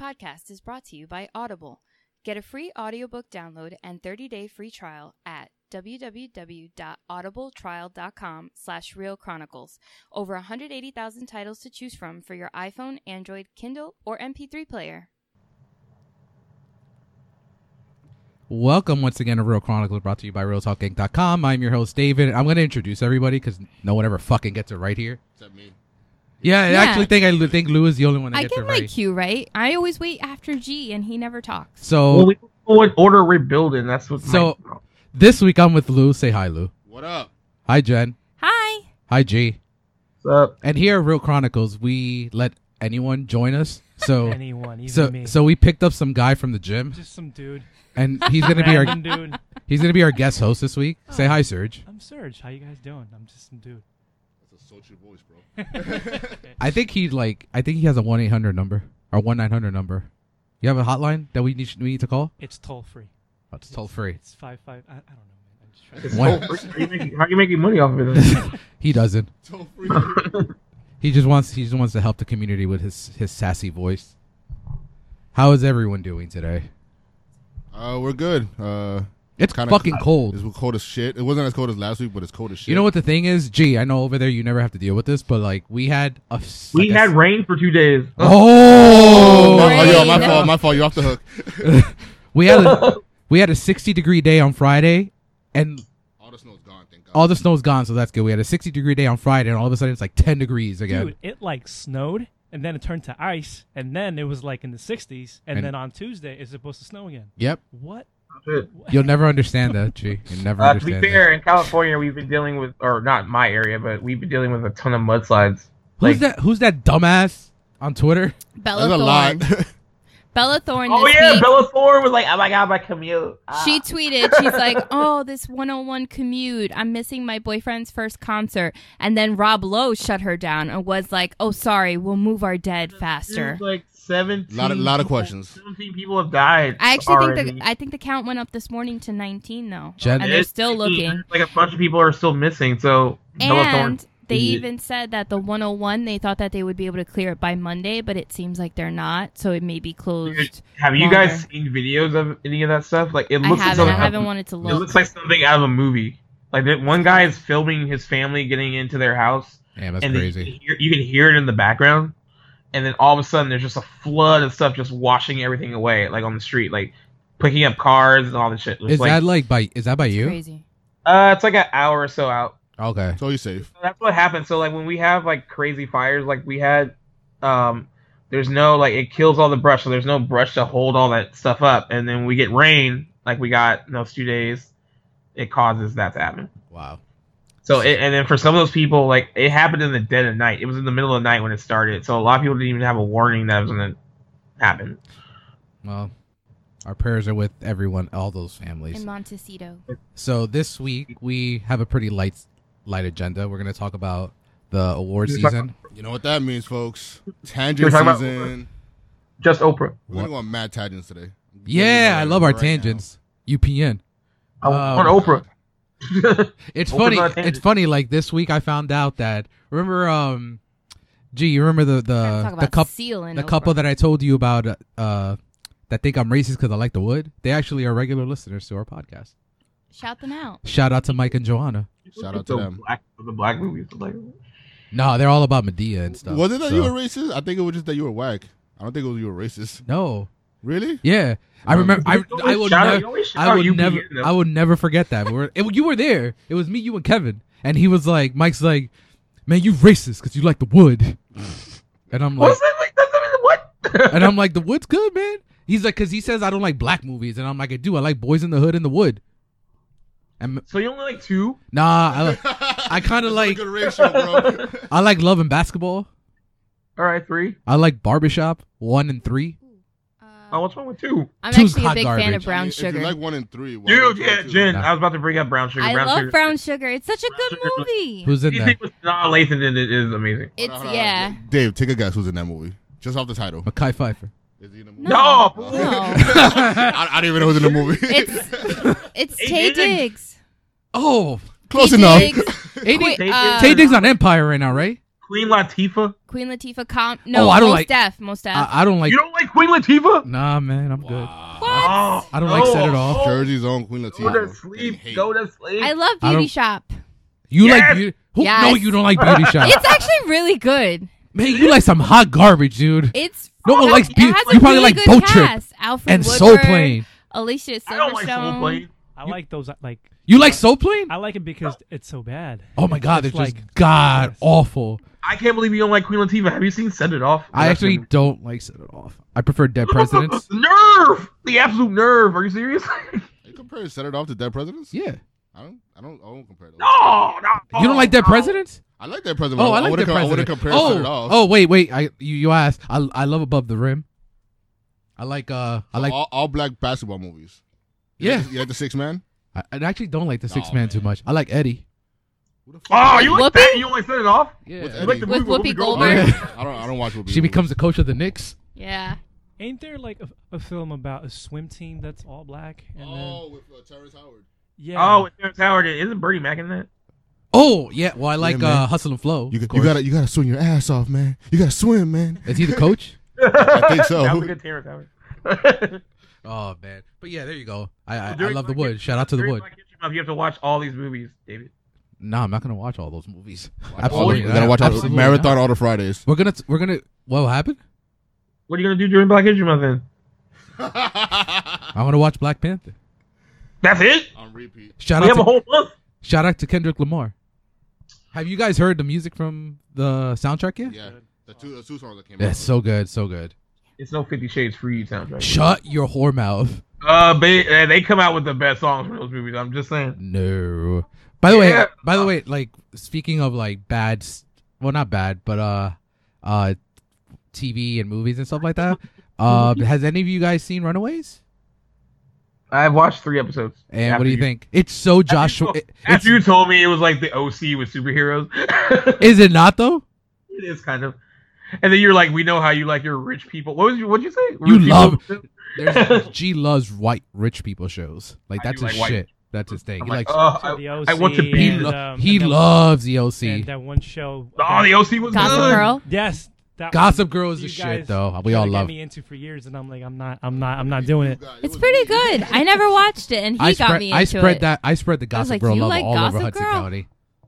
podcast is brought to you by Audible. Get a free audiobook download and 30-day free trial at www.audibletrial.com slash realchronicles. Over 180,000 titles to choose from for your iPhone, Android, Kindle, or MP3 player. Welcome once again to Real Chronicles, brought to you by RealTalkGang.com. I'm your host, David. I'm going to introduce everybody because no one ever fucking gets it right here. Except me. Yeah, I Yeah. actually think I l- think Lou is the only one that I gets get it my right. cue right. I always wait after G and he never talks. so Well, we don't know what order we're building. That's what. So- my, this week I'm with Lou. Say hi, Lou. What up? Hi, Jen. Hi. Hi, G. what's up? And here at Real Chronicles, we let anyone join us. So anyone, even so me. so we picked up some guy from the gym, just some dude. and he's gonna be our Random dude. he's gonna be our guest host this week. Oh. Say hi, Serge. I'm Serge. How you guys doing? I'm just some dude. That's a sultry voice, bro. I think he like I think he has a one eight hundred number or one nine hundred number. You have a hotline that we need we need to call. It's toll free. Oh, it's toll free. It's five five. I, I don't know, man. I'm just trying It's to. What? so free. How you making- How you making money off of it? He doesn't. Toll free. What's He just wants he just wants to help the community with his his sassy voice. How is everyone doing today? Uh, we're good. Uh, It's Kinda fucking cold. it's cold as shit. It wasn't as cold as last week, but it's cold as shit. You know what the thing is? Gee, I know over there you never have to deal with this, but like we had a s- we like a had s- rain for two days. oh, Oh, my, oh, yo, my Rain. fault. My fault. You're off the hook. we had a we had a sixty degree day on Friday, and All the snow's gone. Thank God. all the snow's gone, so that's good. We had a sixty degree day on Friday, and all of a sudden it's like ten degrees again. Dude, it like snowed and then it turned to ice and then it was like in the 60s and, And- then on Tuesday it's supposed to snow again. Yep, What? Shit. what? you'll never understand that, G. You never Uh, to be understand. that. fair, in California, we've been dealing with, or not my area, but we've been dealing with a ton of mudslides. Who's that? Who's that dumbass on Twitter? That's Bella a lot. Thorne. Bella Thorne Oh this yeah, week. Bella Thorne was like, "Oh my god, my commute." Ah. She tweeted, she's like, oh, this 101 commute. I'm missing my boyfriend's first concert. And then Rob Lowe shut her down and was like, oh, sorry, we'll move our dead faster. There's like seventeen. lot of lot of people- questions. Seventeen people have died. I actually think already. the I think the count went up this morning to 19 though, Jen, and they're It's still 16. looking. Like a bunch of people are still missing. So Bella Thorne. And they Idiot. even said that the 101 they thought that they would be able to clear it by Monday, but it seems like they're not, so it may be closed. Have you longer. guys seen videos of any of that stuff? Like it I looks like haven't. I something out of- haven't wanted to It look. looks like something out of a movie. Like that one guy is filming his family getting into their house, damn, that's and crazy. You, can hear, you can hear it in the background. And then all of a sudden, there's just a flood of stuff just washing everything away, like on the street, like picking up cars and all the shit. Just Is like, that like by? Is that by you? Crazy. uh, it's like an hour or so out. Okay. So you're safe. So that's what happens. So like when we have like crazy fires, like we had, um, there's no like it kills all the brush, so there's no brush to hold all that stuff up. And then we get rain, like we got in those two days, it causes that to happen. Wow. So it, and then for some of those people, like it happened in the dead of night. It was in the middle of the night when it started. So a lot of people didn't even have a warning that it was gonna happen. Well, our prayers are with everyone, all those families. In Montecito. So this week we have a pretty light light agenda. We're gonna talk about the award We're season. talking You know what that means, folks. Tangent We're talking season. Just Oprah. We're gonna go on mad tangents today. Yeah, I love our Right now. tangents. UPN. I Um, want Oprah. It's Open funny. our It's tangents. funny. Like this week, I found out that remember, um, gee, you remember the Gotta talk Uh, the the about cup Seal and the Oprah. couple that I told you about uh that think I'm racist because I like the wood. They actually are regular listeners to our podcast. Shout them out. Shout out to Mike and Joanna. Shout out The to them. Black, the black movies. Like, No, they're all about Medea and stuff. Was it that so- you were racist? I think it was just that you were whack. I don't think it was you were racist. No. Really? Yeah, I No. remember. I You always I will shout out- never. you always shout I out would UPN, never, though. I would never forget that. We were, it, you were there. It was me, you, and Kevin. And he was like, Mike's like, man, you racist because you like the wood. And I'm like, What's that? Like, that's- what? and I'm like, the wood's good, man. He's like, because he says I don't like black movies, and I'm like, I do. I like Boys in the Hood and the Wood. And so you only like two? nah, I like, I kinda like- good ratio, bro. I like Love and Basketball. All right, three. I like Barbershop one and three. Oh, what's wrong with two? I'm Two's actually a hot big fan garbage. of brown If you sugar. like one and three. why Dude, don't you yeah, like two? Jen. Nah. I was about to bring up Brown Sugar. I brown love sugar. brown sugar. It's such a Brown good Sugar was- movie. Who's in You that? think with Donald Lathan than it is amazing. Hold It's on, hold on. yeah. Dave, take a guess who's in that movie, just off the title. Mackay Pfeiffer. Is he in the movie? No, Oh. No. I, I didn't even know who's in the movie. It's- It's Tay Hey, Diggs. Diggs. Oh, Close Tay enough. Diggs. Tay Diggs- Wait, uh, Tay Diggs on Empire right now, right? Queen Latifah? Queen Latifah com no Oh, I don't most like- Uh, def most def I, I don't like. you don't like Queen Latifah? Nah, man, I'm good. What? Oh, I don't like Set It Off. Jersey's own Queen Go Latifah. to I sleep. hate Go it. to sleep. I love I Beauty don't- Shop. You Yes! like beauty? Who, Yes. No, you don't like beauty shop. It's actually really good. man, you like some hot garbage, dude. It's No one it likes has Beau- a you probably really like good Boat Trip cast. Alfred and Woodward, Soul Plane. Alicia Silverstone. I don't like Soul Plane. I like those. Like You like Soul Plane? I like it because it's so bad. Oh my god, they're It's just like- god Yes. awful. I can't believe you don't like Queen Latifah. Have you seen Set It Off? I actually don't like set it off. I prefer Dead Presidents. nerve. The absolute nerve. Are you serious? You compare Set It Off to Dead Presidents? Yeah. I don't. I don't. I don't compare those. no, no. Oh. You don't like Dead no. Presidents? I like Dead Presidents. Oh, I like wouldn't Dead com- I wouldn't Presidents. compare Set It Oh, Off. oh, wait, wait. I you you asked. I I love Above the Rim. I like uh I like all, all black basketball movies. You yeah. like the- you like the Six Man? I, I actually don't like the Six Aw, Man man. too much. I like Eddie. Who the Oh, you Whoopi? like that? You don't like Set It Off? Yeah. What's You like Eddie? the With movie Whoopi I Goldberg? don't. I don't watch. Whoopi She Goldberg. becomes the coach of the Knicks. Yeah. Ain't there like a, a film about a swim team that's all black? And then, Oh, with uh, Terrence Howard. yeah. Oh, with Terrence Howard. Isn't Bernie Mac in that? Oh yeah. Well, I like man. uh, Hustle and Flow. You, of you course. Oh, gotta you gotta swing your ass off, man. You gotta swim, man. Is he the coach? I think so. that was a good Terrence Howard. oh man. But yeah, there you go. I I, I During love the Black wood. History- Shout out to the during wood. Black History Month, You have to watch all these movies, David. Nah, I'm not gonna watch all those movies. Absolutely, Absolutely. you not. gotta watch out. Absolutely Marathon not. all the Fridays. We're gonna t- we're gonna. What happened? What are you gonna do during Black History Month then? On I'm gonna watch Black Panther. That's it. repeat. Shout We out have to a whole month. shout out to Kendrick Lamar. Have you guys heard the music from the soundtrack yet? Yeah, the two the two songs that came That's out. so good, so good. It's no Fifty Shades Free soundtrack. Shut your whore mouth. Uh, ba- uh, they come out with the best songs from those movies. I'm just saying. No. By the way, Yeah. by the way, like speaking of like bad, s- well, not bad, but uh, uh, TV and movies and stuff like that. Uh, has any of you guys seen Runaways? I've watched three episodes. And After what do you, you- think? It's so Joshua. After you, it- told, after you told me it was like the OC with superheroes, it's, is it not though? it is kind of. And then you're like, we know how you like your rich people. What was you? What'd you say? You Rich love- people? There's, G loves white rich people shows. Like I that's do his like white shit. That's his thing. I'm He like, likes. oh, So I, the OC I want to be- he and, lo- um, he and that- loves the OC. and um, that one show. oh, the OC was Gossip good. Girl. Yes. That Gossip one Girl is you the shit guys though. We tried all to get love. me into for years, and I'm like, I'm not, I'm not, I'm not doing it. It's pretty good. I never watched it, and he I got spread, me into I spread it. that. I spread the Gossip like, Girl you love like all Gossip over Hudson Girl? County.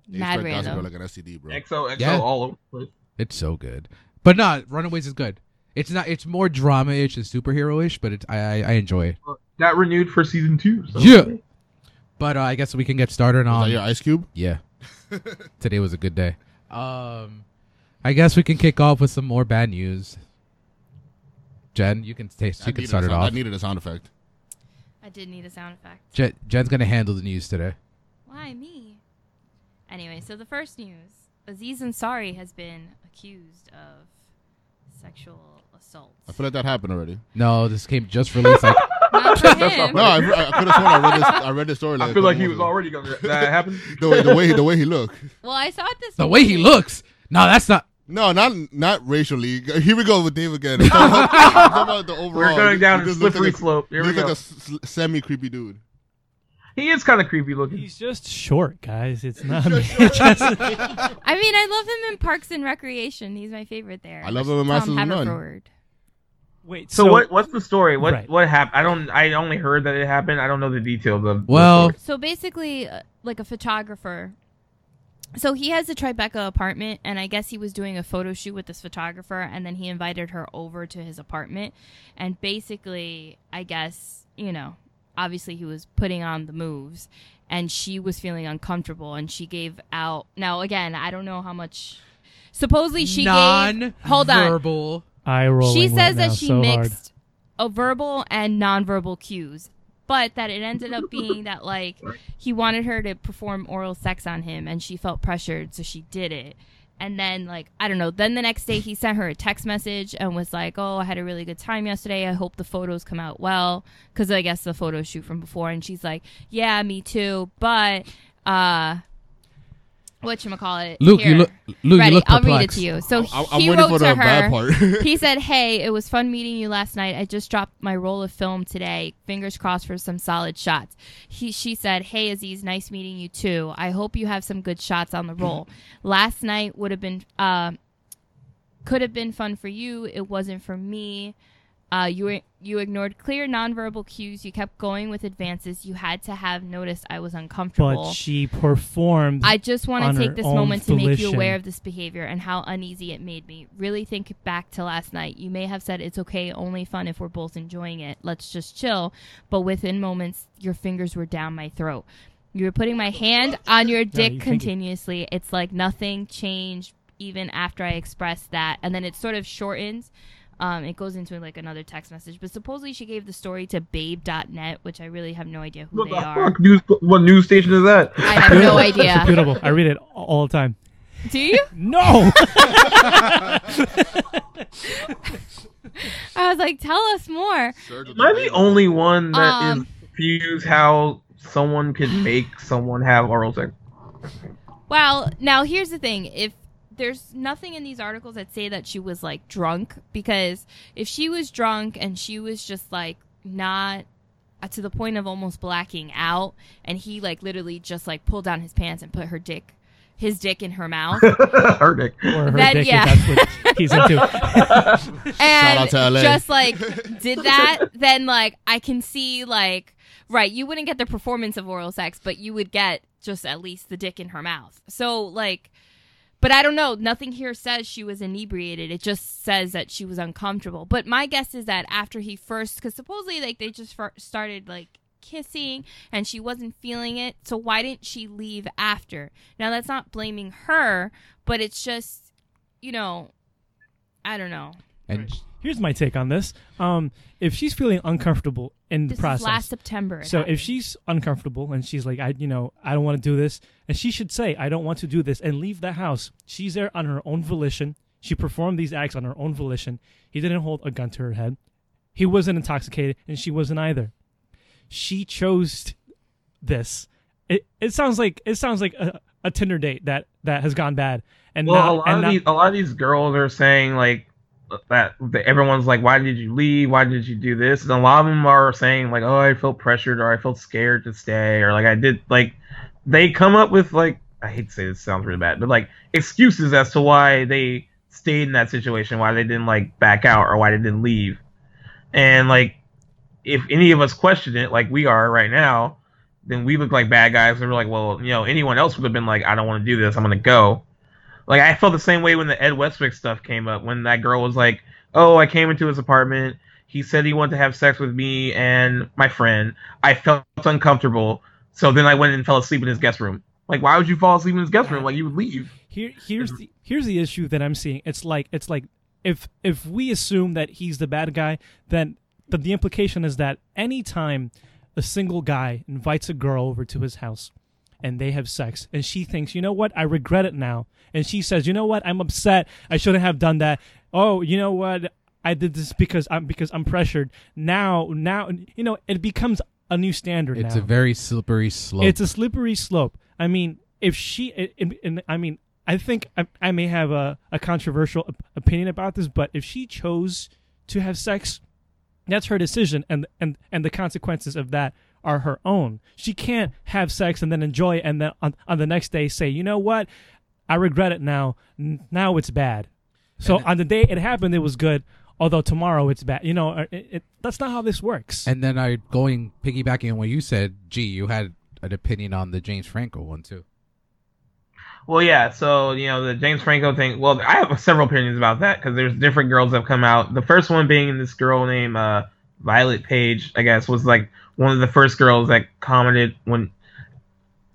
Mad random. Like an STD, bro. XO, XO, Yeah. all over the place. It's so good. But nah, Runaways is good. It's not. It's more drama ish and superhero ish, but it, I, I I enjoy it. Got renewed for season two. So. Yeah. But uh, I guess we can get started Is on. that your Ice Cube? Yeah. Today was a good day. Um, I guess we can kick off with some more bad news. Jen, you can taste. I You can needed start a it sound- off. I needed a sound effect. I did need a sound effect. Jen, Jen's gonna handle the news today. Why me? Anyway, so the first news Aziz Ansari has been accused of sexual assault. I feel like that happened already. No, this came just released. Like, Not for That's not him. No, I, I could have sworn I read this. I read this story. Like I a feel like couple he was months already gonna. That happened. ago. the way the way, the way he looked. Well, I saw it this the way he morning. looks. No, that's not. No, not not racially. Here we go with Dave again. I'm talking about, I'm talking about the overall. We're going He down a just looks slippery like a- slope. Here we looks go. like a semi creepy dude. He is kind of creepy looking. He's just short, guys. It's not. I mean, I love him in Parks and Recreation. He's my favorite there. I love him in Masters Tom of None. Haverford. Wait. So, what? What's the story? What Right. what happened? I don't. I only heard that it happened. I don't know the details of. the Well, story. So basically, uh, like a photographer. So he has a Tribeca apartment, and I guess he was doing a photo shoot with this photographer, and then he invited her over to his apartment. And basically, I guess, you know, obviously he was putting on the moves, and she was feeling uncomfortable, and she gave out. Now, again, I don't know how much. Supposedly, she gave. Hold on. non-verbal. Eye rolling. She says right now, that she so hard. mixed a verbal and nonverbal cues, but that it ended up being that like he wanted her to perform oral sex on him and she felt pressured, so she did it. And then like I don't know, then the next day he sent her a text message and was like, "Oh, I had a really good time yesterday. I hope the photos come out well cuz I guess the photo shoot from before." And she's like, "Yeah, me too, but uh what you call it? Luke, you look, Luke, Ready? you look I'll perplexed. read it to you. So I- he wrote I'm waiting to for the her. bad part. he said, "Hey, it was fun meeting you last night. I just dropped my roll of film today. Fingers crossed for some solid shots." He, she said, "Hey, Aziz, nice meeting you too. I hope you have some good shots on the roll. last night would have been, uh, could have been fun for you. It wasn't for me. Uh, you you ignored clear nonverbal cues. You kept going with advances. You had to have noticed I was uncomfortable." But she performed. I just want on to her take this own moment to make you volition. aware of this behavior and how uneasy it made me. Really think back to last night. You may have said it's okay, only fun if we're both enjoying it. Let's just chill. But within moments, your fingers were down my throat. You were putting my hand on your dick you think it- continuously. It's like nothing changed even after I expressed that. And then it sort of shortens. Um, it goes into like another text message, but supposedly she gave the story to babe.net, which I really have no idea who What they the are. fuck news? What news station is that? I have no idea. Beautiful. I read it all the time. Do you? No. I was like, tell us more. Am I the only one that is Um. confused how someone could make someone have oral sex? Well, now here's the thing. If there's nothing in these articles that say that she was like drunk, because if she was drunk and she was just like not uh, to the point of almost blacking out, and he like literally just like pulled down his pants and put her dick, his dick in her mouth, Her dick. or her That- dick if yeah. that's what he's into. and out to LA. just like did that, then like I can see like right, you wouldn't get the performance of oral sex, but you would get just at least the dick in her mouth. So like but I don't know, nothing here says she was inebriated. It just says that she was uncomfortable. But my guess is that after he first cuz supposedly like they just fir- started like kissing and she wasn't feeling it. So why didn't she leave after? Now that's not blaming her, but it's just you know, I don't know. and Here's my take on this. Um, if she's feeling uncomfortable in the This process, is last September. it so happened. if she's uncomfortable and she's like, I, you know, I don't want to do this, and she should say, I don't want to do this, and leave the house. She's there on her own volition. She performed these acts on her own volition. He didn't hold a gun to her head. He wasn't intoxicated, and she wasn't either. She chose this. It, it sounds like it sounds like a, a Tinder date that that has gone bad. And Well, not- a lot and of not- these, a lot of these girls are saying like that, that everyone's like, "Why did you leave? Why did you do this?" And a lot of them are saying like, "Oh, I felt pressured, or I felt scared to stay, or like I did." Like they come up with like I hate to say this sounds really bad, but like excuses as to why they stayed in that situation, why they didn't like back out, or why they didn't leave. And like, if any of us question it, like we are right now, then we look like bad guys, and we're like, well, you know, anyone else would have been like, "I don't want to do this. I'm gonna go." Like I felt the same way when the Ed Westwick stuff came up when that girl was like, "Oh, I came into his apartment. He said he wanted to have sex with me and my friend. I felt uncomfortable, so then I went and fell asleep in his guest room. Like, why would you fall asleep in his guest room? Like, you would leave. Here, here's the here's the issue that I'm seeing. It's like it's like if if we assume that he's the bad guy, then the, the implication is that anytime a single guy invites a girl over to his house and they have sex and she thinks, you know what, I regret it now, and she says, you know what, I'm upset. I shouldn't have done that. Oh, you know what, I did this because I'm because I'm pressured. Now, now, you know, it becomes a new standard. it's now. a very slippery slope. It's a slippery slope. I mean, if she, i- i- and I mean, I think I, I may have a, a controversial op- opinion about this, but if she chose to have sex, that's her decision, and and and the consequences of that are her own. She can't have sex and then enjoy, it and then on, on the next day say, you know what, I regret it now. N- Now it's bad. So on the day it happened, it was good. Although tomorrow it's bad. You know, uh, it, it, that's not how this works. and then I going piggybacking on what you said. Gee, you had an opinion on the James Franco one too. Well, yeah. So you know the James Franco thing. Well, I have several opinions about that because there's different girls that have come out. The first one being this girl named uh, Violet Page, I guess, was like one of the first girls that commented when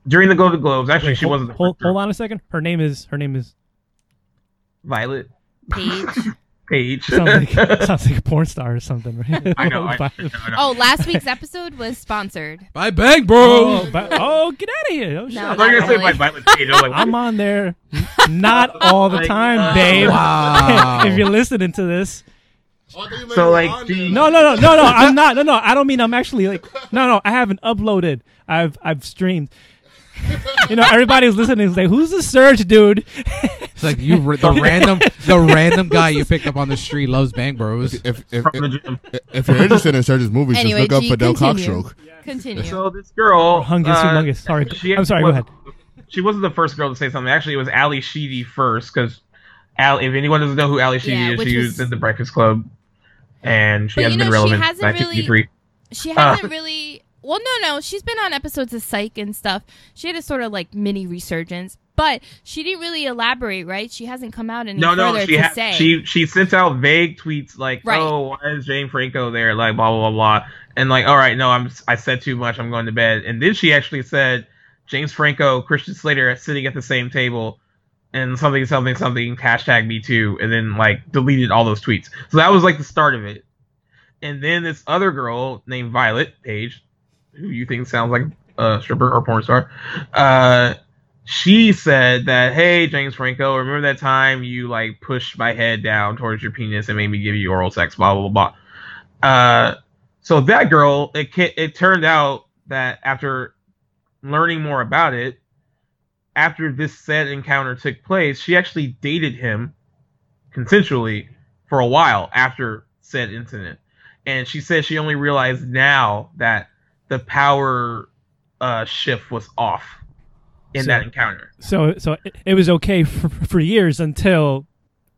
during the Golden Globes. Actually, she hold, wasn't. The Hold, first girl. hold on a second. Her name is. Her name is. Violet Paige. Page. Sounds like, sounds like a porn star or something, right? I know. I, I know, I know. Oh, last week's episode was sponsored. Bye, bang, oh, bro. but, oh, get out of here! Oh shit! No. I thought you were gonna say Really? my Violet Page. I was like, I'm on there, Oh not all the Like, time, uh, babe. Wow. if you're listening to this, So, like, the- no, no, no, no, no, I'm not. No, no, I don't mean I'm actually like. No, no, I haven't uploaded. I've I've streamed. you know, everybody who's listening is like, "Who's the Surge dude?" It's like you, the random, the random guy you picked up on the street loves Bang Bros. If if, from the if, gym. if you're interested in Serge's movies, Anyway, just look up G, Fidel continue. Um, Cockstroke. Continue. So this girl, Humongous, uh, humongous. Sorry, she I'm sorry. Go was- ahead. She wasn't the first girl to say something. Actually, it was Ali Sheedy first, because if anyone doesn't know who Ali Sheedy Yeah, is, which she was- was in the Breakfast Club, and she But hasn't you been know, she relevant hasn't since 1953. She hasn't Ah. really. Well, no, no. She's been on episodes of Psych and stuff. She had a sort of like mini resurgence, but she didn't really elaborate, right? She hasn't come out any No, further no, she to ha- say. she she sent out vague tweets like, Right. "Oh, why is Jane Franco there?" Like blah blah blah, blah. and like, "All right, no, I'm I said too much. I'm going to bed." And then she actually said, "James Franco, Christian Slater are sitting at the same table." And something, something, something, hashtag me too, and then like deleted all those tweets. So that was like the start of it. And then this other girl named Violet Page, who you think sounds like a stripper or porn star, uh, she said that, "Hey, James Franco, remember that time you like pushed my head down towards your penis and made me give you oral sex?" Blah blah blah. blah." Uh, so that girl, it ca- it turned out that after learning more about it, after this said encounter took place, she actually dated him consensually for a while after said incident, and she said she only realized now that the power uh, shift was off in So- that encounter. So, so it, it was okay for, for years until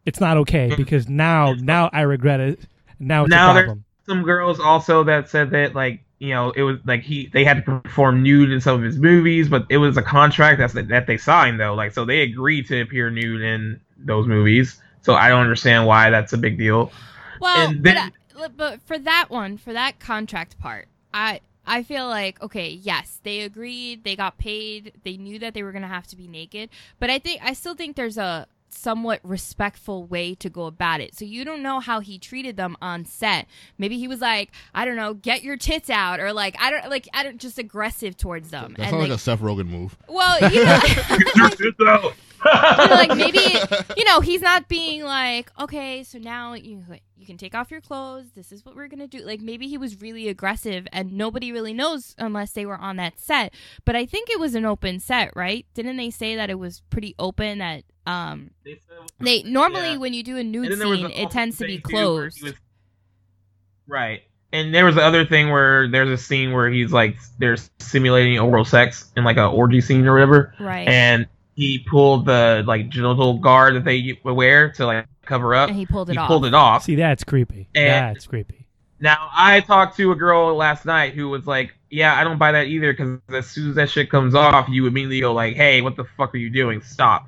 it's not okay because now, now I regret it. Now it's Now a they're- problem. some girls also that said that like you know it was like he they had to perform nude in some of his movies but it was a contract that's that they signed though like so they agreed to appear nude in those movies so i don't understand why that's a big deal Well, And but, then- I- but for that one, for that contract part, I I feel like okay, yes, they agreed, they got paid, they knew that they were gonna have to be naked, but I think I still think there's a somewhat respectful way to go about it. So you don't know how he treated them on set. Maybe he was like, I don't know, get your tits out, or like I don't like I don't just aggressive towards them. That and sounds like, like a Seth Rogen move. well, you know, I But, like maybe you know he's not being like okay so now you you can take off your clothes this is what we're gonna do like maybe he was really aggressive and nobody really knows unless they were on that set but i think it was an open set right didn't they say that it was pretty open that um they normally Yeah. when you do a And nude then there was scene the it whole tends to be thing, too, where closed he was- right. And there was the other thing where there's a scene where he's like they're simulating oral sex in like a orgy scene or whatever. right and, and he pulled the like genital guard that they wear to like cover up. he pulled it uh, he off pulled it off. See, that's creepy. And- that's creepy. Now I talked to a girl last night who was like, "Yeah, I don't buy that either because as soon as that shit comes off, you immediately go like, hey, what the fuck are you doing? Stop!'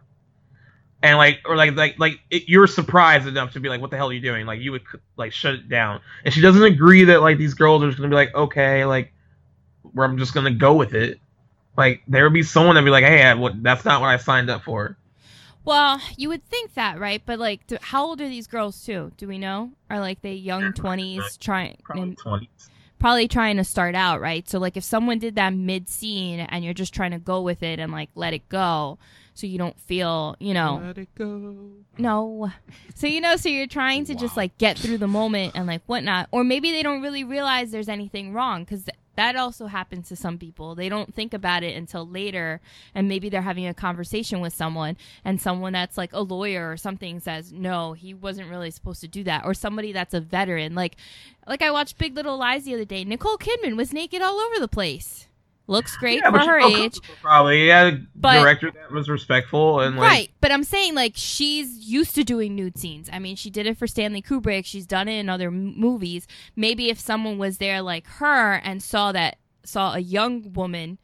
And like, or like, like, like it, you're surprised enough to be like, what the hell are you doing? Like you would like shut it down. And she doesn't agree that like these girls are just gonna be like, okay, like, where I'm just gonna go with it. Like there would be someone that'd be like, hey, I, what, that's not what I signed up for. well you would think that right but like do, how old are these girls too do we know are like they young 20s trying and- probably twenties. probably trying to start out, right? So like if someone did that mid scene and you're just trying to go with it and like let it go so you don't feel, you know, Let it go. no. So you know, so you're trying to just Wow. like get through the moment and like whatnot. Or maybe they don't really realize there's anything wrong because that also happens to some people. They don't think about it until later and maybe they're having a conversation with someone and someone that's like a lawyer or something says no he wasn't really supposed to do that or somebody that's a veteran like like i watched big little lies the other day nicole kidman was naked all over the place looks great for her age Probably, yeah. a But- director that was respectful and like, right but i'm saying like she's used to doing nude scenes i mean she did it for stanley kubrick she's done it in other m- movies maybe if someone was there like her and saw that saw a young woman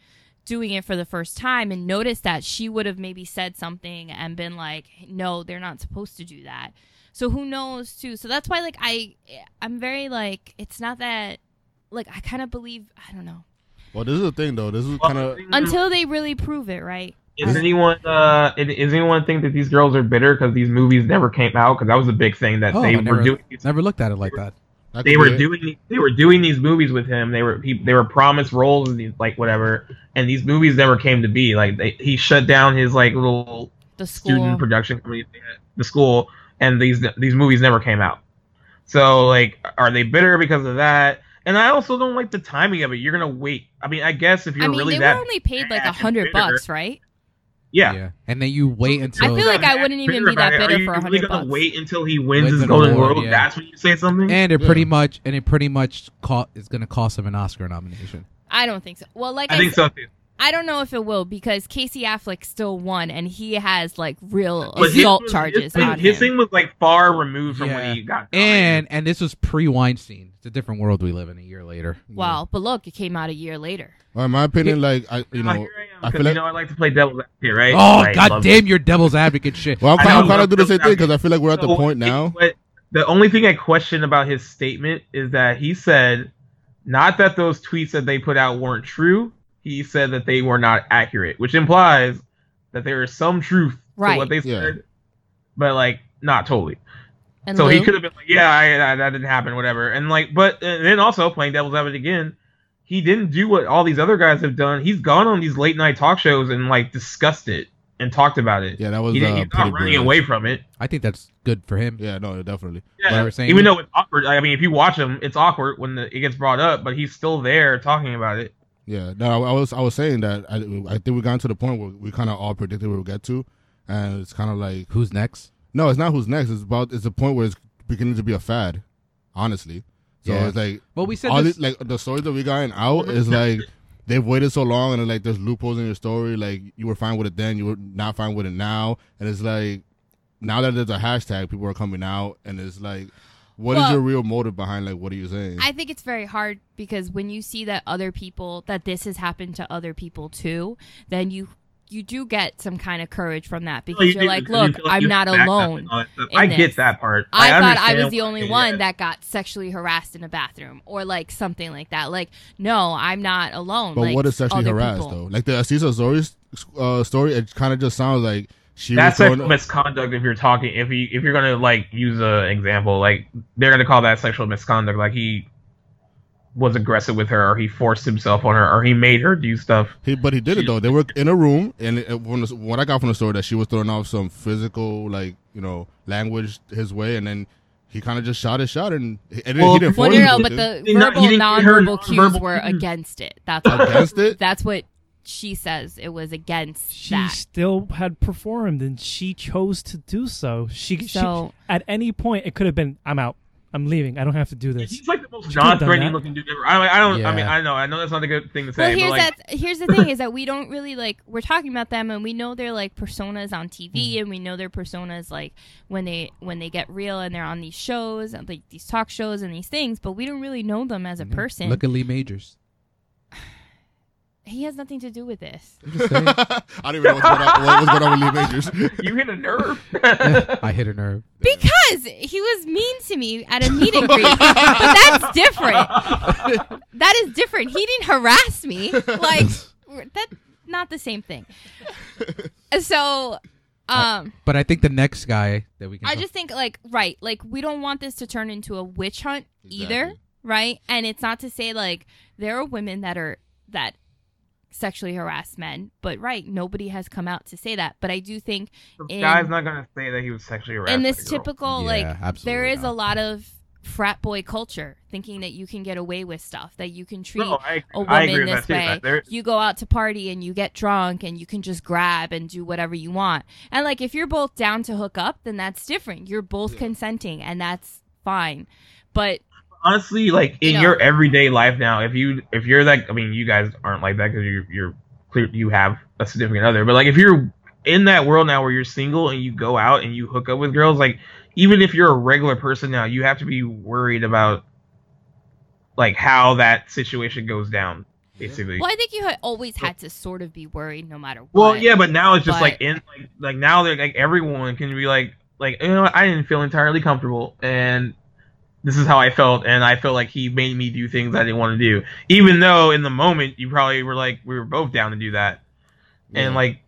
doing it for the first time and noticed that she would have maybe said something and been like no they're not supposed to do that so who knows too so that's why like i i'm very like it's not that like i kind of believe i don't know Well, this is the thing though. This is Well, kind of until they really prove it right is anyone uh, is- is anyone think that these girls are bitter because these movies never came out? Because that was a big thing that Oh, they I were never- doing. These, Never looked at it like that. they were doing they were doing these movies with him. They were he, they were promised roles and these, like whatever. And these movies never came to be. Like they, he shut down his like little the school student production company, they had- the school, and these these movies never came out. So like, are they bitter because of that? And I also don't like the timing of it. You're gonna wait. I mean, I guess if you're I mean, really they that, were only paid like bad a and hundred bitter. bucks, right? yeah. And then you wait I until feel like I wouldn't even be that bitter Are you for a really hundred gonna bucks. wait until he wins Wins his an Golden award, Globe? yeah. That's when you say something. and it pretty Yeah. much and it pretty much co- is going to cost him an Oscar nomination. I don't think so. Well, like I, I think said, so too. I don't know if it will because Casey Affleck still won and he has like real But his assault was- charges His, thing- on his him. thing was like far removed from Yeah. when he got. And and this was pre Weinstein. It's a different world we live in. A year later. Wow, but look, it came out a year later. Well, in my opinion, like I, you Now know, here I I feel am because you like. know I like to play devil's advocate, right? Oh Like, god love- damn your devil's advocate shit. Well, I'm I kind, know, I'm kind of but- do the same thing because I feel like we're at the So, point now. But the only thing I question about his statement is that he said, not that those tweets that they put out weren't true. He said that they were not accurate, which implies that there is some truth Right. to what they Yeah. said, but like not totally. And so he Lou? could have been like, yeah, I, I, that didn't happen, whatever. And like, but and then also playing devil's advocate again, he didn't do what all these other guys have done. He's gone on these late night talk shows and like discussed it and talked about it. Yeah, that was he uh, didn't, he's pretty not running brilliant. away from it. I think that's good for him. Yeah, no, definitely. What Yeah, we're saying. even though it's awkward. I mean, if you watch him, it's awkward when the, it gets brought up, but he's still there talking about it. Yeah, no, I, I was I was saying that I, I think we got to the point where we kind of all predicted where we'll get to, and it's kind of like Who's next? no, it's not who's next. It's about it's the point where it's beginning to be a fad, honestly. So Yeah. it's like Well, we said all this- these- like the stories that we got in out Mm-hmm. is like they've waited so long and like there's loopholes in your story. Like you were fine with it then, you were not fine with it now, and it's like now that there's a hashtag, people are coming out, and it's like, what is Well- your real motive behind like what are you saying? I think it's very hard because when you see that other people that this has happened to other people too, then you you do get some kind of courage from that because You you're do, like, because you look, feel like I'm you not have to back up alone. and all that stuff. in I this. get that part. I, thought I understand was the why- only yeah. one that got sexually harassed in a bathroom or like something like that. Like, no, I'm not alone. But like, what is sexually other harassed people. though? Like the Asisa Zori's uh, story, it kind of just sounds like she That's was sexual throwing- misconduct if you're talking if you if you're gonna like use a example like they're gonna call that sexual misconduct like he was aggressive with her or he forced himself on her or he made her do stuff. he, but he did it though. They were in a room, and it, it- when, what I got from the story that she was throwing off some physical, like you know, language his way, and then he kind of just shot his shot, and, he- and Well, he didn't if you Well, force no, him wanna no, to but do the He not- verbal he and didn't get her nonverbal cues nonverbal were cues. against it. That's what, against it. that's what she says. It was against She that. still had performed, and she chose to do so. She, So- she at any point it could have been, "I'm out, I'm leaving, I don't have to do this." He's like the most She could've done non-threatening that. looking dude ever. I, I don't. I mean, Yeah. I know. I know that's not a good thing to Well, say. here's but like, that. Here's the thing: is that we don't really like. We're talking about them, and we know their like personas on TV, Mm. and we know their personas like when they when they get real and they're on these shows, and, like these talk shows and these things. But we don't really know them as a Mm-hmm. person. Look at Lee Majors. he has nothing to do with this. I'm just saying. I don't even know what's going on, what was going on with Lee Majors. you hit a nerve. I hit a nerve. Because he was mean to me at a meet and greet. but that's different. That is different. He didn't harass me. Like that's not the same thing. So um But I think the next guy that we can I just think like right, like we don't want this to turn into a witch hunt either, Exactly. right? And it's not to say like there are women that are that sexually harass men, but right, nobody has come out to say that. But I do think The in- guy's not gonna say that he was sexually harassed. in by this the girl. typical Yeah, like there absolutely is a not. lot of frat boy culture thinking that you can get away with stuff that you can treat No, I, a I woman agree with this that too. way That there- you go out to party and you get drunk and you can just grab and do whatever you want and like if you're both down to hook up then that's different you're both consenting and that's fine but honestly, like in You know. your everyday life now, if you if you're like, I mean, you guys aren't like that because you're you're clear you have a significant other, but like if you're in that world now where you're single and you go out and you hook up with girls, like even if you're a regular person now, you have to be worried about like how that situation goes down, basically. well i think you had always had to sort of be worried no matter what Well, yeah, but now it's just But- like in like like now they're like everyone can be like like you know what? I didn't feel entirely comfortable and this is how I felt and I felt like he made me do things I didn't want to do even though in the moment you probably were like we were both down to do that and like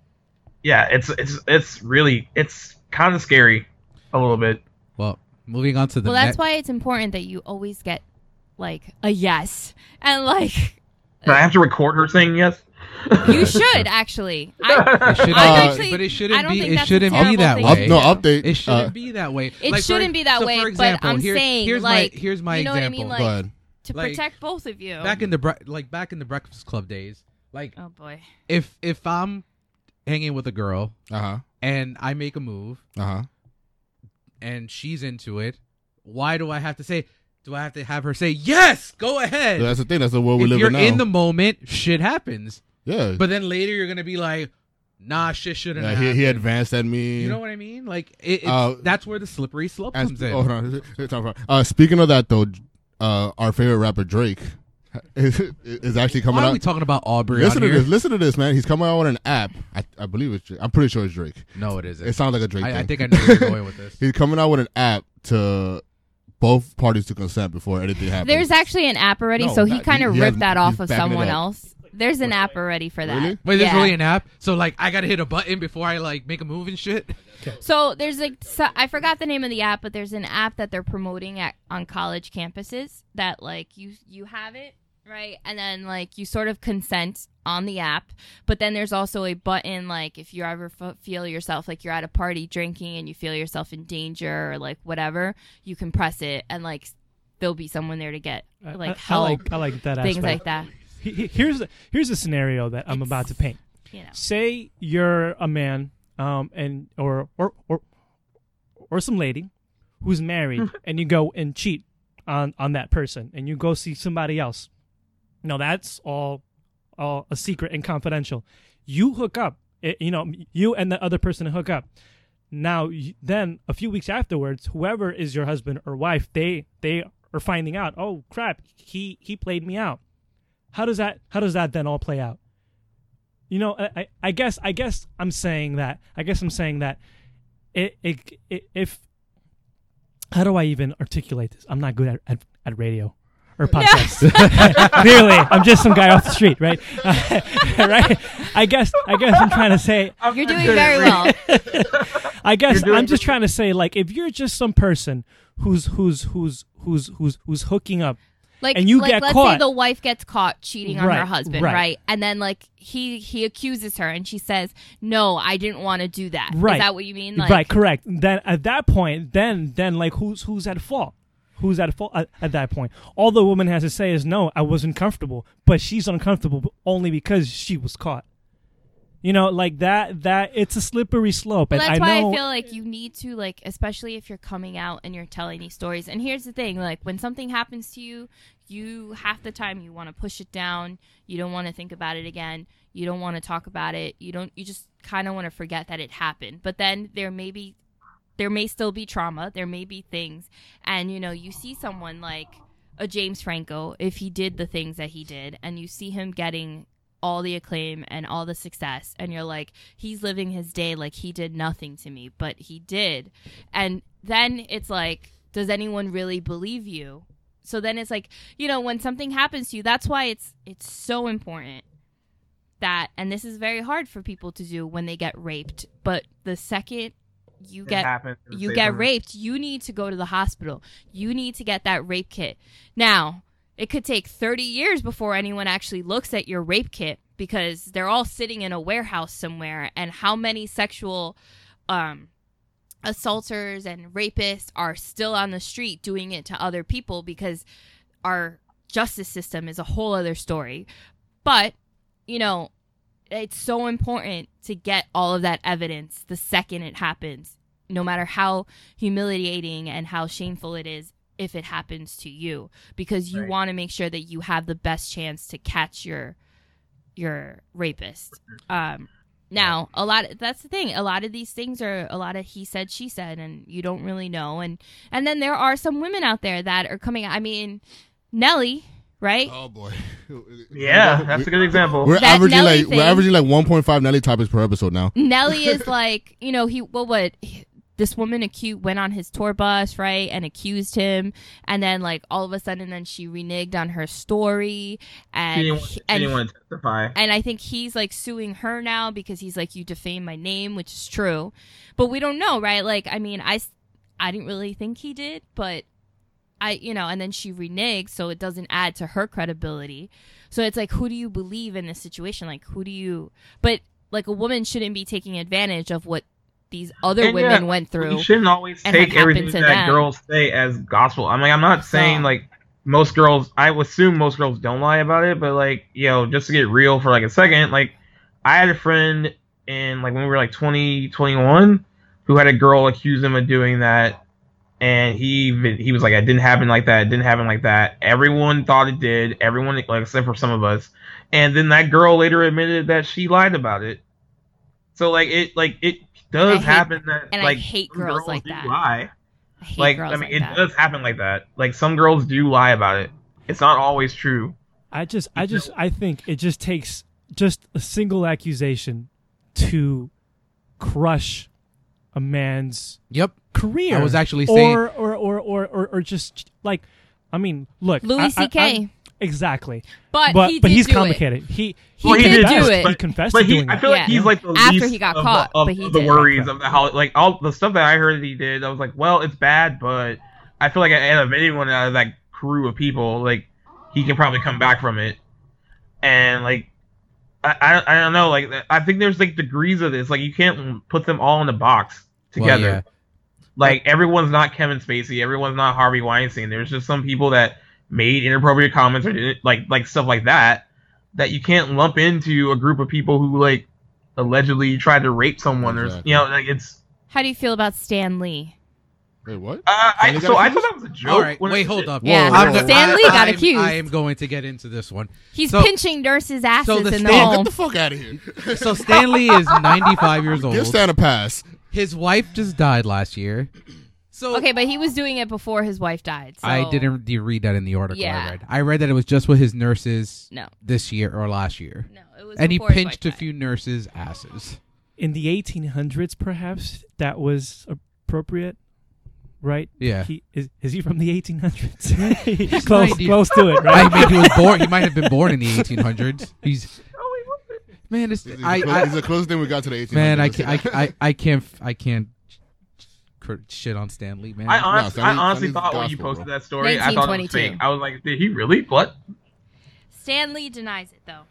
yeah it's it's it's really it's kind of scary a little bit Well, moving on to the well that's next. why it's important that you always get like a yes and like but I have to record her saying yes you should actually i It shouldn't, I actually- but it I shouldn't don't be. think It that's a shouldn't be terrible that thing Up, way. to no do. update. It shouldn't uh, be that way. It for- shouldn't be that so way, For but example, I'm here- saying, here's like- my here's my you know what I example. mean, go ahead. to Like, protect both of you. back in the bre- like back in the Breakfast Club days. Like oh boy. if if I'm hanging with a girl Uh huh. and I make a move Uh huh. and she's into it, why do I have to say? Do I have to have her say yes? Go ahead. that's the thing. That's the world we if live you're in now. in the moment, shit happens. yeah. But then later you're gonna be like, nah, shit shouldn't yeah have. he, he happened. advanced at me. You know what I mean? Like it, it's, Uh, that's where the slippery slope And- comes in. oh, hold on. It's not far. Uh, speaking of that, though, uh, our favorite rapper Drake is, is actually coming Why are out. we talking about Aubrey? listen on to here? this. Listen to this, man. He's coming out with an app. I, I believe it's. Drake. I'm pretty sure it's Drake. No, it isn't. It sounds like a Drake. I, I thing. think I know where you're going with this. He's coming out with an app to both parties to consent before anything happens. There's actually an app already, No, so he that- kind of he has- ripped that off he's of backing it someone up. else. There's an app already for that. Really? Wait, there's Yeah. really an app. So like, I gotta hit a button before I like make a move and shit. So there's like so I forgot the name of the app, but there's an app that they're promoting at on college campuses that like you you have it right, and then like you sort of consent on the app, but then there's also a button like if you ever f- feel yourself like you're at a party drinking and you feel yourself in danger or like whatever, you can press it and like there'll be someone there to get I- like I, I help like I like that things aspect. like that. He- he- here's the, here's a scenario that I'm It's- about to paint. You know. Say you're a man, um, and or or or or some lady who's married, and you go and cheat on on that person, and you go see somebody else. Now that's all all a secret and confidential. You hook up, it, you know, you and the other person hook up. Now, y- then a few weeks afterwards, whoever is your husband or wife, they they are finding out. Oh crap, he he played me out. How does that how does that then all play out? You know, I, I, I guess I guess I'm saying that I guess I'm saying that it, it, it if how do I even articulate this? I'm not good at at, at radio or podcasts. Clearly, I'm just some guy off the street, right? right? I guess I guess I'm trying to say I'm You're not doing good at very reading. well. I guess doing I'm just great. trying to say, like, if you're just some person who's who's who's who's who's who's hooking up, like and you like, get let's say caught. the wife gets caught cheating on her Right, husband right. right. and then like he he accuses her and she says no i didn't want to do that. Is Right. that what you mean like right? Correct. Then at that point, then then like, who's who's at fault? Who's at fault at, at that point? All the woman has to say is, "No, I wasn't comfortable," but she's uncomfortable only because she was caught. You know, like that. That it's a slippery slope, Well, and that's I why know. I feel like you need to like, especially if you're coming out and you're telling these stories. And here's the thing: like when something happens to you, you half the time you want to push it down. You don't want to think about it again. You don't want to talk about it. You don't. You just kind of want to forget that it happened. But then there may be, there may still be trauma. There may be things, and you know, you see someone like a James Franco if he did the things that he did, and you see him getting all the acclaim and all the success and you're like he's living his day like he did nothing to me but he did and then it's like does anyone really believe you so then it's like you know when something happens to you that's why it's it's so important that and this is very hard for people to do when they get raped but the second you It get happens. you Say get something. raped, you need to go to the hospital. You need to get that rape kit. Now, it could take 30 years before anyone actually looks at your rape kit because they're all sitting in a warehouse somewhere and how many sexual um assaulters and rapists are still on the street doing it to other people because our justice system is a whole other story. But, you know, it's so important to get all of that evidence the second it happens, no matter how humiliating and how shameful it is if it happens to you because you Right. want to make sure that you have the best chance to catch your your rapist. Um now, a lot that's the thing. A lot of these things are a lot of he said she said and you don't really know and and then there are some women out there that are coming I mean Nelly, right? Oh boy. Yeah, that's a good example. We're That averaging Nelly like thing. we're averaging like 1.5 Nelly topics per episode now. Nelly is like, you know, he well, what this woman acute went on his tour bus, right, and accused him, and then like all of a sudden, then she reneged on her story, She and didn't, want- she and didn't want to testify. and I think he's like suing her now because he's like, you defame my name, which is true, but we don't know, right? Like, I mean, I, s- I didn't really think he did, but I, you know, and then she reneged, so it doesn't add to her credibility. So it's like, who do you believe in this situation? Like, who do you? But like, a woman shouldn't be taking advantage of what these other And, women yeah, went through. You shouldn't always and what take happened everything to that them. girls say as gospel. I'm like, I'm not saying So- like most girls I would assume most girls don't lie about it, but like, you know, just to get real for like a second, like I had a friend in like when we were like 20, 21 who had a girl accuse him of doing that and he even- he was like, It didn't happen like that, it didn't happen like that. Everyone thought it did, everyone like except for some of us. And then that girl later admitted that she lied about it. So like it like it I does hate- happen that and I like hate some girls like do that. Lie I hate like girls I mean, like it that. does happen like that. Like some girls do lie about it. It's not always true. I just, I just, I think it just takes just a single accusation to crush a man's Yep. career. I was actually saying- or or or or or, or just like, I mean, look, I- Louis I- C.K. I'm- exactly, But, but he did but he's do it. complicated. He he, Well, he did confessed, do it. He confessed But to he, doing I that. feel like Yeah. he's like the After least he got of caught, the, of but he the did. worries of the how like all the stuff that I heard that he did. I was like, well, it's bad, but I feel like out of anyone out of that crew of people, like he can probably come back from it. And like, I I, I don't know. Like I think there's like degrees of this. Like you can't put them all in a box Well, together. yeah. like everyone's not Kevin Spacey, everyone's not Harvey Weinstein. There's just some people that made inappropriate comments or didn't, like like stuff like that that you can't lump into a group of people who like allegedly tried to rape someone Exactly. or you know like it's. How do you feel about Stan Lee? Wait, what? Uh, I, Kinda so got I accused? thought that was a joke. All right. when I Wait. did Hold it. up. Yeah, Whoa, whoa, go- whoa. Stan Lee got I'm- accused. I am going to get into this one. He's So- pinching nurses' asses So the in the Stan- Stan, home. get the fuck out of here. So Stanley is 95 years Give old. Stan a pass. His wife just died last year. So okay, but he was doing it before his wife died. So. I didn't de- read that in the article I Yeah. read. I read that it was just with his nurses No, this year or last year. no, it was. And he before his pinched a wife died. few nurses' asses. in the 1800s, perhaps that was appropriate, right? Yeah. He is, is he from the 1800s? not close, idea- close to it, I right? mean, he was born. He might have been born in the 1800s. He's man. This, This is, I, the clo- this is I the closest thing we got to the 18. man. I can't. I, I, I can't. f- I can't cr- shit on Stanley, man. I honestly, Stan Lee- I honestly Stan Lee's thought when you gospel, posted bro. that story, I thought it was 1922. fake. I was like, did he really? What? Stan Lee denies it though.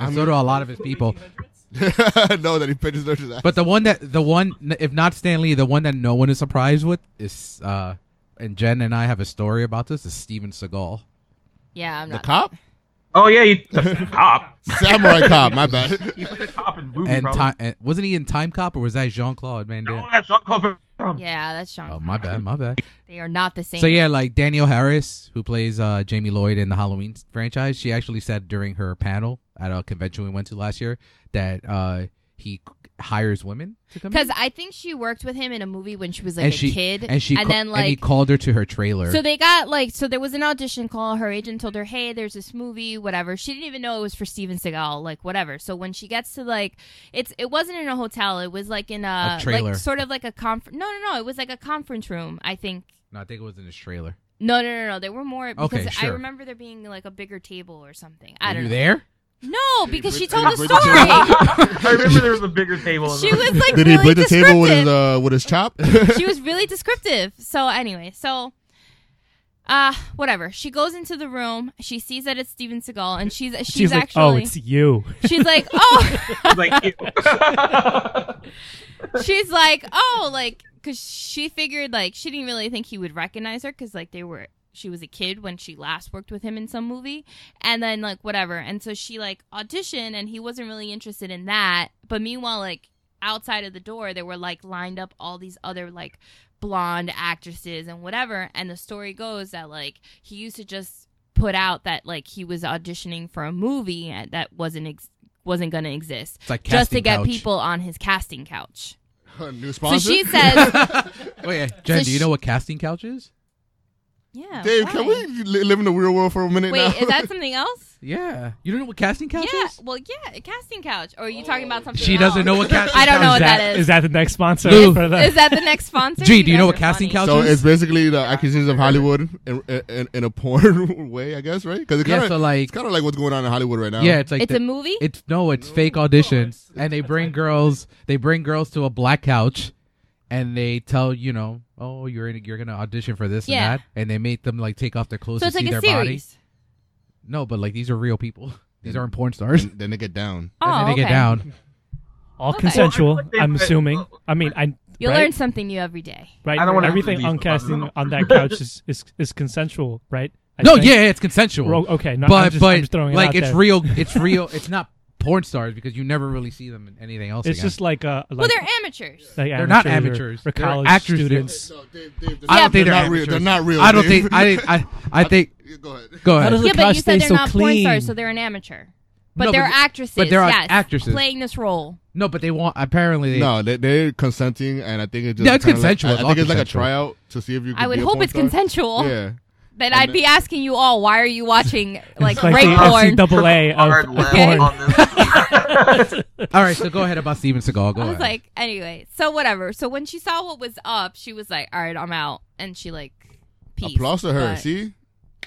and so do a lot of his people. no, that he pitches nurses. ass. But the one that the one, if not Stanley, the one that no one is surprised with is. uh And Jen and I have a story about this. Is Steven Seagal? Yeah, I'm the not. cop, Oh yeah, you the cop. samurai cop. My bad. He played a cop in the movie. And, probably. time, and wasn't he in Time Cop or was that Jean Claude Van No, Damme? that's not called- yeah, that's Sean. Oh my bad, my bad. They are not the same. So yeah, like Danielle Harris, who plays uh, Jamie Lloyd in the Halloween franchise, she actually said during her panel at a convention we went to last year that uh, he c- hires women to come because in. I think she worked with him in a movie when she was like and a she kid, and she ca- then like he called her to her trailer. So they got like so there was an audition call. Her agent told her, "Hey, there's this movie, whatever." She didn't even know it was for Steven Seagal, like whatever. So when she gets to like, it's it wasn't in a hotel. It was like in a, trailer. like sort of like a conference. No, no, no. It was like a conference room. I think. no, I think it was in his trailer. No, no, no, no. There were more because Okay, I sure. remember there being like a bigger table or something. Were I don't you know. there? No, because she Did he told a break the story. I remember there was a bigger table. in she the- was like Did really he break the table with descriptive. his uh, with his chop? she was really descriptive. So anyway, so uh whatever. She goes into the room, she sees that it's Steven Seagal and she's she's, She's like, actually oh, it's you. she's like, "Oh." like ew. she's like, "Oh, like cuz she figured like she didn't really think he would recognize her cuz like they were she was a kid when she last worked with him in some movie and then like whatever. And so she like auditioned and he wasn't really interested in that. But meanwhile like outside of the door there were like lined up all these other like blonde actresses and whatever and the story goes that like he used to just put out that like he was auditioning for a movie and that wasn't ex- wasn't going to exist It's like just to casting get couch. people on his casting couch. A New sponsor. So she says, Wait, Oh, Jen, So do you sh- know what casting couch is? "Yeah, Dave, why? can we li- live in the real world for a minute now? Wait, is that something else? Yeah, you don't know what casting couch yeah, is? well, yeah, a casting couch. Or are you talking about something? She doesn't know what casting. I don't couch know is. what that is. Is that the next sponsor Lou. for Is the? that the next sponsor? Gee, do you know guys what are casting funny. couch so is? it's basically the accusations of Hollywood in, in, in a porn way, I guess, right? Because it yeah, kind of so like, it's kind of like what's going on in Hollywood right now. yeah, it's like It's the- a movie. It's no, it's fake auditions, and they bring girls. They bring girls to a black couch, and they tell you know, oh, you're in, you're gonna audition for this Yeah. and that, and they make them like take off their clothes so it's to see like a their body. series. No, but like these are real people. These Yeah. aren't porn stars. And then they get down. and Oh, then they okay. get down. All Okay. consensual, Well, I- I'm assuming. I mean, I You right? learn something new every day. right? I don't wanna have everything to on be- I don't casting know. on that couch is, is is consensual, right? I no, think. yeah, it's consensual. Ro- okay, no, but I'm just, but I'm just throwing it like out it's there. real. It's real. it's not porn stars because you never really see them in anything else. It's again. just like uh, like, well, they're amateurs. like They're not amateurs. or, or They're college actors. They're- students. No, Dave, Dave, I they're don't think not- they're they're not real. They're amateurs. not real. I don't Dave. think I I I think Go ahead. go ahead. does it- Yeah, but Because you said they they're so not clean. porn stars, so they're an amateur. But No, they're but- but actresses. they're yes, actresses. playing this role. No, but they want apparently they, No, they, they're consenting, and I think it's just Yeah, it's kinda like- consensual. I- It's I, all think it's like a consensual. tryout to see if you. Can I would be a hope porn it's star. consensual. Yeah, But I'd be asking you all, why are you watching like It's like rape the porn? NCAA Hard of, of left porn. on this. All right, so go ahead about Steven Seagal. Go I was ahead. like, anyway, so whatever. So when she saw what was up, she was like, all right, I'm out, and she like, peace. applause to her. But- See,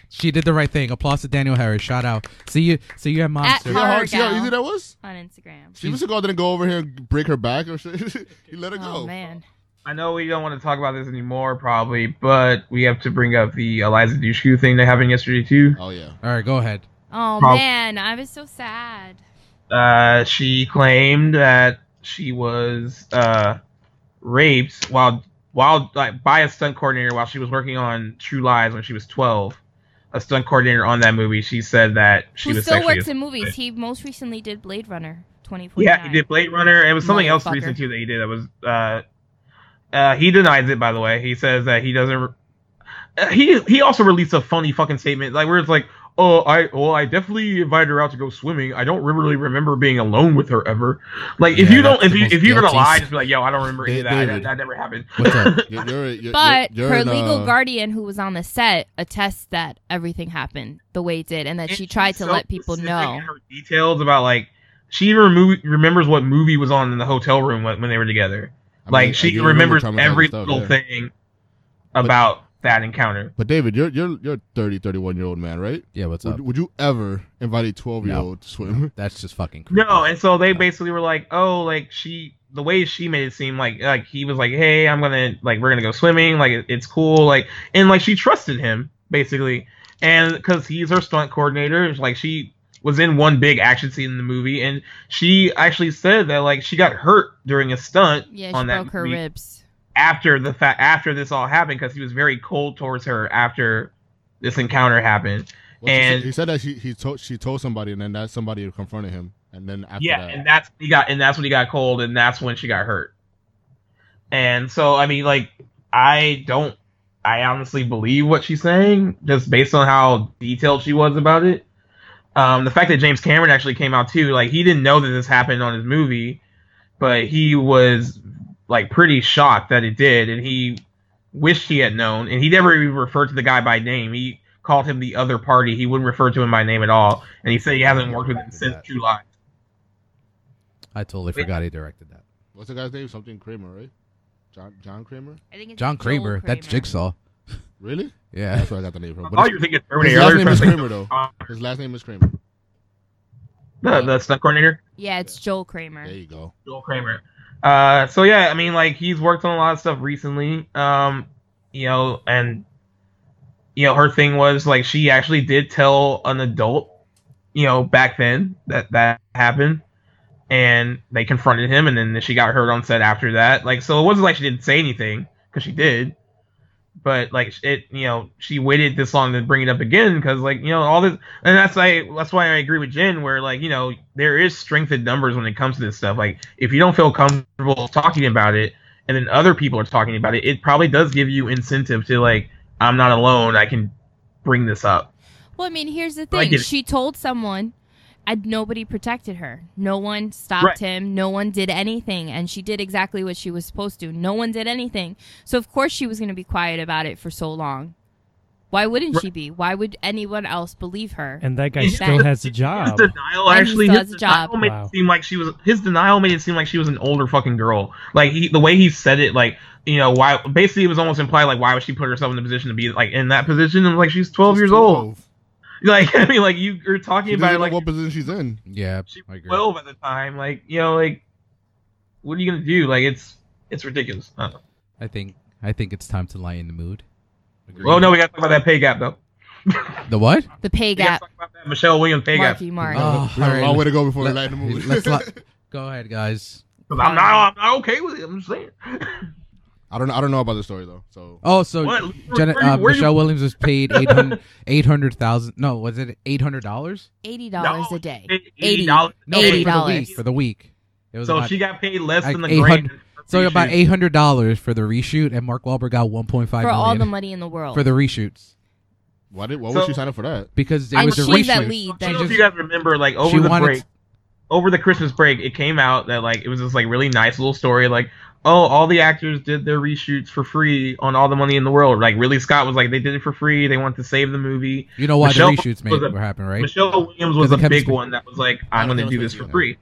she did the right thing. Applause to Daniel Harris. Shout out. See you. See you at At Monster. see how, Hard hard, see how gal. easy that was. on Instagram. Steven Seagal didn't go over here and break her back or shit. he let her go. Oh man, I know we don't want to talk about this anymore, probably, but we have to bring up the Eliza Dushku thing that happened yesterday too. Oh yeah. All right, go ahead. oh Prob- man, I was so sad. Uh, she claimed that she was uh, raped while while like by a stunt coordinator while she was working on True Lies when she was 12. A stunt coordinator on that movie, she said that she Who was still sexually works in movies? He most recently did Blade Runner 2049. Yeah, he did Blade Runner. and It was something else Motherfucker. recent too that he did. That was uh, uh, he denies it. By the way, he says that he doesn't. Re- uh, he he also released a funny fucking statement like where it's like, oh, I well, I definitely invited her out to go swimming. I don't Mm-hmm. really remember being alone with her ever. Like if Yeah, you don't, that's if the you most if you're gonna guilty. lie, just be like, yo, I don't remember any of Da- that. that. David. That never happened. What's up? You're, you're, you're, But you're, her in, legal uh, guardian, who was on the set, attests that everything happened the way it did, and that And she she's tried to so let people specific know. in her details about like she even remo- remembers what movie was on in the hotel room when, when they were together. I mean, like and she you remembers remember traumatizing every stuff, little yeah. thing about that encounter. But David, you're you're you're 30, 31 year old man, right? Yeah, what's up? Would, would you ever invite a twelve year old to swim? That's just fucking. Creepy. No, and so they basically were like, "Oh, like she." The way she made it seem like like he was like, "Hey, I'm gonna like we're gonna go swimming. Like it- it's cool. Like and like she trusted him basically, and because he's her stunt coordinator, it's like she was in one big action scene in the movie, and she actually said that like she got hurt during a stunt Yeah, she on that broke her movie ribs. after the fact after this all happened because he was very cold towards her after this encounter happened. Well, she- And- he said that she he told she told somebody, and then that somebody confronted him, and then after yeah, that, and that's he got, and that's when he got cold, and that's when she got hurt. And so, I mean, like, I don't, I honestly believe what she's saying, just based on how detailed she was about it. Um, the fact that James Cameron actually came out too, like, he didn't know that this happened on his movie, but he was like pretty shocked that it did, and he wished he had known, and he never even referred to the guy by name. He called him the other party. He wouldn't refer to him by name at all, and he said he hasn't worked with him since True Lies. I totally forgot he directed that. what's the guy's name? Something Kramer, right? John John Kramer, I think it's John Joel Kramer. That's Jigsaw. really? Yeah. That's where I got the name from. Oh, But you're thinking his Terminator. last You're name is trying to Kramer, though. think- His last name is Kramer. The, the stunt coordinator, Yeah, it's Joel Kramer. There you go. Joel Kramer. Uh, so yeah, I mean, like he's worked on a lot of stuff recently. Um, you know, and you know, her thing was like she actually did tell an adult, you know, back then that that happened, and they confronted him, and then she got hurt on set after that. Like, so it wasn't like she didn't say anything because she did. but like it you know she waited this long to bring it up again because like you know all this and that's like that's why i agree with jen where like you know there is strength in numbers when it comes to this stuff like if you don't feel comfortable talking about it and then other people are talking about it it probably does give you incentive to like i'm not alone i can bring this up Well, I mean, here's the I thing. get it. She told someone, and nobody protected her. No one stopped Right. him. No one did anything, and she did exactly what she was supposed to. No one did anything, so of course she was going to be quiet about it for so long. Why wouldn't Right. she be? Why would anyone else believe her? And that guy His- still has a job. His denial And he actually still his has a job. denial made Wow. it seem like she was his denial made it seem like she was an older fucking girl. Like he the way he said it, like you know why basically it was almost implied like why would she put herself in the position to be like in that position and like she's twelve She's years 12. old. Like I mean like you you're talking She doesn't about know it, like what position she's in. Yeah. she I was agree. twelve at the time. Like you know like what are you gonna do? Like it's it's ridiculous. Uh, I don't know. I think I think it's time to lie in the mood. Well no we gotta talk about that pay gap though. The what? the pay We gotta gap, talk about that Michelle Williams pay gap. Marky Mark. Oh, all we have a right. long way to go before we light Let- the movie. let's li- Go ahead, guys. 'Cause I'm not I'm not okay with it. I'm just saying. I I don't know. I don't know about the story though. So Oh, so What? Jenna, Where you- uh, where you- Michelle Williams was paid 800 800,000. no, was it eight hundred dollars? Eighty dollars No, a day. Eighty dollars. No, Eighty for the week. dollars. For the week, it was So about, she got paid less like than the 800 grant. so about eight hundred dollars for the reshoot, and Mark Wahlberg got one point five for million all the money in the world. for the reshoots why did why So- would she sign up for that? because it I was a she's that reshoot. lead. I That don't know just- if you guys remember, like over she the wanted break, over the Christmas break, it came out that like it was this like really nice little story, like oh, all the actors did their reshoots for free on all the money in the world. Like really, Scott was like they did it for free. They wanted to save the movie. You know why Michelle the reshoots made was a- were happen, right? Michelle Williams was Because a it kept big spin- one that was like I'm I don't going know to do if this it's for you. free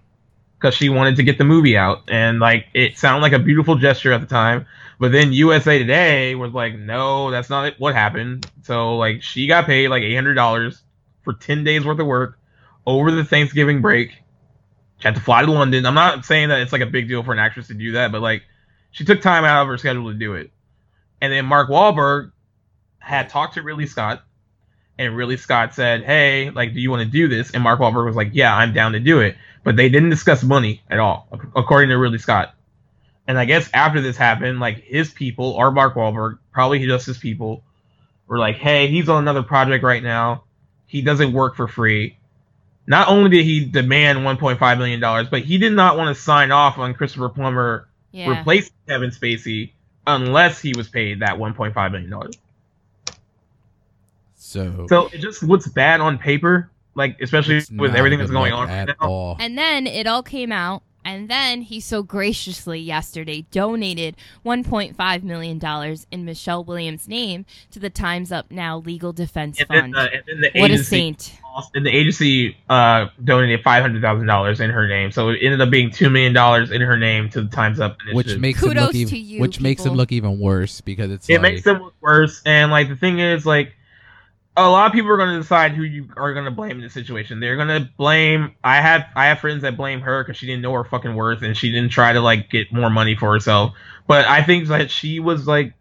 because she wanted to get the movie out, and like it sounded like a beautiful gesture at the time. But then USA Today was like, no, that's not it- what happened. So like she got paid like eight hundred dollars for ten days worth of work over the Thanksgiving break. She had to fly to London. I'm not saying that it's like a big deal for an actress to do that, but like she took time out of her schedule to do it. And then Mark Wahlberg had talked to Ridley Scott, and Ridley Scott said, "Hey, like, do you want to do this?" And Mark Wahlberg was like, "Yeah, I'm down to do it." But they didn't discuss money at all, ac- according to Ridley Scott. And I guess after this happened, like his people or Mark Wahlberg, probably just his people, were like, "Hey, he's on another project right now. He doesn't work for free." Not only did he demand 1.5 million dollars, but he did not want to sign off on Christopher Plummer yeah. replace Kevin Spacey unless he was paid that 1.5 million dollars. So, So it just looks bad on paper, like especially it's with not everything good that's going luck on right at now. all. And then it all came out. And then he so graciously yesterday donated $1.5 million in Michelle Williams' name to the Times Up Now Legal Defense And then, Fund. uh, and then the what a agency, saint. also- and the agency uh, donated five hundred thousand dollars in her name, so it ended up being two million dollars in her name to the Times Up initiative. Which makes him Kudos look even, to you, which makes him people. look even worse because it's it like, makes them look worse. And like the thing is, like a lot of people are going to decide who you are going to blame in this situation. They're going to blame. I have I have friends that blame her because she didn't know her fucking worth and she didn't try to like get more money for herself. But I think that she was like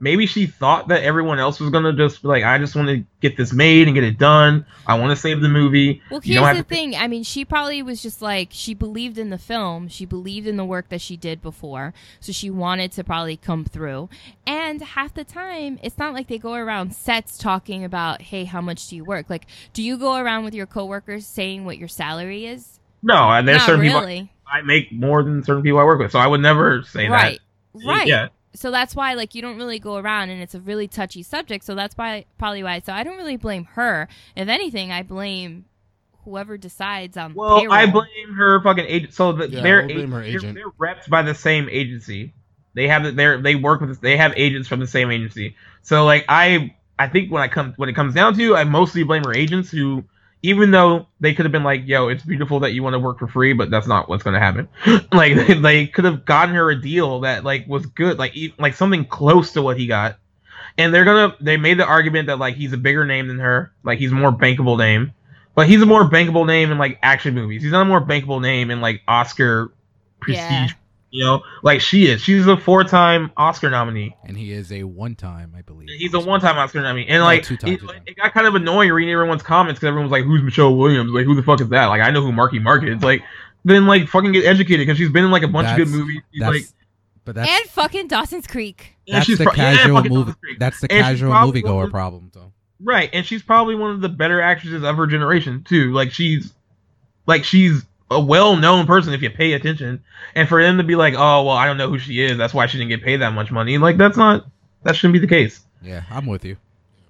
maybe she thought that everyone else was going to just be like I just want to get this made and get it done. I want to save the movie. Well, You here's don't the have to- thing. I mean, she probably was just like, she believed in the film. She believed in the work that she did before. So she wanted to probably come through. And half the time, it's not like they go around sets talking about, hey, how much do you work? Like, do you go around with your coworkers saying what your salary is? No, and there's not certain people really. I make more than certain people I work with, so I would never say right. that. Right. Yeah. So that's why like you don't really go around and it's a really touchy subject. So that's why probably why so I don't really blame her. If anything, I blame whoever decides on Well, um, payroll. I blame her fucking agent. So the, Yeah, their I blame her they're- agent. They're, reps by the same agency. They have they they work with they have agents from the same agency. So like I I think when I come when it comes down to I mostly blame her agents who even though they could have been like yo it's beautiful that you want to work for free but that's not what's going to happen like they, they could have gotten her a deal that like was good like e- like something close to what he got and they're gonna they made the argument that like he's a bigger name than her like he's a more bankable name but he's a more bankable name in like action movies. He's not a more bankable name in like Oscar prestige. Yeah. You know, like she is. She's a four-time Oscar nominee. and he is a one time, I believe. He's a one-time Oscar nominee, and No, like two-time, it, two-time. it got kind of annoying reading everyone's comments because everyone was like, "Who's Michelle Williams? Like, who the fuck is that? Like, I know who Marky Mark is. Like, then like fucking get educated because she's been in like a bunch of That's- good movies. She's That's, like, but that's and fucking Dawson's Creek. and that's she's the pro- yeah, casual fucking movie. Dawson's Creek. That's the And she's casual probably one moviegoer of- problem, though. Right, and she's probably one of the better actresses of her generation too. Like she's, like she's a well-known person if you pay attention. And for them to be like, oh well, I don't know who she is. That's why she didn't get paid that much money. Like that's not, that shouldn't be the case. Yeah, I'm with you.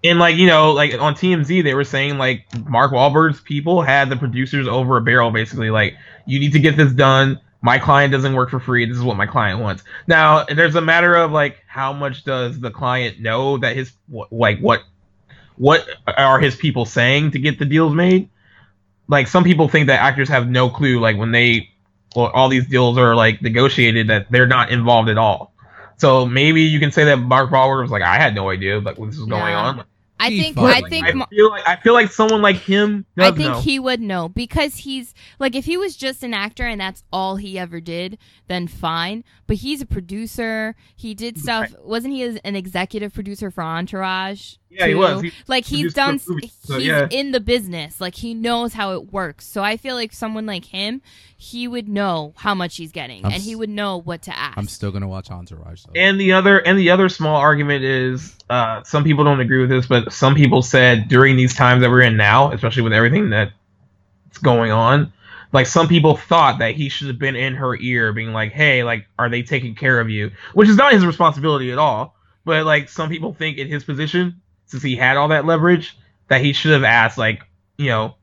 And like you know, like on TMZ they were saying like Mark Wahlberg's people had the producers over a barrel basically. Like you need to get this done. My client doesn't work for free. This is what my client wants. Now there's a matter of like how much does the client know that his wh- like what what are his people saying to get the deals made? Like some people think that actors have no clue. Like when they well, all these deals are like negotiated that they're not involved at all. So maybe you can say that Mark Wahlberg was like, I had no idea like what this was going Nah. on. I He think fucking- I think Ma- I feel like I feel like someone like him does I think know. he would know because he's like if he was just an actor and that's all he ever did, then fine. But he's a producer. He did stuff. Wasn't he as- an executive producer for Entourage? Yeah, he too. was. He- like he's produced done, the movie, so, he's yeah. in the business. Like he knows how it works. So I feel like someone like him, he would know how much he's getting, I'm and he s- would know what to ask. I'm still gonna watch Entourage though. And the other and the other small argument is uh, some people don't agree with this, but some people said during these times that we're in now, especially with everything that's going on, like some people thought that he should have been in her ear, being like, "Hey, like, are they taking care of you?" Which is not his responsibility at all. But like some people think in his position, since he had all that leverage, that he should have asked, like, you know,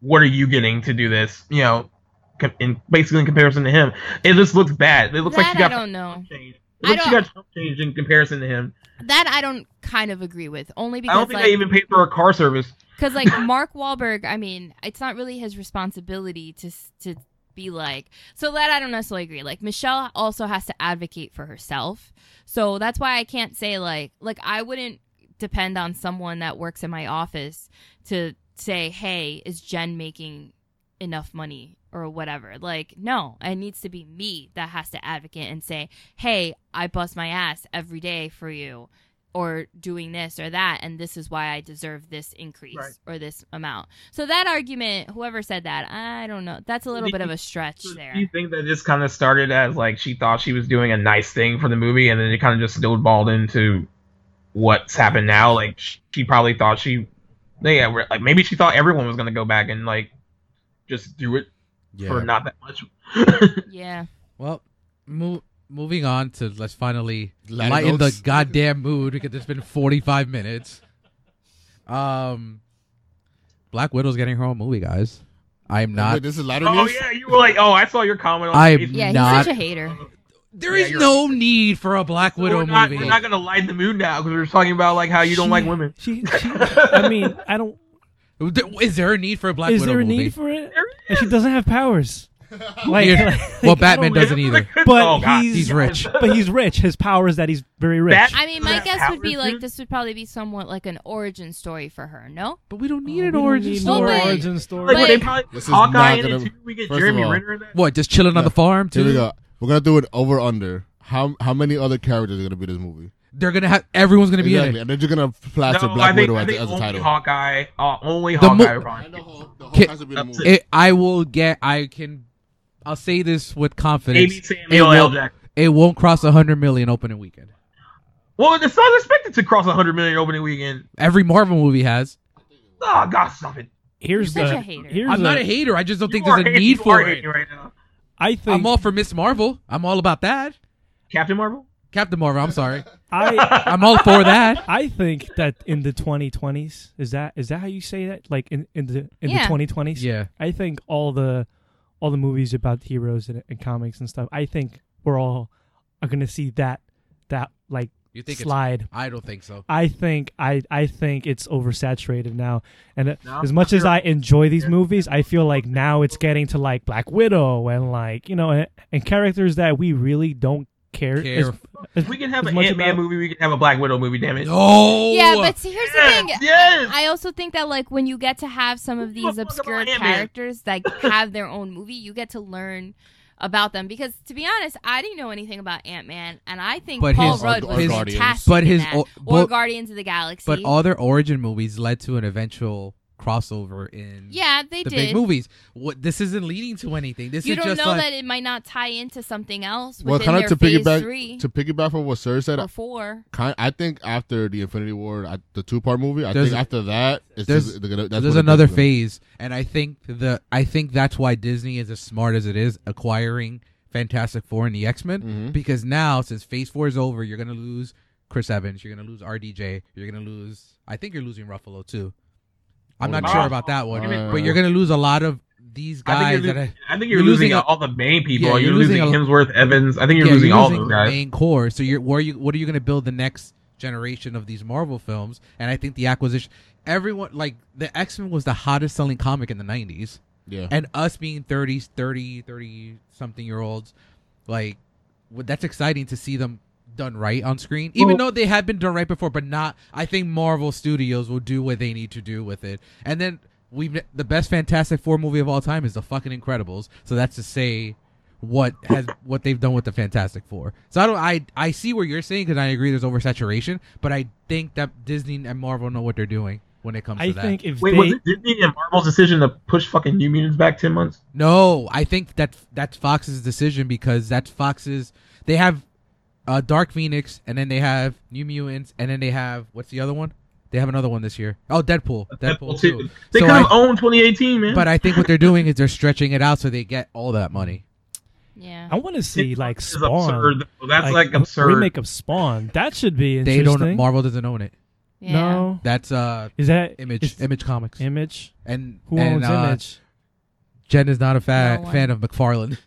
what are you getting to do this? You know, com- in basically in comparison to him, it just looks bad. It looks like that she got I don't know. changed. I Look, she don't- got Trump changed in comparison to him. That I don't kind of agree with, only I don't because think like they even paid for her car service. Because like Mark Wahlberg, I mean, it's not really his responsibility to s- to be like. So that I don't necessarily agree. Like Michelle also has to advocate for herself. So that's why I can't say like like I wouldn't depend on someone that works in my office to say, "Hey, is Jen making enough money?" or whatever. Like, no, it needs to be me that has to advocate and say, "Hey, I bust my ass every day for you." or doing this or that and this is why I deserve this increase Right. or this amount. So that argument, whoever said that, I don't know. That's a little bit of a stretch Do there. you think that just kind of started as like she thought she was doing a nice thing for the movie, and then it kind of just snowballed into what's happened now? Like sh- she probably thought she, yeah, we're- like maybe she thought everyone was gonna go back and like just do it Yeah. for not that much. Yeah. Well, mo- moving on to let's finally Lighten lighten notes. the goddamn mood because it's been 45 minutes. Um, Black Widow's getting her own movie, guys. I am Wait, not. this is louder oh news. yeah, you were like, oh, I saw your comment. on I'm Facebook. Yeah, he's Not- such a hater. There Yeah, is you're no need for a Black Widow we're not, movie. We're not gonna lighten the mood now because we are talking about like how you don't She- like women. She, she, I mean, I don't. Is there a need for a Black is Widow there a movie? need for it? There And she doesn't have powers. Like, Yeah. like- well, like, I Batman don't- doesn't either. But Oh, God. he's, He's rich. But he's rich. His power is that he's very rich. Bat- I mean, my Yeah. guess would be like Dude. this would probably be somewhat like an origin story for her, no? But we don't Oh, need we an don't origin need story. more Well, wait. origin story. Like, But- would they probably This is Hawkeye not in gonna- it too? We get first of Jeremy all- Renner in that. What? Just chilling on No. the farm Here we too? go. We're gonna do an over under. How how many other characters are gonna be in this movie? They're gonna have everyone's gonna be Exactly. in it. And then you're gonna plaster no, Black I think, Widow I as, think the- as the only title. Hawkeye, uh, only The Hawkeye. mo- would probably be- Kid- be That's it. uh, it. I will get. I can. I'll say this with confidence. Maybe It Samuel L. won't, Jackson. it won't cross 100 million opening weekend. Well, it's not expected to cross 100 million opening weekend. Every Marvel movie has. Oh God, stop it! Here's You're the. such a hater. Here's I'm not the- a hater. I just don't think You there's a are hating- need you for are it. hating right now. I think I'm all for Miss Marvel. I'm all about that. Captain Marvel. Captain Marvel. I'm sorry. I I'm all for that. I think that in the 2020s is that is that how you say that? Like in, in the in Yeah. the 2020s. Yeah. I think all the all the movies about heroes and, and comics and stuff. I think we're all are gonna see that that like You think it's? slide. I don't think so. I think I I think it's oversaturated now. And uh, No, as much as you're- I enjoy these you're- movies, I feel like now it's getting to like Black Widow and like you know and, and characters that we really don't care. Care. as- as- We can have as an much Ant Man about- movie. We can have a Black Widow movie. Damn it! No. yeah, but see, here's the thing. Yes, yes. I also think that like when you get to have some of Give a these fuck obscure about Ant-Man. characters that have their own movie, you get to learn about them because to be honest, I didn't know anything about Ant Man, and I think But Paul his- Rudd Or- was or Guardians. fantastic. But in his that. o- or but- Guardians of the Galaxy. But all their origin movies led to an eventual crossover in yeah, they the did. big movies. What this isn't leading to anything. This you is don't just know like that it might not tie into something else Well, within kind their of to phase piggyback three Oh. to piggyback on what Sir said. or four. Kind, I think after the Infinity War, I, the two part movie. I There's- think after that, it's there's- just, they're gonna- that's there's what it another does to them. phase, and I think the I think that's why Disney is as smart as it is acquiring Fantastic Four and the X Men Mhm. because now since Phase Four is over, you're gonna lose Chris Evans, you're gonna lose RDJ, you're gonna lose. I think you're losing Ruffalo too. I'm Oh, not wow. sure about that one, Uh, but you're gonna lose a lot of these I guys think you're, that. losing, Are, I think you're, you're losing, losing a- all the main people. Yeah, you're, you're losing, losing a- Hemsworth, Evans. I think you're yeah, losing you're all losing those the guys. main core. So you're where you what are you going to build the next generation of these Marvel films? And I think the acquisition, everyone like the X Men was the hottest selling comic in the '90s, Yeah. and us being 30s, 30, 30 something year olds, like w- that's exciting to see them done right on screen. Even though they had been done right before, but not. I think Marvel Studios will do what they need to do with it, and then. We've, the best Fantastic Four movie of all time is the fucking Incredibles. So that's to say what has what they've done with the Fantastic Four. So I don't I I see what you're saying because I agree there's oversaturation, but I think that Disney and Marvel know what they're doing when it comes I to that. think if Wait, they, was it Disney and Marvel's decision to push fucking New Mutants back ten months? No, I think that that's Fox's decision because that's Fox's. They have uh, Dark Phoenix, and then they have New Mutants, and then they have what's the other one? They have another one this year. Oh, Deadpool. Deadpool, too. They So could have I- owned 2018, man. But I think what they're doing is they're stretching it out so they get all that money. Yeah. I want to see like It's Spawn. absurd. though. That's like, a absurd. Remake of Spawn. That should be They interesting. don't. Marvel doesn't own it. yeah. No, That's uh is that Image it's Image Comics. Image? and Who and, owns uh, Image? Jen is not a fa- No one. fan of McFarlane.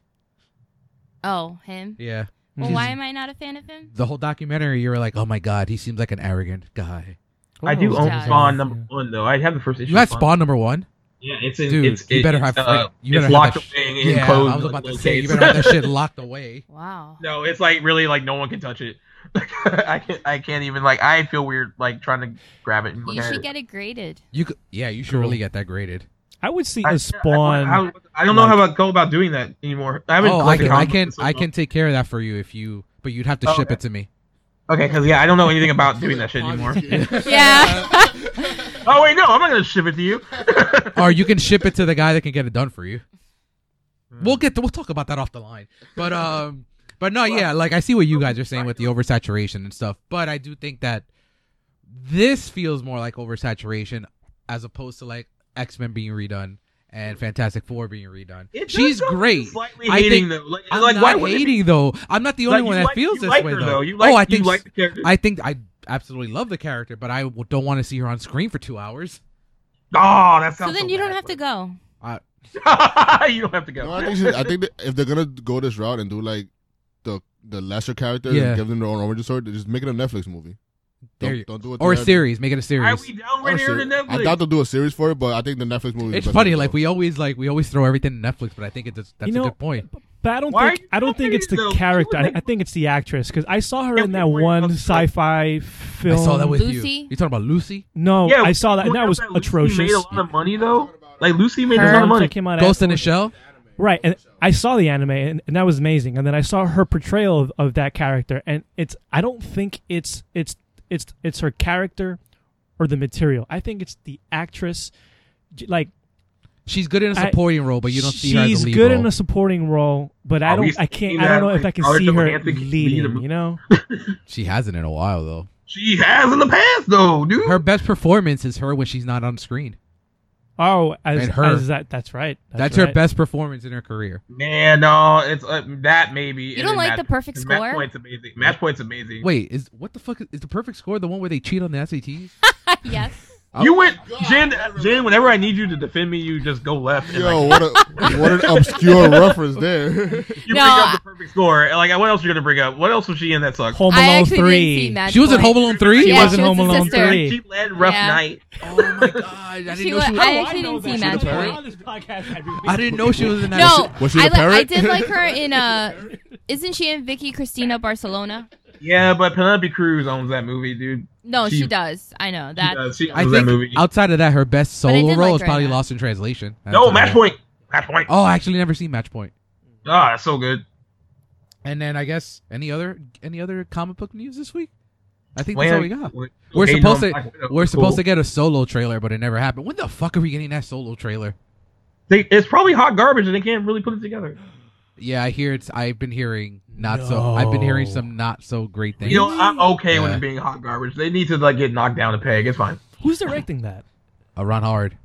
Oh, him. yeah. Well, Mm. why am I not a fan of him? The whole documentary, you were like, "Oh my god, he seems like an arrogant guy." Who I do owns own Image? Spawn number one though. I have the first issue. You had of Spawn number one. Yeah, it's in. Dude, it's, you it- better it's, have uh, fr- you better it's have locked that sh- away in Yeah, closed. I was about like, to say you case. better have that shit locked away. Wow. no, it's like really like no one can touch it. I can't. I can't even like. I feel weird like trying to grab it. And look You at should it. get it graded. You could, yeah, you should really get that graded. I would see I- a Spawn. I, I- I don't know how I go about doing that anymore. I haven't. Oh, I collected can, I comic can, books in so I long. can take care of that for you if you, but you'd have to Oh, ship okay. it to me. Okay, because yeah, I don't know anything about doing that shit anymore. Yeah. Oh wait, no, I'm not gonna ship it to you. or you can ship it to the guy that can get it done for you. We'll get, to, we'll talk about that off the line. But um, but no, yeah, like I see what you guys are saying with the oversaturation and stuff, but I do think that this feels more like oversaturation as opposed to like X Men being redone and Fantastic Four being redone. It does She's sound great. Slightly I hating think- though. Like, I'm like not why would it be- hating though. I'm not the only like, you one that like- feels you this like way her, though. You like, oh, I think you like the character. I think I absolutely love the character, but I w- don't want to see her on screen for two hours. oh, that so sounds. then you don't have to go. go. you don't have to go. No, I think she, I think that if they're gonna go this route and do like the the lesser characters Yeah. and give them their own origin story, they just make it a Netflix movie. There Don't, you- don't do it to Or a that- series, make it a series. Are we or a downgrading her to series. I Netflix? doubt they'll do a series for it, but I think the Netflix movie. is the it's best way funny, to like go. we always like we always throw everything to Netflix, but I think it's a, that's You know, uh, a good point. But I don't Why are think you I don't think it's the doing this, though? character. You I, would I think it's the actress because I saw her Yeah, in we that were- one okay. sci-fi film. I saw that with you. Lucy? You talking about Lucy? no, yeah, I saw that and that was atrocious. Lucy made a lot of money though. Like Lucy made Her- a lot of money. That came out Ghost in the afterwards. Shell? Right, and I saw the anime, and, and that was amazing. And then I saw her portrayal of, of that character, and it's I don't think it's it's it's it's her character or the material. I think it's the actress. J- Like She's good in a I- supporting role, but you don't see her as she's a lead good role. in a supporting role, but Are I we don't. I can't. seeing I that, don't know if I like, can Scarlett see her Johansson leading the leading. movie? You know, she hasn't in a while though. She has in the past though, dude. Her best performance is her when she's not on screen. oh, as, And her. as that. That's right. That's, her right. best performance in her career. Man, no, it's uh, that maybe. You don't like the perfect Match score? point's amazing. Match point's amazing. Wait, is what the fuck is, is the perfect score the one where they cheat on the SATs? yes. you oh. went, Oh, Jen. Jen, whenever I need you to defend me, you just go left. And, Yo, what like, a what an obscure reference there. No, you bring up I- the perfect score. And, like, what else are you gonna bring up? What else was she in that sucks? Home I Alone actually three. didn't see Match she was in Point. Home Alone three. She Yeah, was in she was Home a Alone sister. three. She led rough Yeah. night. Oh my god! I didn't She know was, she was. I actually didn't see that. Match She was a Point. I didn't know she was in that. No, Was she the I, li- I parrot? did like her in uh Isn't she in Vicky Cristina Barcelona? Yeah, but Penelope Cruz owns that movie, dude. No, she, She- does. I know She, that. does. she owns I that think movie. outside of that, her best But I solo did role like is her probably in that. Lost in Translation. no, That's match it. point. Match point. Oh, Oh, I actually never seen Match Point. that's so good. And then I guess any other any other comic book news this week? I think that's all we Man, got. we're- We're hating supposed on to Black Widow. we're Cool. supposed to get a solo trailer, but it never happened. When the fuck are we getting that solo trailer? They, it's probably hot garbage, and they can't really put it together. Yeah, I hear it's. I've been hearing not so. I've been hearing No. some not so great things. You know, I'm okay with Yeah. it being hot garbage. They need to like get knocked down a peg. It's fine. Who's directing that? Uh, Ron Howard.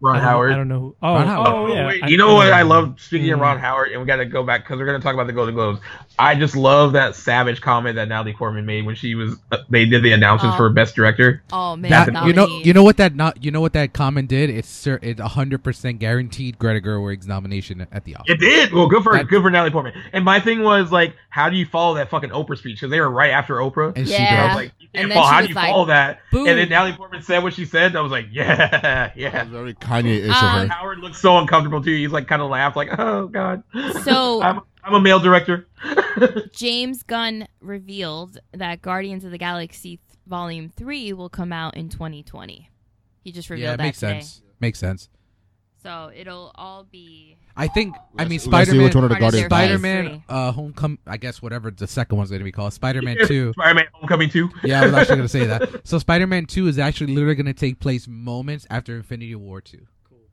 Ron I don't- Howard. I don't know. Who, oh, Ron Howard. oh, yeah. Wait, I- you know what yeah. I love? Speaking of Mm. Ron Howard, and we got to go back because we're going to talk about the Golden Globes. I just love that savage comment that Natalie Portman made when she was uh, they did the announcements Oh. for Best Director. Oh man, That, not you know, me. you know what that not you know what that comment did. It's cer- it's hundred percent guaranteed Greta Gerwig's nomination at the Oscars. It did. Well, good for That- good for Natalie Portman. And my thing was like, how do you follow that fucking Oprah speech? Because they were right after Oprah. And Yeah. I she was did. like, you can't And then follow. she How was do you like, follow that? boom. And then Natalie Portman said what she said. and I was like, yeah, That was yeah. very Kanye-ish Um, Ah, of her. Howard looked so uncomfortable too. He's like, kind of laughed, like, oh god. So- I'm, I'm a male director. James Gunn revealed that Guardians of the Galaxy th- Volume Three will come out in 2020. He just revealed Yeah, it that makes today. sense. Makes sense. So it'll all be I think. I mean, Let's- let's see Spider-Man. which one of the Part of Guardians. their Spider-Man, Phase uh, Homecoming. I guess whatever the second one's going to be called, Spider-Man Two. Spider-Man: Homecoming Two. Yeah, I was actually going to say that. So Spider-Man Two is actually literally going to take place moments after Infinity War Two.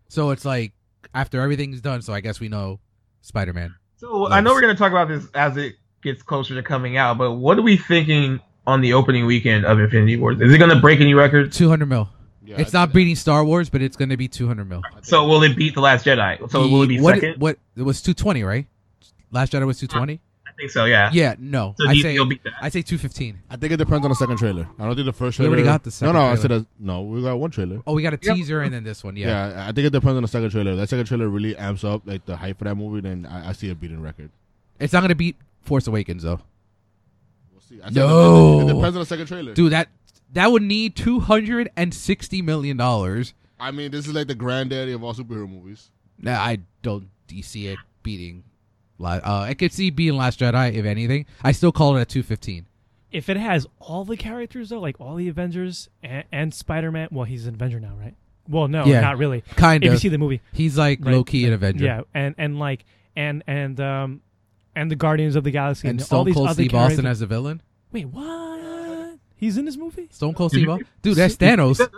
So it's like after everything's done. So I guess we know Spider-Man. So I know Nice. we're gonna talk about this as it gets closer to coming out, but what are we thinking on the opening weekend of Infinity Wars? Is it gonna break any records? Two hundred mil. Yeah, it's not beating Star Wars, but it's going to be two hundred mil. So will it beat the Last Jedi? So will it be what, second? What it was two twenty, right? Last Jedi was two twenty. I think so. Yeah. Yeah, no. So do I you say think you'll beat that? I say two fifteen. I think it depends on the second trailer. I don't think the first We trailer. already got the second No, no, I trailer. said a, no. We got one trailer. Oh, we got a Yep. teaser and then this one. Yeah. Yeah. I think it depends on the second trailer. If That second trailer really amps up like the hype for that movie. Then I, I see it beating record. It's not going to beat Force Awakens though. We'll see. I said No. it, depends- it depends on the second trailer. Dude, that that would need 260 million dollars. I mean, this is like the granddaddy of all superhero movies. Nah, I don't see it beating La- uh, I could see beating Last Jedi if anything. I still call it a 215. If it has all the characters though, like all the Avengers and, and Spider Man, well, he's an Avenger now, right? Well, no, Yeah. not really. Kind If you of. see the movie, He's like right? low key an Avenger. Yeah, and and like and and um and the Guardians of the Galaxy and, And all Stone these Cold other Steve characters. Austin as a villain. Wait, what? He's in this movie? Stone Cold Steve Austin. Dude, that's Thanos.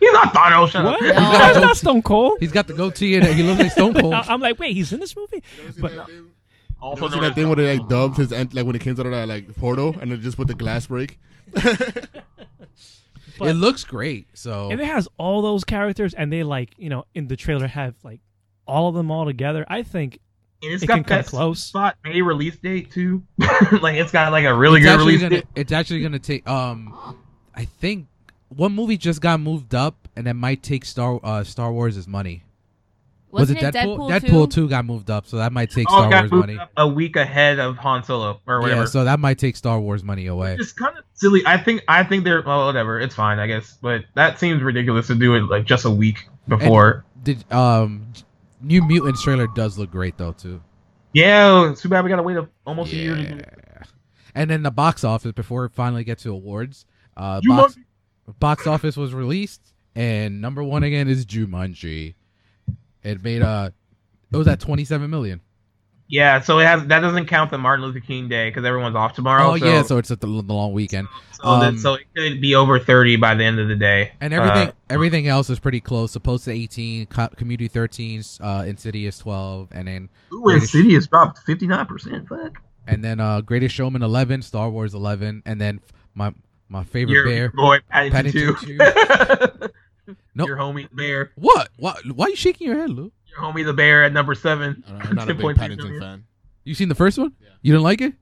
He's not Thanos. Shut What? up. That's got not those- Stone Cold. He's got the goatee and uh, he looks like Stone Cold. I- I'm like, wait, he's in this movie? But Also You see known that as thing where they like dubbed his ent- like when it came out of that like portal and they just put the glass break. but- it looks great. So if it has all those characters and they like, you know, in the trailer have like all of them all together, I think And it's It got can come that close. spot May release date too. like it's got like a really it's good actually release gonna date. it's actually gonna take um I think one movie just got moved up and that might take Star uh Star Wars' money. wasn't was it Deadpool? Deadpool, Deadpool 2? two got moved up, so that might take All Star Oh, got Wars moved money. up a week ahead of Han Solo or whatever. Yeah, so that might take Star Wars money away. it's kind of silly. I think I think they're well, whatever. It's fine, I guess. But that seems ridiculous to do it like just a week before. Did um New Mutants trailer does look great though too. yeah, it's too bad we gotta wait a, almost a year to do it. Yeah. And then the box office before it finally gets to awards. Uh You box, box office was released and number one again is Jumanji. It made uh it was at twenty seven million. Yeah, so it has that doesn't count the Martin Luther King Day because everyone's off tomorrow. Oh so, yeah, so it's at the, the long weekend, so, that- um, so it could be over thirty by the end of the day. and everything Uh, everything else is pretty close. Supposed to eighteen, Co- Community thirteen, uh, Insidious twelve, and then Uh, ooh, Insidious dropped fifty nine percent. Fuck. and then uh, Greatest Showman eleven, Star Wars eleven, and then my my favorite Your, your bear boy Paddington, Paddington too. Nope. Your homie bear. What? Why? Why are you shaking your head, Lou? Your homie the bear at number seven. I don't know, I'm not a big 10.3 Paddington million. fan. You seen the first one? Yeah. You didn't like it?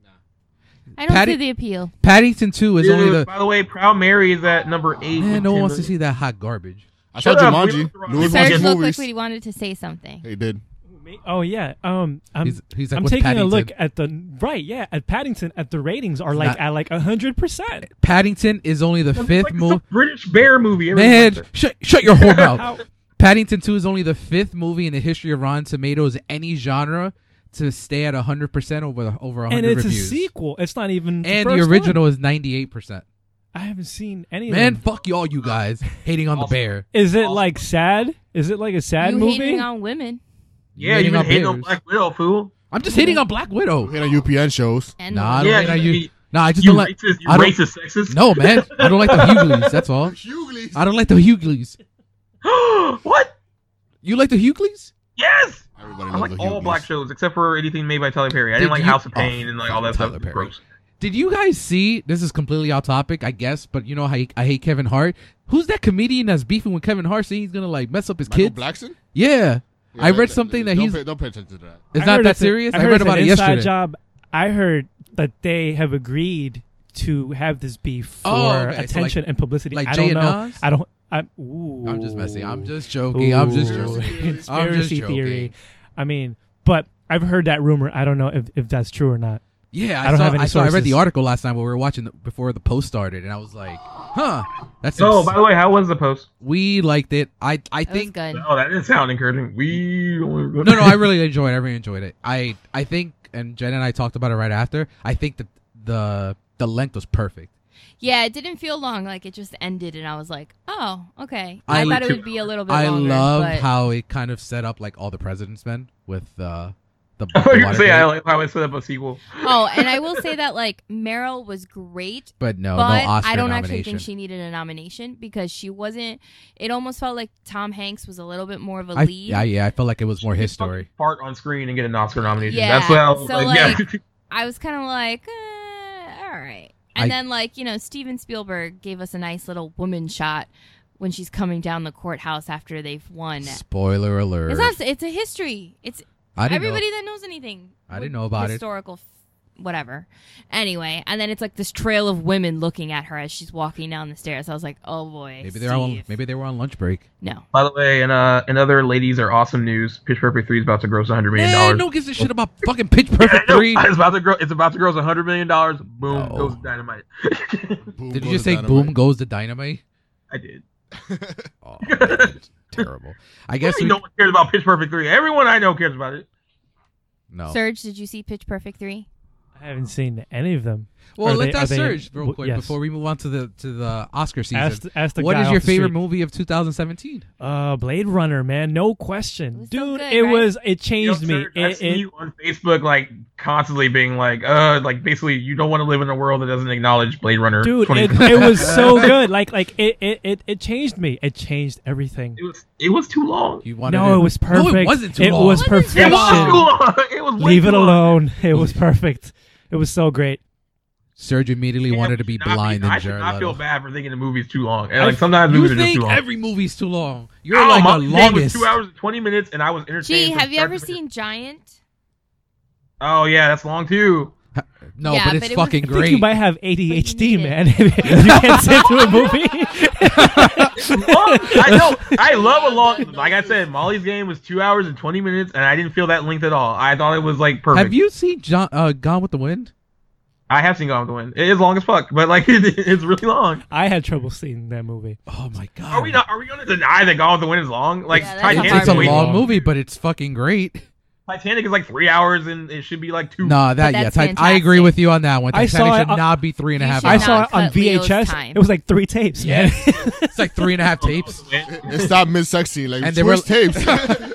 I don't Patty- see the appeal. Paddington two is Dude, only the by the way, Proud Mary is at number eight. man. with No 10 one wants to million. see that hot garbage. I Shut saw up, we Jumanji. don't throw out Louis Who's Serge watches Seriously, looked like he movies. wanted to say something. He did. oh yeah. Um I'm he's, he's like, I'm "What's taking Paddington? a look at the right, yeah, at Paddington at the ratings are like Not- at like hundred percent. Paddington is only the It's fifth like movie. the British bear movie. Everyone Man, likes it. shut shut your whore mouth. How Paddington 2 is only the fifth movie in the history of Rotten Tomatoes, any genre, to stay at 100% over over 100 and it's reviews. a sequel. It's not even and first the one. original is 98%. I haven't seen any of Man, them. fuck y'all, you guys, hating on the bear. Is it like sad? Is it like a sad you movie? hating on women Yeah, you've been hating on bears. Black Widow, fool. I'm just hating on Black We Widow. hit on UPN shows. and Nah, I don't Yeah, hate on you- you. Nah, I just You don't like. racist, you I don't- racist, sexist. No, man, I don't like the Hughleys. That's all. Hughleys. I don't like the Hughleys. what? You like the Hughleys? Yes. Everybody I loves like the all Hughleys. black shows except for anything made by Tyler Perry. I Did didn't like you- House of oh, Pain and like all that Tyler stuff. Perry. Gross. Did you guys see? This is completely off topic, I guess, but you know how he- I hate Kevin Hart. Who's that comedian that's beefing with Kevin Hart? Saying he's gonna like mess up his Michael kids. Blackson. Yeah. Yeah, I that- read something that don't he's. Pay, don't pay attention to that. It's I not heard that it's a- serious. I, heard read it's an about it inside yesterday. Job. I heard that they have agreed to have this beef for Oh, okay. So, like- attention and publicity. like I Jay don't and know. Nas? I don't. I'm, ooh. I'm just messing. I'm just joking. I'm just Ooh. joking. I'm just Conspiracy joking. theory. I mean, but I've heard that rumor. I don't know if, if that's true or not. Yeah, I I, don't saw. have any I saw. I read the sources. article last time where we were watching the, before the post started, and I was like, "Huh, that's." Oh, ins- by the way, how was the post? we liked it. I I That was think. good. Oh, that didn't sound encouraging. We No, no, I really enjoyed. it. I really enjoyed it. I I think, and Jen and I talked about it right after. I think that the the length was perfect. Yeah, it didn't feel long. Like it just ended, and I was like, "Oh, okay." I I, thought like it to- would be a little bit I longer. love but how it kind of set up like all the president's men with uh, the. I was gonna Watergate. say I like how I set up a sequel. oh, and I will say that like Meryl was great, but Oh, no, but no Oscar I don't nomination. actually think she needed a nomination because she wasn't. It almost felt like Tom Hanks was a little bit more of a I, lead. yeah, yeah, I felt like it was more his Fucking story. Fart on screen and get an Oscar nomination. Yeah, That's what I was so, like. like- yeah. I was kind of like, eh, all right. And I- then, like, you know, Steven Spielberg gave us a nice little woman shot when she's coming down the courthouse after they've won. It's Spoiler alert! not, it's a history. It's I didn't know. everybody that knows anything. I didn't know about it. historical f- whatever. Anyway, and then it's like this trail of women looking at her as she's walking down the stairs. I was like, oh boy. Maybe they're on. Steve. Maybe they were on lunch break. No. By the way, and uh, and other ladies are awesome news. Pitch Perfect three is about to gross 100 million Man, dollars. no gives a shit about fucking Pitch Perfect No, three. It's about to grow. It's about to gross 100 million dollars. Boom No. goes dynamite. Boom Did you just goes the say dynamite. "boom goes the dynamite"? I did. Oh, man, terrible. I guess Really we, no one cares about Pitch Perfect three. Everyone I know cares about it. no. Serge, did you see Pitch Perfect 3? I haven't seen any of them. Well, Are let's they- are ask they- Surge real w- quick yes. before we move on to the to the Oscar season. Ask, ask the what guy is off your the favorite street. movie of 2017? Uh, Blade Runner, man, no question, It was so dude. good, it right? was it Yo, changed me. sir, I It, see it, you on Facebook like constantly being like, uh, like basically you don't want to live in a world that doesn't acknowledge Blade Runner. dude, 20. it, it was so good. Like like it, it it it changed me. It changed everything. it was it was too long. You wanted No, to- it was perfect. No, it wasn't too It long. was It wasn't too It was long. too perfection. long. It was way Leave too it long. alone. It was perfect. It was so great. Surge immediately Yeah, wanted to we be should not blind I and should Jared not feel Leto. bad for thinking the movie's too long. And, I- like sometimes You movies are just too think long. every movie's too long? You're Ow, like my the day was longest. two hours and twenty minutes, and I was entertained. Gee, from have you start ever to finish. seen Giant? Oh yeah, that's long too. No, Yeah, but it's but it was- fucking I think you great. might have need ADHD, it. man. you can't sit through a movie. Long- I know. I love a long. Like I said, Molly's game was two hours and twenty minutes, and I didn't feel that length at all. I thought it was like perfect. Have you seen John, uh, Gone with the Wind? I have seen Gone with the Wind. It is long as fuck, but like it, it's really long. I had trouble seeing that movie. Oh my god! Are we not? Are we going to deny that Gone with the Wind is long? Like Yeah, that's Titanic, It's, it's a Hard movie. long movie, but it's fucking great. Titanic is like three hours, and it should be like two. Nah, that But yeah, that's Ti- I agree fantastic. with you on that one. I Titanic saw it should on- not be three and a You half. should I not saw it cut on Leo's VHS. time. It was like three tapes, Yeah. man. it's like three and a half tapes. It stopped mid sexy. Like And and they were were- tapes.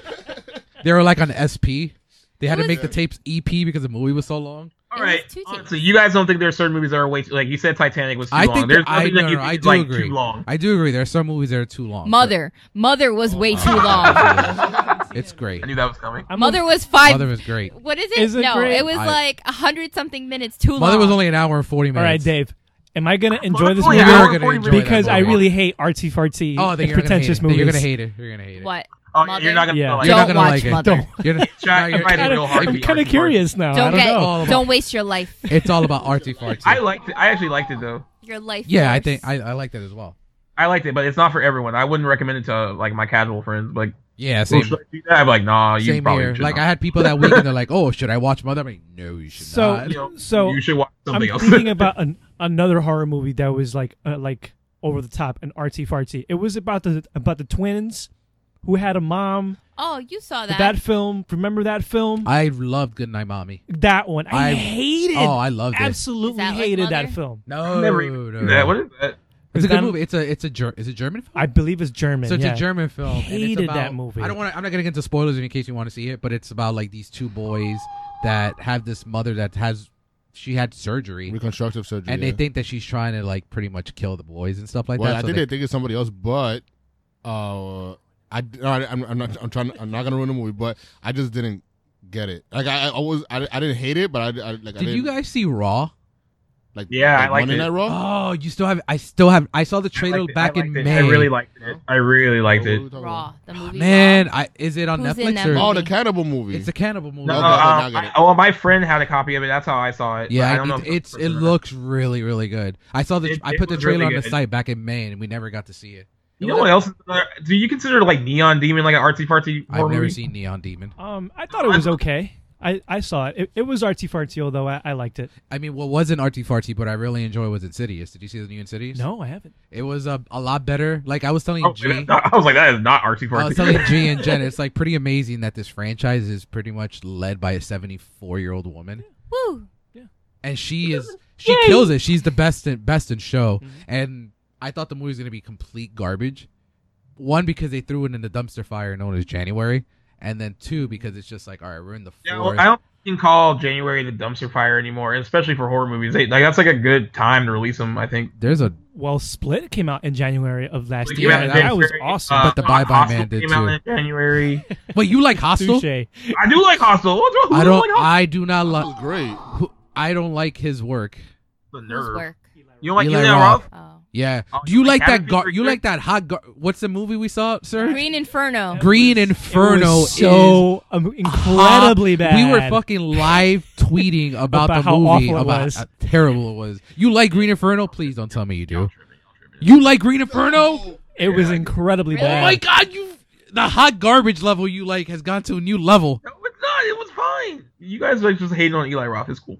They were like on SP. They had It to was- make the tapes EP because the movie was so long. All It right. was two tapes. Honestly, you guys don't think there are certain movies that are way too like you said Titanic was too I long. think There's that- I- nothing no, that you no, think I is, do like agree. too long. I do agree. There are some movies that are too long. Mother. Mother was Oh, way too long. long. it's great. I knew that was coming. I'm Mother was five. Mother was great. what is it? Is it no, great? it was I- like a hundred something minutes too long. Mother was only an hour and forty All right, minutes. Dave. Am I gonna enjoy this Oh, movie yeah, We hour are and gonna 40 enjoy minutes. because that I movie. really hate artsy fartsy Oh, then you're gonna and hate pretentious it. Then movies. You're gonna hate it. You're gonna hate it. what? Oh, Mother? you're not gonna Yeah. feel like You're not Don't gonna watch like it. Mother. Don't. You're not, Try- no, you're- try to I real don't- hard I'm beat kind of hard. curious now. I Don't don't get. know. Don't waste your life. it's all about artsy fartsy. I liked it. I actually liked it though. Your life. yeah, I force. think I, I like that as well. I liked it, but it's not for everyone. I wouldn't recommend it to like my casual friends. Like, Yeah, well, same. should I do that? I'm like, nah, you Same probably here. should Like not. I had people that week and they're like, "Oh, should I watch Mother?" I'm like, "No, you should So- not." You know, So, you should watch something I'm else. thinking about an, another horror movie that was like uh, like over the top and artsy fartsy. It was about the about the twins who had a mom. Oh, you saw That, that. film, remember that film? I loved Good Night, Mommy. that one, I, I- hated. Oh, I loved it. absolutely Is that like hated Mother? that film. No, I've never Oh, no. even seen that. What is that? It's a Is that- good movie. It's a it's a ger- is it German film? I believe it's German. so it's yeah. a German film. and it's Hated that about, movie. I don't want. to I'm not gonna get into spoilers in case you want to see it, but it's about like these two boys that have this mother that has she had surgery, Reconstructive surgery. and yeah. they think that she's trying to like pretty much kill the boys and stuff like well, that. I so think they- they, think it's somebody else, but uh, I no, I- I'm, I'm not I'm trying I'm not gonna ruin the movie, but I just didn't get it. Like I, I always I, I didn't hate it, but I, I like I did didn't, you guys see Raw? like Yeah, I like liked Monday it. Night Raw. Oh, you still have. I still have. I saw the I trailer liked it. back I in liked it. May. I really liked it. I really liked it. Raw. The movie. Oh, Man, Raw. I, is it on Who's in Netflix that or? movie? Oh, the cannibal movie. It's a cannibal movie. No, Okay, um, now I get I- it. oh, my friend had a copy of it. That's how I saw it. Yeah, I don't know. it- if it's the it person- looks really really good. I saw the It- I it put the was trailer on really the good. site back in May and we never got to see it. You know what else? Is another, do you consider like Neon Demon like an artsy fartsy? I've horror never movie? seen Neon Demon. Um, I thought it was okay. I, I saw it. it. It was artsy fartsy, although I, I liked it. I mean, what wasn't artsy fartsy, but I really enjoyed was Insidious. Did you see the new Insidious? No, I haven't. It was a, a lot better. Like I was telling Oh, G, that- I was like, that is not artsy I fartsy. was telling G and Jen, it's like pretty amazing that this franchise is pretty much led by a 74 year old woman, Woo. and she is She Yay. kills it. She's the best in best in show. Mm-hmm. And I thought the movie was gonna be complete garbage. One because they threw it in the dumpster fire known as January, and then two because it's just like all right, we're in the Yeah, fourth. well, I don't fucking call January the dumpster fire anymore, and especially for horror movies. They, like that's like a good time to release them. I think. There's a Well, Split came out in January of last Like, year. came out in and that was January, awesome. uh, But the Bye Bye Hostel Man did came out too. in January. wait. You like Hostel? Touche. I do like Hostel. What's wrong? Who I doesn't don't. Like Hostel? I do not That like. was great. I don't like his work. The Whose nerve. work? You don't like Eli Eli Roth. Roth? Oh. Yeah. Oh, Do you like like that? Cabin Gar- Fever you Grill? like that hot? Gar- What's the movie we saw, sir? Green Inferno. Green it Inferno was so um, incredibly hot. bad. Uh-huh. We were fucking live tweeting about, About the how movie, awful it about was. how terrible it was. You like Green Inferno? Please don't tell me you do. You like Green Oh Inferno? It was incredibly Really? bad. Oh my god, you the hot garbage level you like has gone to a new level. No, it's not. It was fine. You guys like just hating on Eli Roth. It's cool.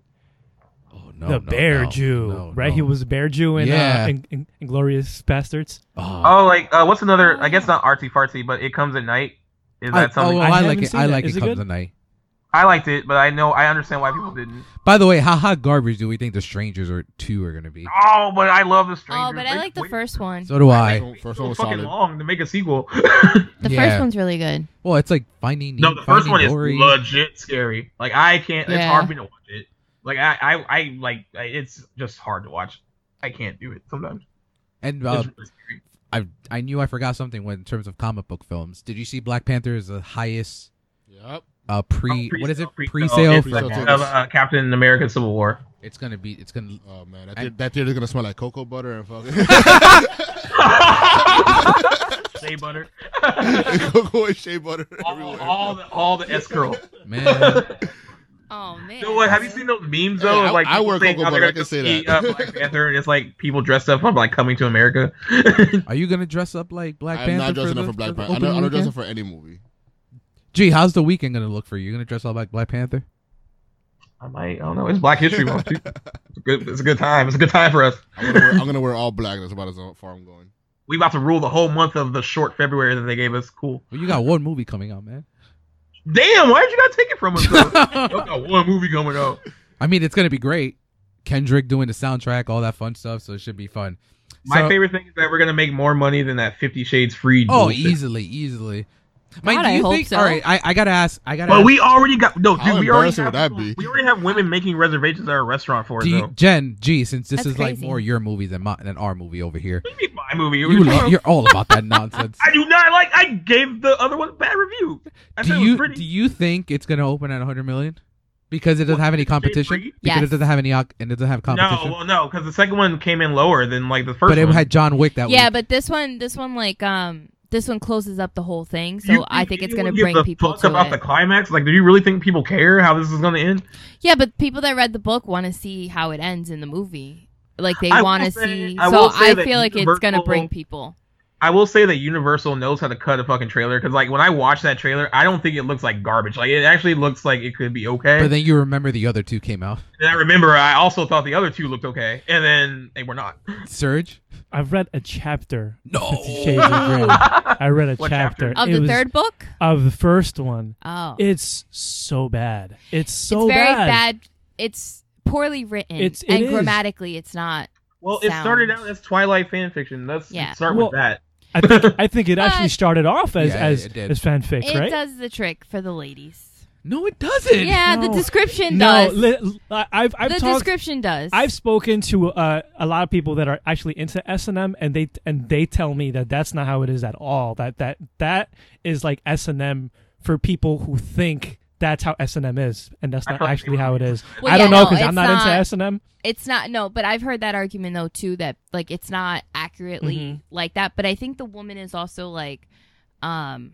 Oh no, the no, bear no, Jew, no, right? no. He was a bear Jew in, Yeah. uh, in, in Inglorious Bastards. Oh, Oh, like uh, what's another? I guess not artsy fartsy, but it comes at night. Is I, that oh, something? I I, haven't like it. seen I that. like Is it. it Comes good? the night. I liked it, but I know I understand why people didn't. By the way, how hot garbage do we think the strangers are two are gonna be? Oh, but I love the Stranger. Oh, but I like the first one. So do I. First one- First one So was fucking solid. long to make a sequel. The Yeah. first one's really good. Well, it's like finding no, the finding first one is Dory. legit scary. Like I can't. It's Yeah. hard for me to watch it. Like I, I, I like I- it's just hard to watch. I can't do it sometimes. and It's uh, really scary. I I knew I forgot something when in terms of comic book films. Did you see Black Panther is the highest Yep. uh pre, Oh, Pre-sale, what is it pre-sale. pre-sale? It's for- like Pre-sale of, tickets. uh, Captain America: Civil War. It's gonna be it's gonna Oh man, that, I- theater, that theater's gonna smell like cocoa butter and fucking Say butter. cocoa and shea butter all, everywhere. all the all the S curl. man. Oh man. So what? Have you seen those memes though? Hey, I- of, like I people wear saying Cocoa how they're Butter, I gonna can go say see, that. uh, Black Panther, and it's like people dressed up. I'm like coming to America. Are you gonna dress up like Black I'm Panther? not dressing the, up for Black the Panther. I opening don't, I don't dress weekend? up for any movie. Gee, how's the weekend gonna look for you? You gonna dress up like Black Panther? I might. I don't know. It's Black History Month. Too. It's a good. It's a good time. It's a good time for us. I'm gonna wear, I'm gonna wear all black. That's about as far I'm going. We about to rule the whole month of the short February that they gave us. Cool. Well, you got one movie coming out, man. Damn. Why did you not take it from us? though? We got one movie coming out. I mean, it's gonna be great. Kendrick doing the soundtrack, all that fun stuff, so it should be fun. My So- favorite thing is that we're gonna make more money than that Fifty Shades Free. Oh, bullshit. easily, easily. Mike, God, do I you hope think? so. All right, I, I gotta ask. I gotta. But ask, we already got no. How Dude, we already embarrassing have, would that be? We already have women making reservations at our restaurant for us. do you, though. Jen, gee, since this That's is like crazy. more your movie than my, than our movie over here, What do you mean my movie? you love, you're all about that nonsense. I do not like. I gave the other one a bad review. I said do it was you pretty. do you think it's gonna open at 100 million? Because it doesn't What, have any Fifty Shades competition. Free? Because it Yes. doesn't have any oc- and it doesn't have no, competition. well, no, because the second one came in lower than like the first. but it one. had John Wick that Yeah, week. but this one, this one, like, um, this one closes up the whole thing, so You I think it's gonna anyone give bring the people fuck to about it. the climax. Like, do you really think people care how this is gonna end? Yeah, but people that read the book want to see how it ends in the movie. Like they I will want to say- see. I so will say I that feel like it's gonna Universal- bring people. I will say that Universal knows how to cut a fucking trailer because, like, when I watch that trailer, I don't think it looks like garbage. Like, it actually looks like it could be okay. But then you remember the other two came out. and I remember I also thought the other two looked okay, and then they were not. Surge. I've read a chapter. of No. Fifty Shades of Grey. I read a What chapter. chapter? Of It the was- third book. of the first one. Oh, It's so bad. It's so it's very bad. bad. It's poorly written. It's- it and is. grammatically, it's not. Well, it Sounds. started out as Twilight fan fiction. Let's Yeah. start Well, with that. I think I think it actually But- started off as Yeah, as, it did. as fanfic, It right? does the trick for the ladies. No, it doesn't. Yeah, No. the description no, does. li- I- I've I've the talked. description does. I've spoken to uh, a lot of people that are actually into S and M, and they and they tell me that that's not how it is at all. That that that is like S and M for people who think that's how S and M is, and that's I not thought actually they how were- it is. Well, I don't yeah, know no, because I'm it's not, into not- S and M. it's not no, but I've heard that argument though too that like it's not accurately Mhm. like that. But I think the woman is also like, um,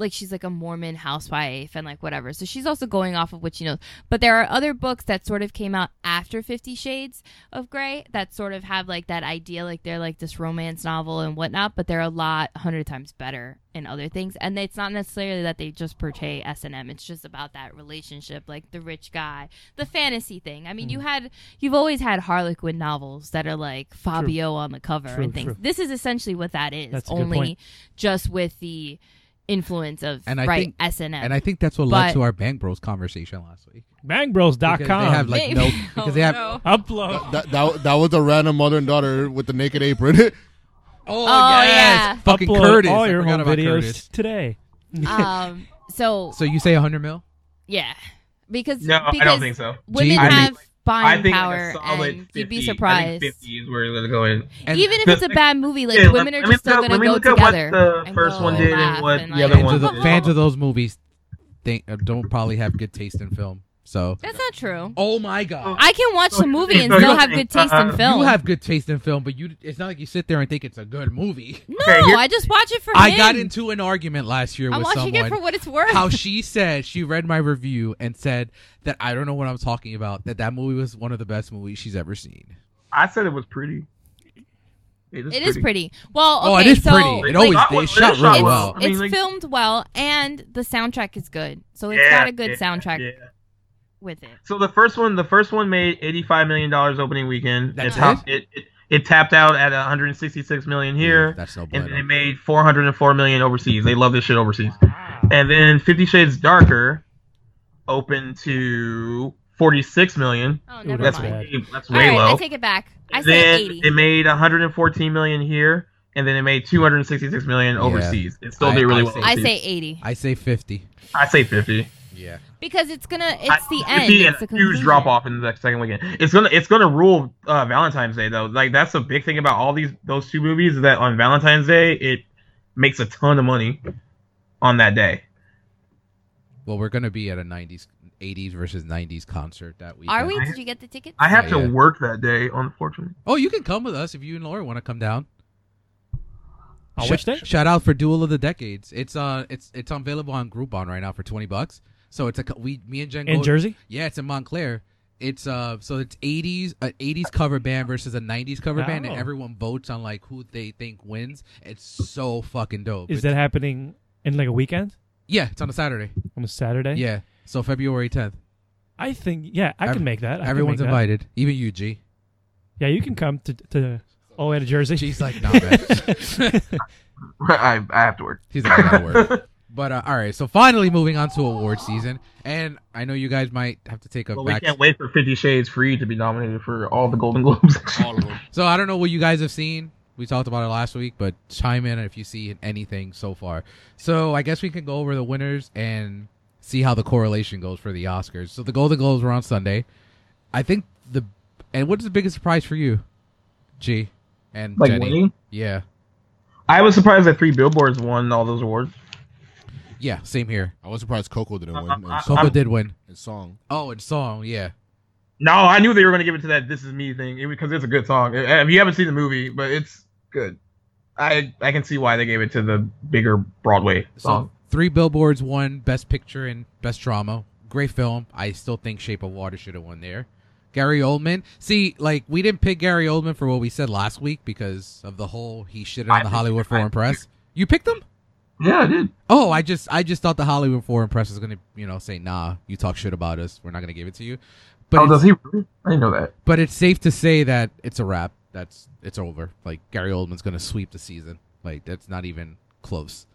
like she's like a Mormon housewife and like whatever. So she's also going off of what she knows. But there are other books that sort of came out after Fifty Shades of Grey that sort of have like that idea, like they're like this romance novel and whatnot. But they're a lot a hundred times better in other things. And it's not necessarily that they just portray S and M. It's just about that relationship, like the rich guy, the fantasy thing. I Mm. mean, you had you've always had Harlequin novels that are like Fabio on the cover True, and things. true. This is essentially what that is. That's a good only point. just with the influence of And I right think- S&M. And I think that's what But- led to our Bank Bros conversation last week. Bangbros.com. Because they have like no Maybe. because they have Oh, oh, no. Upload. That, that, that was a random mother and daughter with the naked apron. Oh, yes, yeah. fucking upload Curtis. all I your forgot home about videos Curtis. today. um, so So you say hundred mil? yeah, because No, because I don't think so. women Gee, I have think- I buying think power, like a solid and 50. you'd be I surprised. think 50 is where they're going. And Even if The it's a thing- bad movie, like Yeah, women let- are let me just still look up- gonna let me go look up what together. the and first go one did and laugh what the other like- fans, one of the, did. fans of those movies think uh, don't probably have good taste in film. So That's not true. oh my god, I can watch the movie and So still you- have good taste in uh, film. you have good taste in film, but you it's not like you sit there and think it's a good movie. no, Okay, here- I just watch it for I him. got into an argument last year I'm with watching someone. it for what it's worth. how she said she read my review and said that I don't know what I'm talking about. That that movie was one of the best movies she's ever seen. I said it was pretty. is it is pretty. Well, okay, oh, it is so pretty. It always Like, they it shot is really shot it's, well. I mean, it's like- filmed well, and the soundtrack is good. So it's Yeah, got a good yeah, soundtrack yeah. with it. So the first one, the first one made 85 million dollars opening weekend. That's it, topped- it, it it tapped out at 166 million here. That's no and then bueno. it made 404 million overseas. They love this shit overseas. And then Fifty Shades Darker opened to 46 million. Oh, Ooh, never That's mind. bad. way, that's All way right, low. I take it back. I then say 80. it made 114 million here, and then it made 266 million Yeah. overseas. It still I- did really I well. say- I overseas. say 80 I say fifty. I say 50. Yeah. because it's gonna. It's I- the it'd end. be It's the a huge conclusion. drop off in the second weekend. It's gonna it's gonna rule uh, Valentine's Day though. Like that's the big thing about all these those two movies is that on Valentine's Day it makes a ton of money on that day. Well, we're gonna be at a '90s, '80s versus '90s concert that week. Are we? Did you get the tickets? I have Yeah, to yeah. work that day, unfortunately. Oh, you can come with us if you and Laura want to come down. On Sh- which day? Shout out for Duel of the Decades. It's uh, it's it's available on Groupon right now for twenty bucks. So it's a co- we me and Jen In go- Jersey? Yeah, it's in Montclair. It's uh, so it's '80s, an '80s cover band versus a '90s cover band, and Oh. everyone votes on like who they think wins. It's so fucking dope. Is It's- that happening in like a weekend? yeah? It's on a Saturday. On a Saturday? Yeah, so February 10th. I think, yeah, I Ev- can make that. I can Everyone's make that. invited, even you, G. Yeah, you can come to, to all the way to Jersey. G's like, nah, man. I I have to work. He's like, I gotta work. But uh, all right, so finally moving on to award season, and I know you guys might have to take a Well, we back. can't wait for Fifty Shades Free to be nominated for all the Golden Globes. All of them. So I don't know what you guys have seen. We talked about it last week, but chime in if you see anything so far. So I guess we can go over the winners and see how the correlation goes for the Oscars. So the Golden Globes were on Sunday. I think the and what's the biggest surprise for you, G and like Jenny? winning. Yeah, I was surprised that Three Billboards won all those awards. yeah, same here. I was surprised Coco didn't win. And Coco song. did win. And song. Oh, and song, yeah. No, I knew they were going to give it to that "This Is Me" thing because it's a good song. Eh, If you haven't seen the movie, but it's good. I I can see why they gave it to the bigger Broadway So song. three billboards won Best Picture and Best Drama. Great film. I still think Shape of Water should have won there. Gary Oldman. See, like we didn't pick Gary Oldman for what we said last week because of the whole he shitted I on the picked- Hollywood I Foreign picked- Press. You picked him? Yeah, I did. Oh, I just I just thought the Hollywood Foreign Press was gonna you know say nah, you talk shit about us, we're not gonna give it to you. But oh, it's- does he? Really? I didn't know that. but it's safe to say that it's a wrap. That's it's over. Like Gary Oldman's gonna sweep the season. Like that's not even close.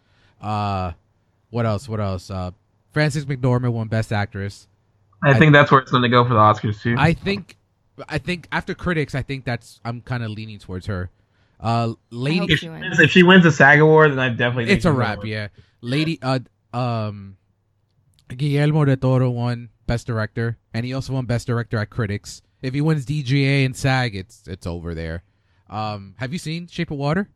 Uh, what else? What else? Uh, Frances McDormand won Best Actress. I, I- think that's where it's going to go for the Oscars too. I think, I think after critics, I think that's I'm kind of leaning towards her. I Uh, Lady, hope if, she she wins. wins, if she wins the SAG award, then I definitely think it's a she's wrap. gonna Yeah, Lady. Uh, um, Guillermo de Toro won Best Director, and he also won Best Director at critics. If he wins DGA and SAG, it's it's over there. Um, have you seen Shape of Water?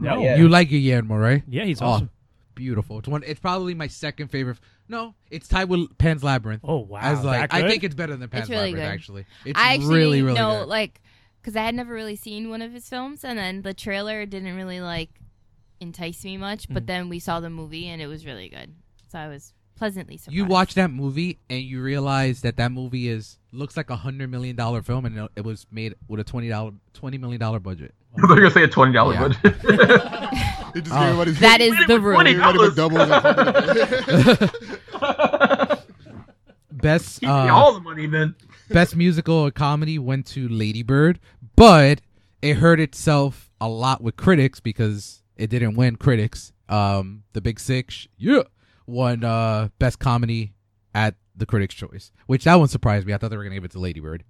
no. Yeah. Yeah, You like Guillermo, right? he's Oh. awesome. Beautiful. It's one. It's probably my second favorite. No, it's tied with Pan's Labyrinth. Oh, wow. As like, that I good? think it's better than Pan's really Labyrinth. good. Actually, it's I actually really, really know, good. like, because I had never really seen one of his films, and then the trailer didn't really like entice me much. But Mhm. then we saw the movie, and it was really good. So I was pleasantly surprised. you watch that movie and you realize that that movie is looks like a hundred million dollar film, and it- it was made with a twenty dollar, twenty million dollar budget. They're going to say a twenty dollar Yeah. budget. He just Oh. gave everybody- that is the room. gave everybody McDoubles and- Best, Give me uh, all the money then. best musical or comedy went to Lady Bird, but it hurt itself a lot with critics because it didn't win critics. um, The Big Six, yeah, won uh, Best Comedy at the Critics' Choice, which that one surprised me. I thought they were gonna give it to Lady Bird.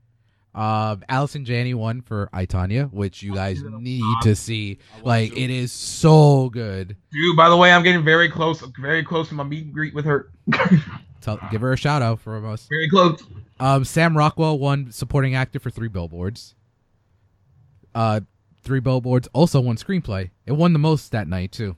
Um, Allison Janney won for I Tanya, which you guys need to see. Like, it is so good. Dude, by the way, I'm getting very close, very close to my meet and greet with her. Tell, give her a shout out from us. very close. Um, Sam Rockwell won supporting actor for Three Billboards. Uh, Three Billboards also won screenplay. It won the most that night too.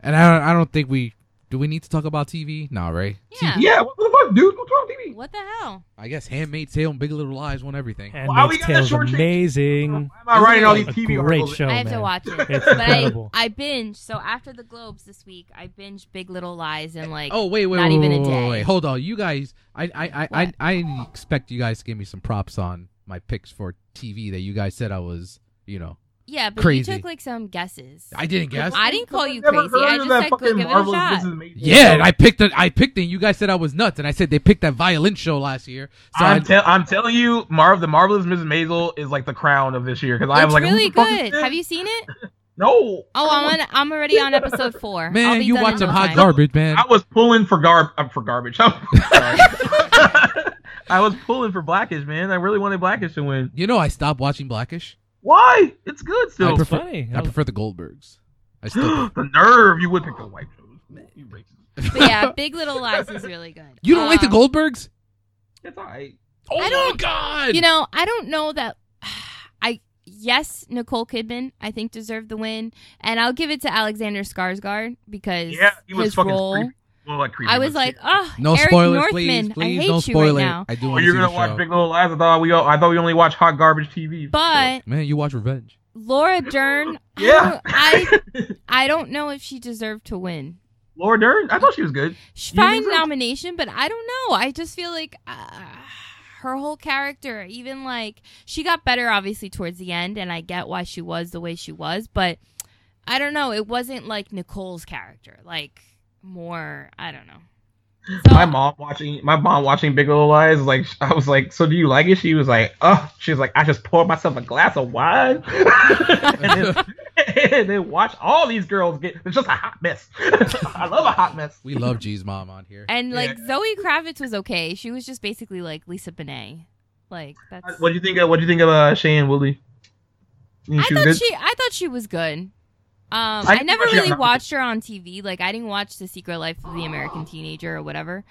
And I don't, I don't think we do. We need to talk about TV, nah, right? Yeah. Yeah, what the fuck, dude? What's wrong with TV? What the hell? I guess Handmaid's Tale and Big Little Lies won everything. And Why we got that Tales shortchanged? amazing. Why am I writing all these A TV great articles? show. I have man. to watch it. It's but I, incredible. I binge. So after the Globes this week, I binged Big Little Lies and like. Oh wait, wait, Not wait, even a wait, wait, day. wait. Hold on, you guys. I, I, I, I, I expect you guys to give me some props on my picks for TV that you guys said I was. You know, yeah, but crazy. you took like some guesses. I didn't guess. I didn't call you Never crazy. heard I of just that said, go fucking give it a Marvelous shot. Mrs. Maisel. Yeah, and I picked it. I picked it. And you guys said I was nuts, and I said they picked that violin show last year. So I, I'm, tell I'm telling you, Marv, the marvelous Mrs. Maisel is like the crown of this year because I It's was like, who really the fuck is good. this? Have you seen it? No. Oh, I'm on. I'm already on episode four. I'll man, be you done watch in some no hot time. garbage, man. I was pulling for garb uh, for garbage. I was pulling for Blackish, man. I really wanted Blackish to win. You know, I stopped watching Blackish. Why? It's good I still. prefer- funny. I prefer the Goldbergs. I still. the nerve! You would pick the white shows. You racist. But yeah, Big Little Lies is really good. you don't like the Um, Goldbergs? It's alright. Oh I my don't- god! You know, I don't know that. I yes, Nicole Kidman, I think deserved the win, and I'll give it to Alexander Skarsgård because Yeah, he was his fucking role. creepy. Well, like creepy. I was but like, shit. oh, no Eric spoilers, Northman, please. Please, I hate no you spoiler. right now. I do Oh, want you're to see gonna the watch show. Big Little Lies? I thought we all, I thought we only watched hot garbage TV. But Man, you watch Revenge. Laura Dern, I Yeah. don't- I I don't know if she deserved to win. Laura Dern, I thought she was good. She- You Fine deserve- nomination, but I don't know. I just feel like uh, her whole character, even like she got better obviously towards the end, and I get why she was the way she was, but I don't know. It wasn't like Nicole's character, like more. I don't know. So, My mom watching my mom watching Big Little Lies. Like I was like, so do you like it? She was like, oh, she was like, I just poured myself a glass of wine, and, then, and then watch all these girls get. It's just a hot mess. I love a hot mess. We love G's mom on here. and like Yeah. Zoe Kravitz was okay. She was just basically like Lisa Bonet. Like that's. What do you think? Of, what do you think of uh, Shane Woodley? You think I she was thought good? she I thought she was good. Um, I I, think never she- really watched her on TV. Like I didn't watch The Secret Life of the American Teenager or whatever.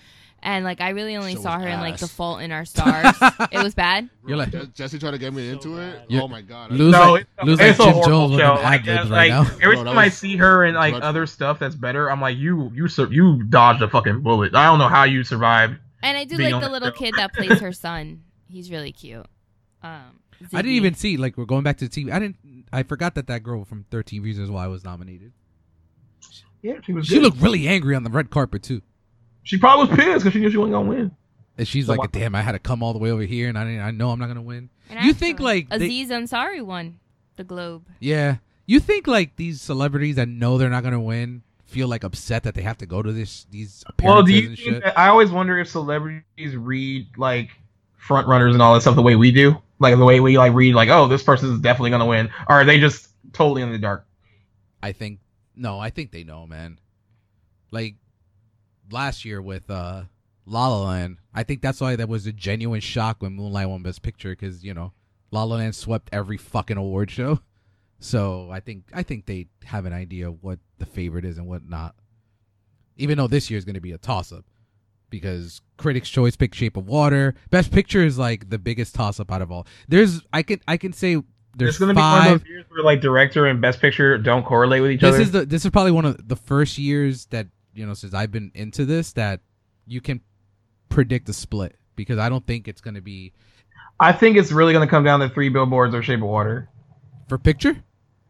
And like I really only Show saw was her in like ass. The Fault in Our Stars. it was bad. You're like- Je- Jesse tried to get me into it. Yeah. Oh my god! I- Lose no, like, it's, lose it's like Jim a horrible Jones show. looking ad Like, uh, libs right like, now. every Bro, that time I was see her in like dreadful. other stuff that's better, I'm like, you, you, sur- you dodged a fucking bullet. I don't know how you survived. And I do Being like the honest, little though. kid that plays her son. He's really cute. Um, I Ziggy. didn't even see. Like we're going back to the TV. I didn't. I forgot that that girl from 13 Reasons Why was nominated. Yeah, she was. She good. looked really angry on the red carpet too. She probably was pissed because she knew she wasn't gonna win. And she's So like, why- "Damn, I had to come all the way over here, and I didn't, I know I'm not gonna win." And You think, actually, like, they- Aziz Ansari won the Globe. Yeah, you think like these celebrities that know they're not gonna win feel like upset that they have to go to this these appearances Well, do you and think shit? that, I always wonder if celebrities read like front runners and all that stuff the way we do, like the way we like read like, oh, this person is definitely gonna win, or are they just totally in the dark? I think no, I think they know, man. Like last year with uh La La Land, I think that's why that was a genuine shock when Moonlight won Best Picture because you know La La Land swept every fucking award show. So I think I think they have an idea of what the favorite is and what not. Even though this year is going to be a toss up because Critics' Choice picked Shape of Water. Best Picture is like the biggest toss up out of all. There's I can I can say there's it's gonna five. be one of those years where like director and best picture don't correlate with each This other. is the this is probably one of the first years that you know since I've been into this that you can predict a split because I don't think it's going to be I think it's really gonna come down to three billboards or Shape of Water. for picture.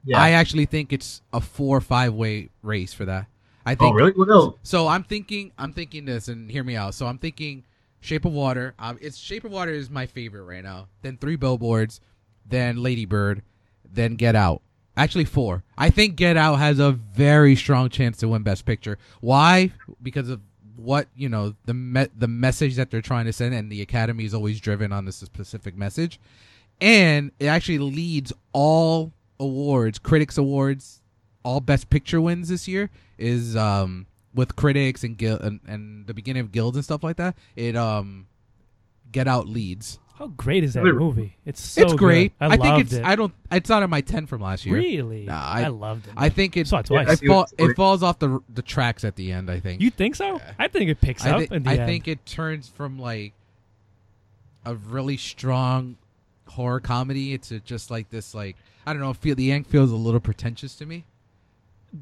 Yeah. I actually think it's a four or five way race for that. I oh think really? What else? so. I'm thinking I'm thinking this and hear me out. So I'm thinking Shape of Water. Um, it's Shape of Water is my favorite right now. Then Three Billboards, then Lady Bird, then Get Out. Actually, four. I think Get Out has a very strong chance to win Best Picture. Why? Because of what you know the me- the message that they're trying to send, and the Academy is always driven on this specific message, and it actually leads all awards, critics awards, all Best Picture wins this year is um, with critics and guild and, and the beginning of guilds and stuff like that. It um, Get Out leads. How great is that Really? movie? It's so it's great. good. I, think loved it's it. I don't it's not in my ten from last year. really. Nah, I, I- loved it. I think it saw it Yeah, I twice. it, fall, It's it great. falls off the the tracks at the end. I think you think so? Yeah. I think it picks I, up thi- in the I end. think it turns from like a really strong horror comedy to just like this like I don't know. Feel the end feels a little pretentious to me.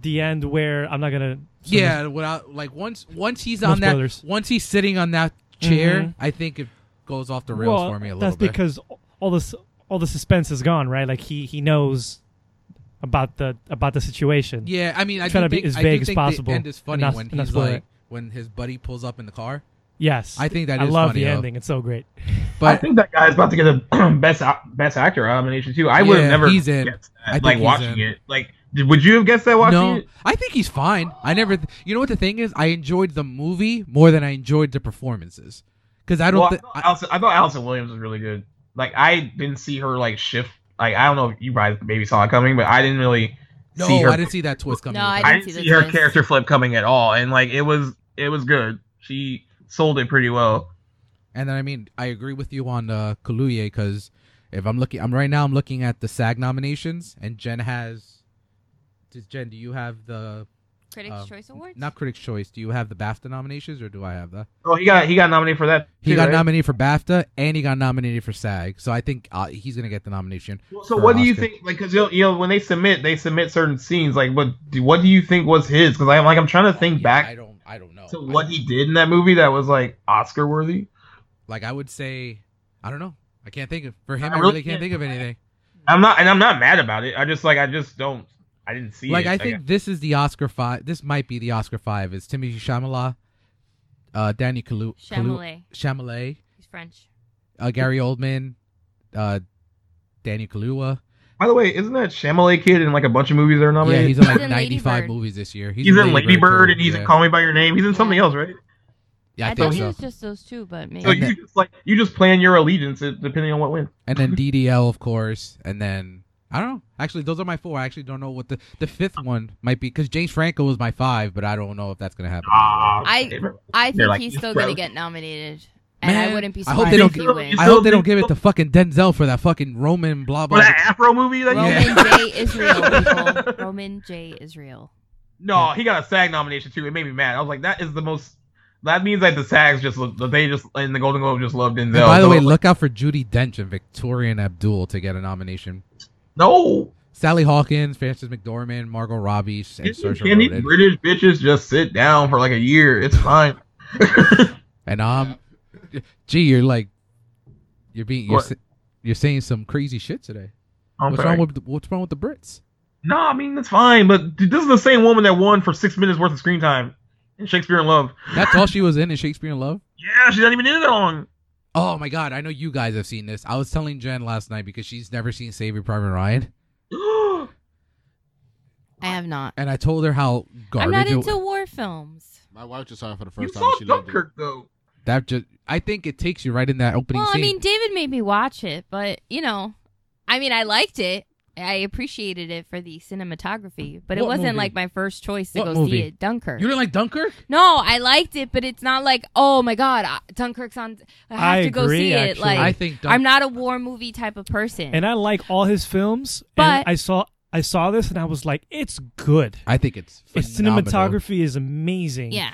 the end where I'm not gonna. yeah, without like once once he's No on that spoilers. once he's sitting on that chair, Mhm. I think it goes off the rails well, for me a little that's bit. because all this all the suspense is gone, right? Like he he knows about the about the situation. yeah, I mean, I do trying to be think, as I vague do as think possible The end is and funny not- when and not he's spoil like it. when his buddy pulls up in the car. Yes, I think that I is love funny, the though. ending. It's so great. I But think that guy's about to get the best ac- best actor nomination too. I would have Yeah, never he's in. guessed I that. think like he's watching in. it. Like, did, would you have guessed that watching no, it? I think he's fine. I never. Th- you know what the thing is? I enjoyed the movie more than I enjoyed the performances. Because I don't. Well, I, thi- thought I- Allison, I thought Allison Williams was really good. Like, I didn't see her like shift. Like, I don't know if you guys maybe saw it coming, but I didn't really no, see her. I didn't see that twist coming. No, with I it. didn't the see her twist. character flip coming at all, and like it was it was good. She sold it pretty well. and then I mean, I agree with you on uh, Kaluuya because if I'm looking, I'm right now. I'm looking at the SAG nominations, and Jen has. Does Jen? Do you have the Critics' um, Choice Awards. not Critics' Choice? Do you have the BAFTA nominations, or do I have that? Oh, he got he got nominated for that. He too, got right? nominated for BAFTA, and he got nominated for SAG. So I think uh, he's gonna get the nomination. Well, So for what do you Oscar. think? Like, cause you know, you know, when they submit, they submit certain scenes. Like, what do what do you think was his? Because I'm like I'm trying to think Yeah, back I don't. I don't know. to I- what he did in that movie that was like Oscar worthy. Like I would say, I don't know. I can't think of for him. I I really really can't can't- think of anything. I'm not, and I'm not mad about it. I just like I just don't. I didn't see Like it. I think this is the Oscar five. This might be the Oscar five. Is Timothy Shamala, uh, Danny Kalu, Kalu- Chamelet. Chalamet, He's French. uh, Gary Oldman, uh, Danny Kalua. By the way, isn't that Chamelet kid in like a bunch of movies that are yeah, nominated? he's in He's like in Lady ninety five Bird. movies this year. he's, He's, in Lady Bird, and he's yeah. in Call Me by Your Name. He's in something Yeah. else, right? Yeah, I thought think he so. was just those two, but maybe. So And you just like you just plan your allegiance uh, depending on what wins. And then DDL, of course, and then. I don't know. Actually, those are my four. I actually don't know what the the fifth one might be because James Franco was my five, but I don't know if that's gonna happen. Ah, I- okay. I think They're like, he's "He's still broke." gonna get nominated, and I Man, wouldn't be I surprised hope they don't if he get- wins. I So hope they they- don't give it to fucking Denzel for that fucking Roman blah for blah. that Afro movie that Roman you Yeah. J. Israel, people. Roman J. Israel. No, he got a SAG nomination too. It made me mad. I was like, that is the most. That means like the SAGs just lo- that they just and the Golden Globe just loved Denzel. And by the So, way, look out for Judy Dench and Victorian Abdul to get a nomination. no, Sally Hawkins, Frances McDormand, Margot Robbie, and Can Saoirse these Ronan. British bitches just sit down for like a year? It's fine. And um, gee, you're like, you're being, you're, What? sa- you're saying some crazy shit today. I'm what's sorry. wrong with the, what's wrong with the Brits? No, I mean it's fine, but dude, this is the same woman that won for six minutes worth of screen time in Shakespeare in Love. That's all she was in in Shakespeare in Love. Yeah, she's not even in it that long. Oh my god, I know you guys have seen this. I was telling Jen last night because she's never seen Saving Private Ryan, I have not. and I told her how garbage. I'm not it into war films. My wife just saw it for the you first time. saw She loved it. Dunkirk though. That just, I think it takes you right in that opening Well, I scene. mean, David made me watch it, but you know, I mean, I liked it. I appreciated it for the cinematography, but it What wasn't movie? like my first choice to What go movie? see it. Dunkirk. you didn't like Dunkirk? no, I liked it, but it's not like, oh my god, I- Dunkirk's on. I have I to go agree, see it. actually. Like, I think Dunk- I'm not a war movie type of person. And I like all his films. and But- I saw I saw this and I was like, it's good. I think it's Its phenomenal. cinematography is amazing. yeah,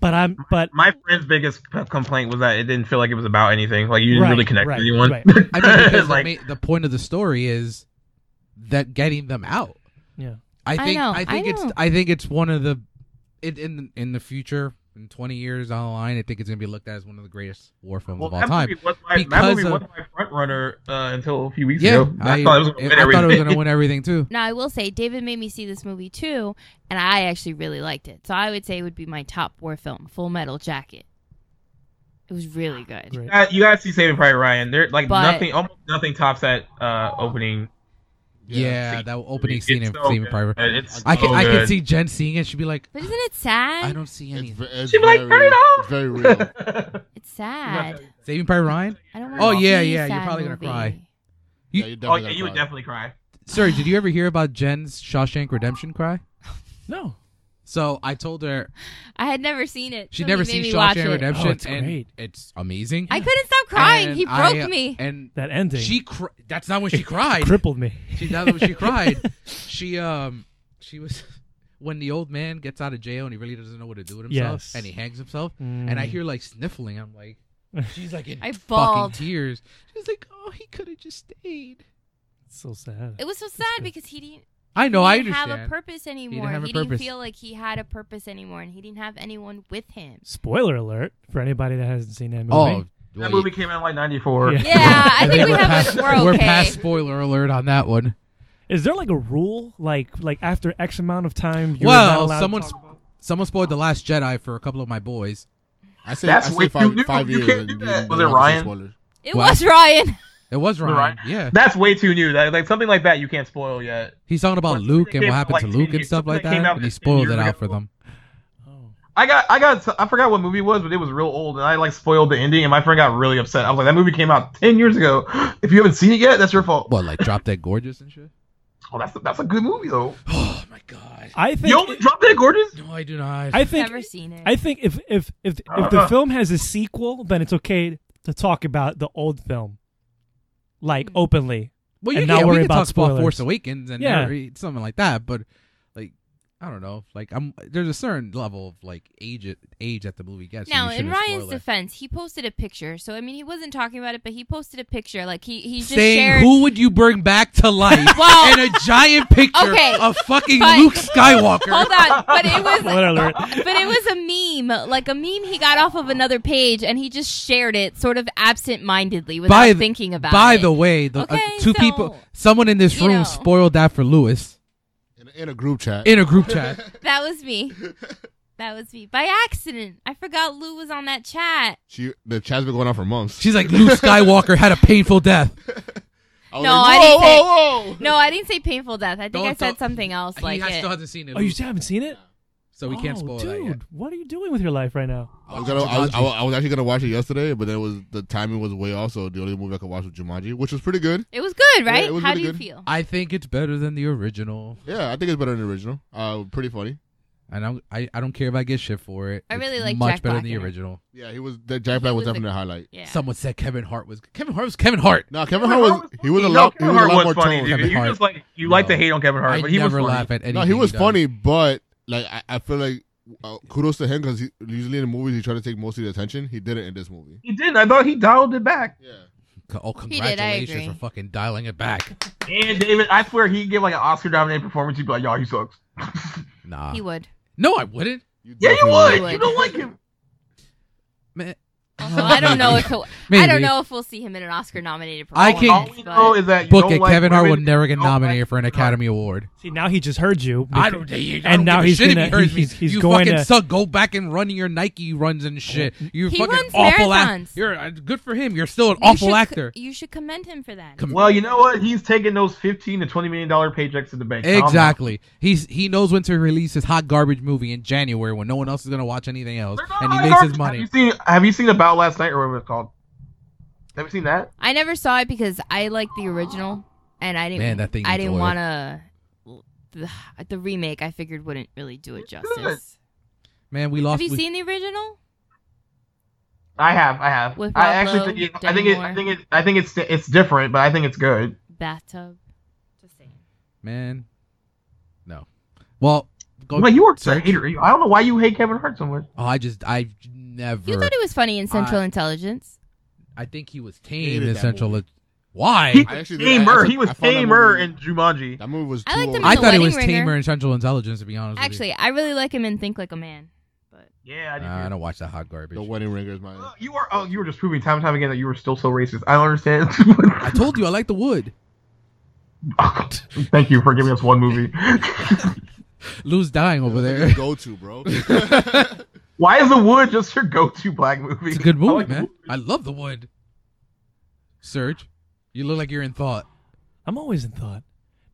But I'm but My friend's biggest p- complaint was that it didn't feel like it was about anything. Like you didn't Right, really connect right, with anyone. right. I mean, because Like- the, ma- the point of the story is that getting them out. yeah. I think. know, I think it's. know. I think it's one of the. It in in the future, in twenty years down the line, I think it's gonna be looked at as one of the greatest war films Well, of all that time. movie was my, because that movie was of- my front runner uh, until a few weeks Yeah, ago. I, I, thought it was going to I win thought it was gonna everything. win everything too. Now I will say David made me see this movie too, and I actually really liked it. So I would say it would be my top war film, Full Metal Jacket. It was really good. Great. Uh, you guys see Saving Private Ryan. There, like But- nothing, almost nothing tops that uh, opening. Yeah, that opening It's scene in so Saving good. Private. It's I can. so I can good. see Jen seeing it. She'd be like, But isn't it sad? I don't see It's, anything. ve- it's She'd be like, very, "Turn it off!" It's very real. It's sad. Saving Private Ryan. I don't Oh, want to yeah, see a yeah, you're sad probably gonna movie. cry. yeah, You- you oh definitely yeah, you would gotta cry. definitely cry. Sorry, did you ever hear about Jen's Shawshank Redemption cry? No. So I told her I had never seen it. she so never he made seen me watch Shawshank it. Redemption. Oh, it's and great. It's amazing. I couldn't stop crying. And he broke I, uh, me. And That ending she cr- that's not when she cried. crippled me. She that's when she cried. She um she was when the old man gets out of jail and he really doesn't know what to do with himself Yes. and he hangs himself Mm. and I hear like sniffling. I'm like she's like in I fucking bawled. tears. She's like, oh, he could have just stayed. It's so sad. It was so sad because he didn't. I know. he I didn't understand. have a purpose anymore. He have didn't, a purpose. feel like he had a purpose anymore, and he didn't have anyone with him. Spoiler alert for anybody that hasn't seen that movie. oh, That wait. movie came out in like '94. Yeah. Yeah, I think we we're have. past, a, we're we're okay. past spoiler alert on that one. Is there like a rule, like like after X amount of time? You're not well, allowed someone To sp- someone spoiled the Last Jedi for a couple of my boys. I say, That's I say way too five, new. five You years. can't and do you that. don't Was it have to say Ryan? spoilers. It What? was Ryan. It was Ryan. Ryan? Yeah, That's way too new. That, like something like that you can't spoil yet. he's talking about Well, Luke it and what came happened out to like Luke 10 and years- stuff like it came that, out and he 10 spoiled years it ago. out for them. oh. I got I got I forgot what movie it was, but it was real old, and I like spoiled the ending, and my friend got really upset. I was like, that movie came out ten years ago. If you haven't seen it yet, that's your fault. What, like Drop Dead Gorgeous and shit? Oh, that's that's a good movie though. Oh my god! I think. You only dropped that gorgeous. No, I do not. I think. Never seen it. I think if if if if Uh-huh. the film has a sequel, then it's okay to talk about the old film, like Hmm. openly. well, you and can, not we worry can about talk about spoilers. Force Awakens and Yeah. every- something like that, but like I don't know. Like I'm there's a certain level of like age it- age that the movie gets. so Now, you in shouldn't Ryan's spoil it. defense, he posted a picture. So I mean, he wasn't talking about it, but he posted a picture. Like he he just saying shared. who would you bring back to life Well- in a giant picture Okay, of fucking but- Luke Skywalker. Hold on, but it was. Spoiler alert. But it was a meme, like a meme he got off of another page, and he just shared it, sort of absent-mindedly, without By the- thinking about By it. the way, the uh, Okay, two so, people, someone in this you room know. spoiled that for Lewis In, in a group chat. in a group chat. that was me. That was me by accident. I forgot Lou was on that chat. she, the chat's been going on for months. She's like, Luke Skywalker had a painful death. I was No, like, I didn't say- Oh, whoa, whoa, whoa. No, I didn't say painful death. I think Don't- I said don't- something else like he has- it. still hasn't seen it, Oh, you Lewis, still haven't seen it? so we can't Oh, spoil dude, that yet. what are you doing with your life right now? I was, gonna, I, was, I, was, I was actually gonna watch it yesterday, but then it was the timing was way off. So the only movie I could watch was Jumanji, which was pretty good. It was good, right? it was How really do you good. feel? I think it's better than the original, Yeah, I think it's better than the original. Uh, pretty funny. and I'm, I I don't care if I get shit for it. I It's really like much Jack better Black than the in it. original. Yeah, he was. That Jack Black He was was the- definitely the highlight. Yeah. Someone said Kevin Hart was Kevin Hart was Kevin Hart. No, Kevin Hart was. He was a No, lot. He Kevin was a Hart lot was more funny, toned. dude. Kevin You Hart. just like you like No. to hate on Kevin Hart, I but he was never funny. laugh at anything. No, he was does. funny, but like I, I feel like uh, kudos to him because usually in the movies he tried to take most of the attention. He did it in this movie. He didn't. I thought he dialed it back. Yeah. Co- Oh, did, I congratulations agree. for fucking dialing it back. And David, I swear he gave like an Oscar dominated performance. You'd be like, y'all, he sucks. Nah. He would. No, I wouldn't. You Yeah, you definitely- would. would. You don't like him. Man, Also, I don't know if he'll- I Maybe. don't know if we'll see him in an Oscar-nominated I performance. can't- All we know is that you Book don't it. like Kevin Hart would women, never get you don't like- nominated for an Academy Award. See, now he just heard you. I don't. I don't And now give a he's shit if gonna- he hears he's- me. he's you going fucking to- suck. Go back and run your Nike runs and shit. You He fucking runs awful actor. marathons. You're uh, good for him. You're still an You awful should c- actor. you should commend him for that. Com- Well, you know what? He's taking those fifteen to twenty million dollar paychecks to the bank. Calm Exactly. He's he knows when to release his hot garbage movie in January when no one else is gonna watch anything else, down. They're not and he high makes his garbage. money. Have you seen? Have you seen About Last Night or whatever it's called? Have you seen that? I never saw it because I liked the original, and I didn't. Man, that thing I needs didn't oil. want to. The, the remake I figured wouldn't really do it justice. Man, we Have lost. you we- seen the original? I have. I have. With I Rob actually Lowe, think. It, I Demi think. It, I Moore. think. It, I think it's. It's different, but I think it's good. Bathtub. Just saying. man, no. Well, go. Well, you are a search. hater. You- I don't know why you hate Kevin Hart so much. Oh, I just I You never. thought it was funny in Central Intelligence. I think he was tame Hated in that Central. movie. Why? He I was actually did- I- tamer. I- He was I found that tamer movie- in Jumanji. That movie was. I too liked old. him I in The thought it Wedding was Ringer. tamer in Central Intelligence. To be honest, Actually, I really like him in Think Like a Man. Yeah, I with you. did. too. Nah, Uh, I don't watch that hot garbage. The Wedding Ringer is my. Well, You are. Oh, you were just proving time and time again that you were still so racist. I don't understand. I told you I like the wood. Thank you for giving us one movie. Lou's dying over there. Go to bro. Oh Why is The Wood just your go-to black movie? It's a good I movie, like The man. Wood. I love the wood. Serge, you look like you're in thought. I'm always in thought.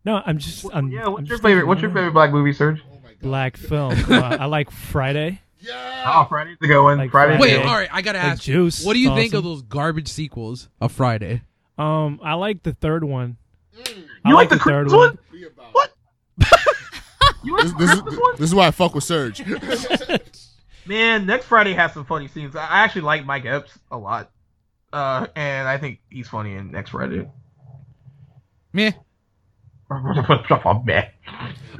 No, I'm just. I'm, yeah, I'm what's your just thinking favorite? What's your right now. favorite black movie, Serge? black film? Uh, I like Friday. yeah. Oh, Friday's the good one. Like Friday's Friday. the Wait, good all one. right. I gotta Like ask. Juice. What do you It's think of awesome. those garbage sequels of Friday? Mm. Um, I like the third one. I You like like the the third Christmas one. one? What? you like This, the this, is, Christmas one? this is why I fuck with Surge. Man, next Friday has some funny scenes. I actually like Mike Epps a lot, uh, and I think he's funny in next Friday. Meh. Man.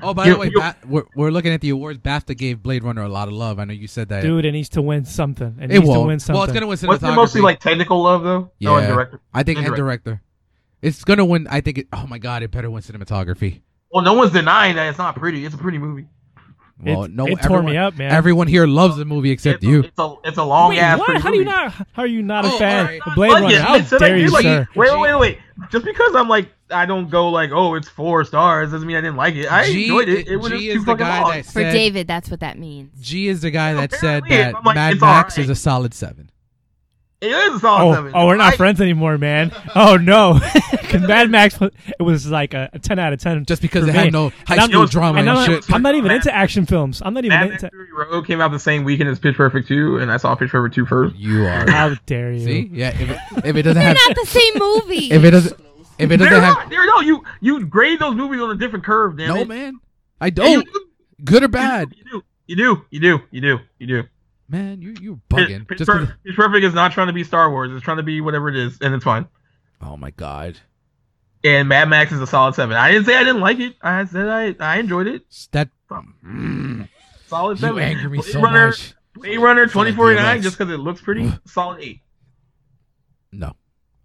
Oh, by You- the way, you- ba- we're, we're looking at the awards. BAFTA gave Blade Runner a lot of love. I know you said that. Dude, it needs to win something. It, it needs won't. to win something. Well, it's gonna win cinematography. Wasn't it mostly like technical love though? No, and Yeah. director. I think and and director. It's gonna win. I think. It, oh my god, it better win cinematography. Well, no one's denying that it's not pretty. It's a pretty movie. It- Well, no, it tore everyone, me up, man. Everyone here loves the movie except it's a, you. It's a it's a long Wait, ass. what? pretty How do you movie. not? How are you not a Oh, fan alright. of Blade Budget, Runner? man, so How like, dare you, dude, like, sir? Wait, wait, wait, wait. Just because I'm like I don't go like oh it's four stars doesn't mean I didn't like it. I G, enjoyed it. It was G just is too the fucking guy long. that For said. David, that's what that means. G is the guy that said Apparently, that if I'm like, Mad it's Max alright. is a solid seven. It is a solid Oh, seven. oh, we're not I- friends anymore, man. Oh no, because Mad Max, was- it was like a, a ten out of ten. Just because for it me. had no high And I'm- school and drama and, I'm, not- shit. I'm not even into action films. I'm not even Mad Max into. Fury Road came out the same weekend as Pitch Perfect 2, and I saw Pitch Perfect 2 first. You are. How dare you? See, yeah. If it, if it They're doesn't have, not the same movie. if it doesn't, if it They're doesn't have, not. They're no. You you grade those movies on a different curve, damn no it. man, I Yeah, you don't. Good or bad, do. You do. You do. You do. You do. man. You you Pitch, bugging. Pitch Just 'cause- Perfect, Pitch Perfect is not trying to be Star Wars. It's trying to be whatever it is, and it's fine. oh my god. And Mad Max is a solid seven. I didn't say I didn't like it. I said I, I enjoyed it. That mm, Solid you seven. anger me Blade so Runner, much. Blade Runner Solid twenty forty nine DMX. just because it looks pretty. solid eight. No,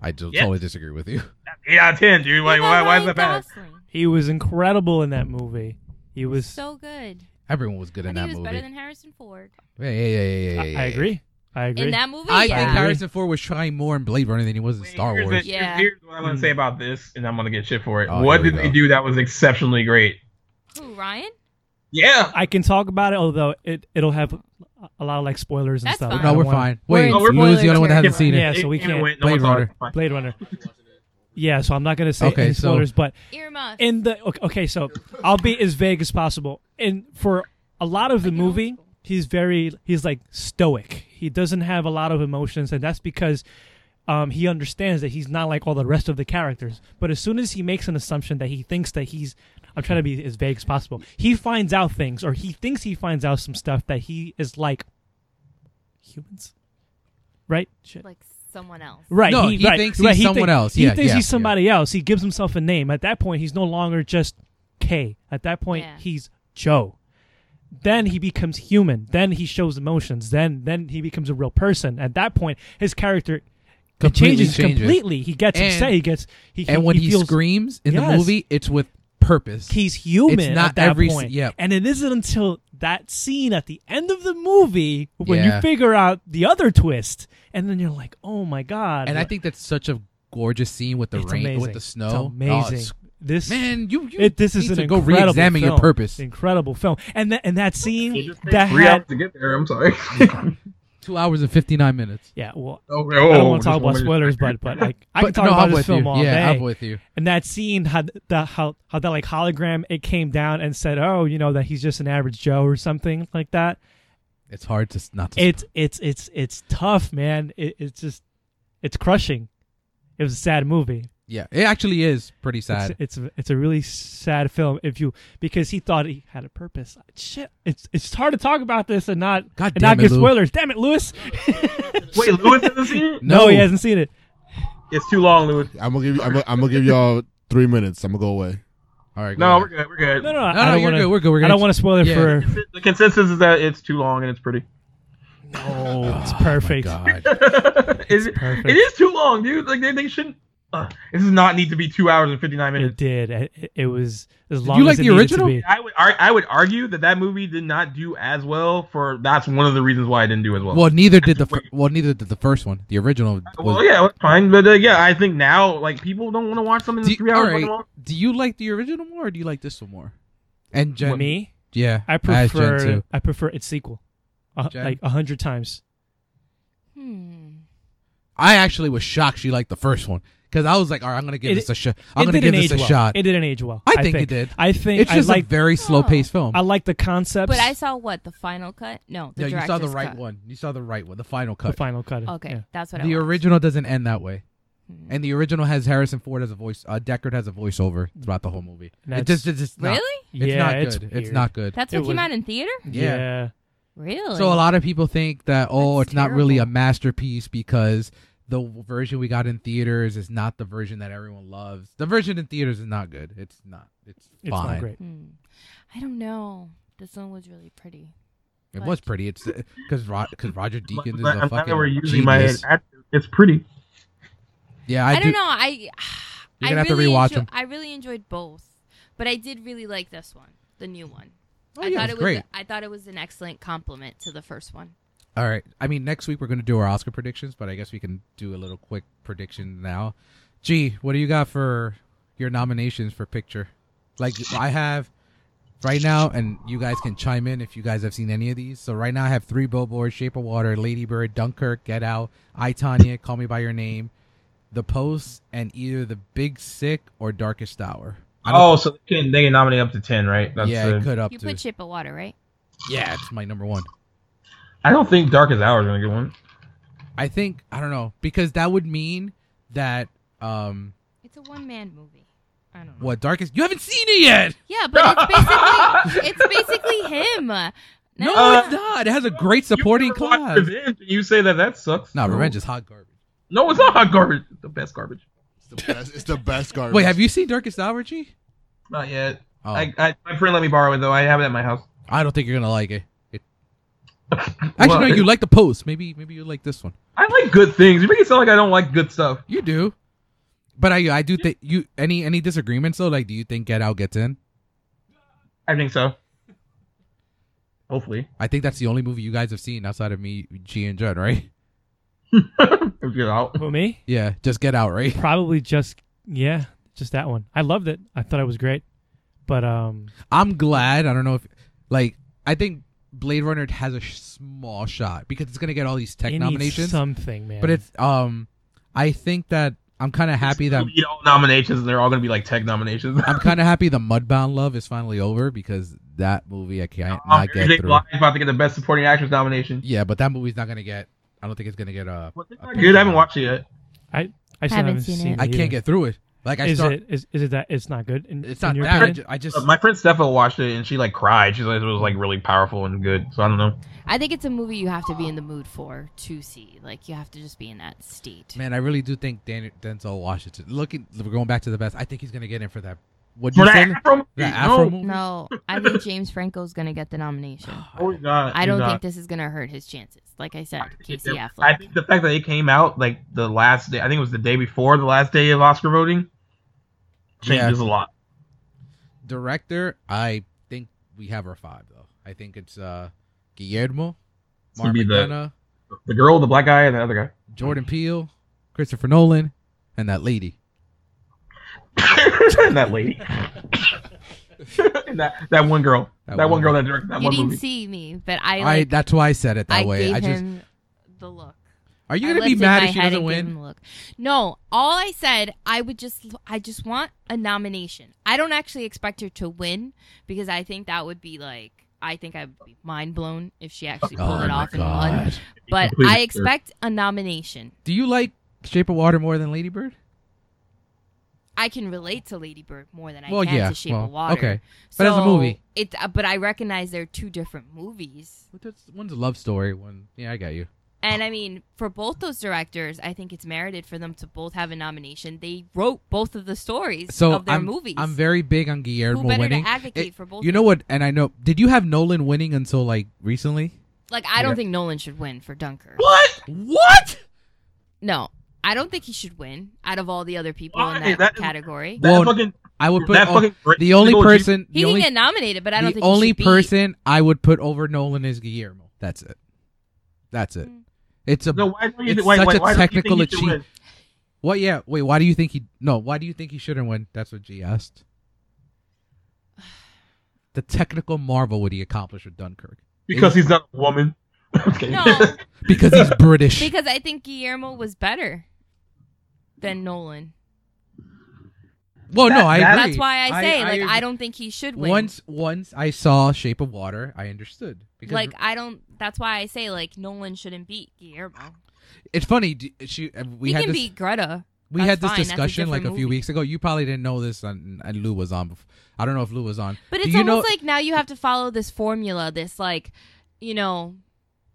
I just Yeah. totally disagree with you. Eight out of ten, dude. Like, Even why, why is Ryan that bad? Gosling. He was incredible in that movie. He was. So good. Everyone was good I in think that he was movie. better than Harrison Ford. yeah, yeah, yeah, yeah, yeah, I, yeah, I yeah. agree. I agree. In that movie, I yeah. think Harrison Ford was trying more in Blade Runner than he was in Wait, Star here's Wars. Hmm. the- Yeah. Here's what I'm gonna say about this, and I'm gonna get shit for it. Oh, what here we did go. they do that was exceptionally great? Who, Ryan? Yeah. I can talk about it, although it it'll have a lot of like spoilers and That's stuff. fine. I No, don't we're wanna- fine. We're Oh, Wait, in Lou is the spoiler only one that hasn't territory. seen it. Yeah, so we can't- win. No Blade one saw it. Runner. Fine. Blade Runner. Yeah, so I'm not gonna say Okay, any so- spoilers, but Irma. in the okay, okay, so I'll be as vague as possible. And for a lot of the movie, he's very he's like stoic. He doesn't have a lot of emotions, and that's because um, he understands that he's not like all the rest of the characters. But as soon as he makes an assumption that he thinks that he's, I'm trying to be as vague as possible. He finds out things, or he thinks he finds out some stuff that he is like humans, right? Shit. like someone else. Right. No, he right, thinks he's right, he someone else. He Yeah, thinks yeah, he's somebody else. He gives himself a name. At that point, he's no longer just K. At that point, Yeah. he's Joe. Then he becomes human. Then he shows emotions. Then then he becomes a real person. At that point, his character it Completely changes, changes. completely. He gets And- upset. He gets he And when he, feels screams in the Yes. movie, it's with purpose. he's human It's not at that every s- point. yep. And it isn't until that scene at the end of the movie when Yeah. you figure out the other twist, and then you're like, oh my god. and I like- think that's such a gorgeous scene with the it's rain, amazing. with the snow. It's Oh, amazing. it's- this man, you, you it, this need is an to go incredible re-examine film. your purpose. Incredible film, and that and that scene It that takes three hours had to get there. I'm sorry. Two hours and fifty nine minutes. yeah. Well, oh, I don't want to talk about spoilers, but but like I can But talk no, about I'm this with film you. all yeah, day. I'm with you. and that scene had the how how that like hologram it came down and said, oh, you know that he's just an average Joe or something like that. It's hard to s- not to. It's it's it's it's tough, man. It, it's just it's crushing. It was a sad movie. yeah, it actually is pretty sad. It's, it's it's a really sad film if you because he thought he had a purpose. Shit, it's it's hard to talk about this and not God and not damn it, give Lou. spoilers. Damn it, Lewis. Wait, Lewis hasn't seen it? he hasn't seen it. It's too long, Lewis. I'm gonna give you. I'm gonna, I'm gonna give y'all three minutes. I'm gonna go away. All right. go No, ahead. we're good. We're good. No, no, No, no, I don't you're want good. We're good. We're I gonna- don't want to spoil it Yeah. for. The consensus is that it's too long and it's pretty. Oh, it's Oh, my perfect. God. It's- perfect. it is too long, dude. Like they, they shouldn't. Uh, this does not need to be two hours and fifty nine it minutes. did. It, it was as long you as like it the needed original? to be. I would ar- I would argue that that movie did not do as well. For that's one of the reasons why I didn't do as well. Well, neither did the fir- well, neither did the first one. The original Well, was. yeah, it's fine, but uh, yeah, I think now like people don't want to watch something Do that's you, three all hours right. fucking long. Do you like the original more, or do you like this one more? And Gen, me, yeah, I as Gen prefer. two. I prefer its sequel, uh, Jen? like a hundred times. Hmm. I actually was shocked she liked the first one because I was like, all right, I'm gonna give It- this a shot. I'm it gonna give didn't this age a well. shot. It didn't age well. I think it did. I think it's just I a like. very Oh, slow paced film. I like the concepts. But I saw what the final cut. No, the yeah, you saw the director's right cut. one. You saw the right one. The final the cut. final cut. Okay, yeah. that's what I the want. Hmm. original doesn't end that way. And the original has Harrison Ford as a voice. Uh, Deckard has a voiceover throughout the whole movie. That's- It just, it's just not, Really? It's yeah, not it's good. It's, weird. not good. That's It what came was- out in theater? Yeah. yeah. Really? So a lot of people think that oh, That's it's not really a terrible. masterpiece because the w- version we got in theaters is not the version that everyone loves. The version in theaters is not good. It's not. It's It's fine. not great. Hmm. I don't know. This one was really pretty. It Like- was pretty. It's uh, because because Roger Deakins is I'm glad- a I'm glad fucking that we're using genius. my adjective. It's pretty. Yeah, I, I, do. don't know. I You're I gonna have to really rewatch enjo- 'em. I really enjoyed both, but I did really like this one, the new one. Oh, I yeah, thought it's it was great. I thought it was an excellent compliment to the first one. All right. I mean, next week we're gonna do our Oscar predictions, but I guess we can do a little quick prediction now. Gee, what do you got for your nominations for picture? Like I have right now, and you guys can chime in if you guys have seen any of these. So right now I have three billboards: Shape of Water, Lady Bird, Dunkirk, Get Out, I Tanya, Call Me by Your Name, The Post, and either The Big Sick or Darkest Hour. I don't- Oh, so they can, they can nominate up to ten, right? That's yeah, the- it could up you to. put Ship of Water, right? yeah, it's my number one. I don't think Darkest Hour is gonna get one. I think I don't know because that would mean that um It's a one man movie. I don't know. what darkest you haven't seen it yet. Yeah, but it's basically it's basically him. No, No, it's not. It has a great supporting You never watched cast. Revenge, and you say that that sucks. No, Revenge is hot garbage. No, it's not hot garbage. It's The best garbage. It's the best. It's the best garbage. Wait, have you seen Darkest Hour, G? Not yet. Oh, I, I, I, my friend let me borrow it though. I have it at my house. don't think you're gonna like it. It- Actually, Well, no. You like the post. Maybe, maybe you like this one. I like good things. You make it sound like I don't like good stuff. You do, but I, I do think you any any disagreements though. Like, do you think Get Out gets in? I think so. Hopefully, I think that's the only movie you guys have seen outside of me, G and Judd, right? If you're out. For me, Yeah, just Get Out, right? probably just yeah, just that one. I loved it. I thought it was great, but um, I'm glad. I don't know if like I think Blade Runner has a sh- small shot because it's gonna get all these tech it needs nominations. something man. But it's um, I think that I'm kind of happy that We need all nominations, and they're all gonna be like tech nominations. I'm kind of happy the Mudbound love is finally over because that movie I can't Um, not get Mary J. through. Blige is about to get the best supporting actress nomination. Yeah, but that movie's not gonna get. I don't think it's gonna get uh Well, it's a not good. I haven't watched it yet. I still haven't, Haven't seen it. I either. can't get through it. Like I is start. it is, is it that it's not good? In, it's in not your that. I opinion? just, I just. Uh, My friend Steffa watched it and she like cried. She's like it was like really powerful and good. So I don't know. I think it's a movie you have to be in the mood for to see. Like you have to just be in that state. Man, I really do think Dan, Denzel Washington. Looking, we're going back to the best. I think he's gonna get in for that. What you For that say? Afro movie, The Afro no. movie. No, I think James Franco's gonna get the nomination. Oh, he's not. I He's don't not. think this is gonna hurt his chances. Like I said, Casey Affleck. I think the fact that it came out like the last day, I think it was the day before the last day of Oscar voting, changes a lot. Director, I think we have our five though. I think it's uh Guillermo, It's Mark gonna be the- McDonough. The girl, the black guy, and the other guy. Jordan Peele, Christopher Nolan, and that lady. and that lady. and that, that one girl. That That, one. one girl that directed that you one didn't movie. see me, but I I like, that's why I said it I, that way. gave I just him the look. are you I gonna be lifted mad my if she head and doesn't gave win? him a Look. No, all I said, I would just, I just want a nomination. I don't actually expect her to win because I think that would be like, I think I would be mind blown if she actually Oh pulled it my off and won. god! But Completely I fair. expect a nomination. Do you like Shape of Water more than Lady Bird? I can relate to Lady Bird more than I well, can yeah. to Shape well, of Water. okay. But as a So, movie. it. uh, But I recognize they're two different movies. Well, that's- One's a love story. One, yeah, I got you. And I mean, for both those directors, I think it's merited for them to both have a nomination. They wrote both of the stories So of their I'm, movies. I'm very big on Guillermo Who better winning. to advocate It- for both? you know what? And I know. Did you have Nolan winning until like recently? like I don't Yeah. think Nolan should win for Dunkirk. What? What? No, I don't think he should win out of all the other people in Why? that, That- category. That Well, fucking, I would put that oh, fucking great- the only Nicole Kidman- person. He the can only, get nominated, but I don't the think he only should be. person I would put over Nolan is Guillermo. That's it. That's it. Mm. It's a No, why don't you it's think- why, such why, a why don't you think technical he should win? achievement. What? Yeah. Wait. Why do you think he? No. Why do you think he shouldn't win? That's what G asked. The technical marvel would he accomplish with Dunkirk? Because he's not a woman. okay. No, Because he's British. because I think Guillermo was better than Nolan. well, no, I that- agree. That's why I say like agree. I, don't think he should win. Once, once I saw Shape of Water, I understood. Because like I don't. That's why I say like Nolan shouldn't beat Guillermo. it's funny. d- She we he had can this. beat Greta we That's had this fine. That's a discussion like a different few movie. weeks ago. You probably didn't know this, and, and Lou was on. bef- I don't know if Lou was on. But Do it's you know- almost like now you have to follow this formula, this like, you know,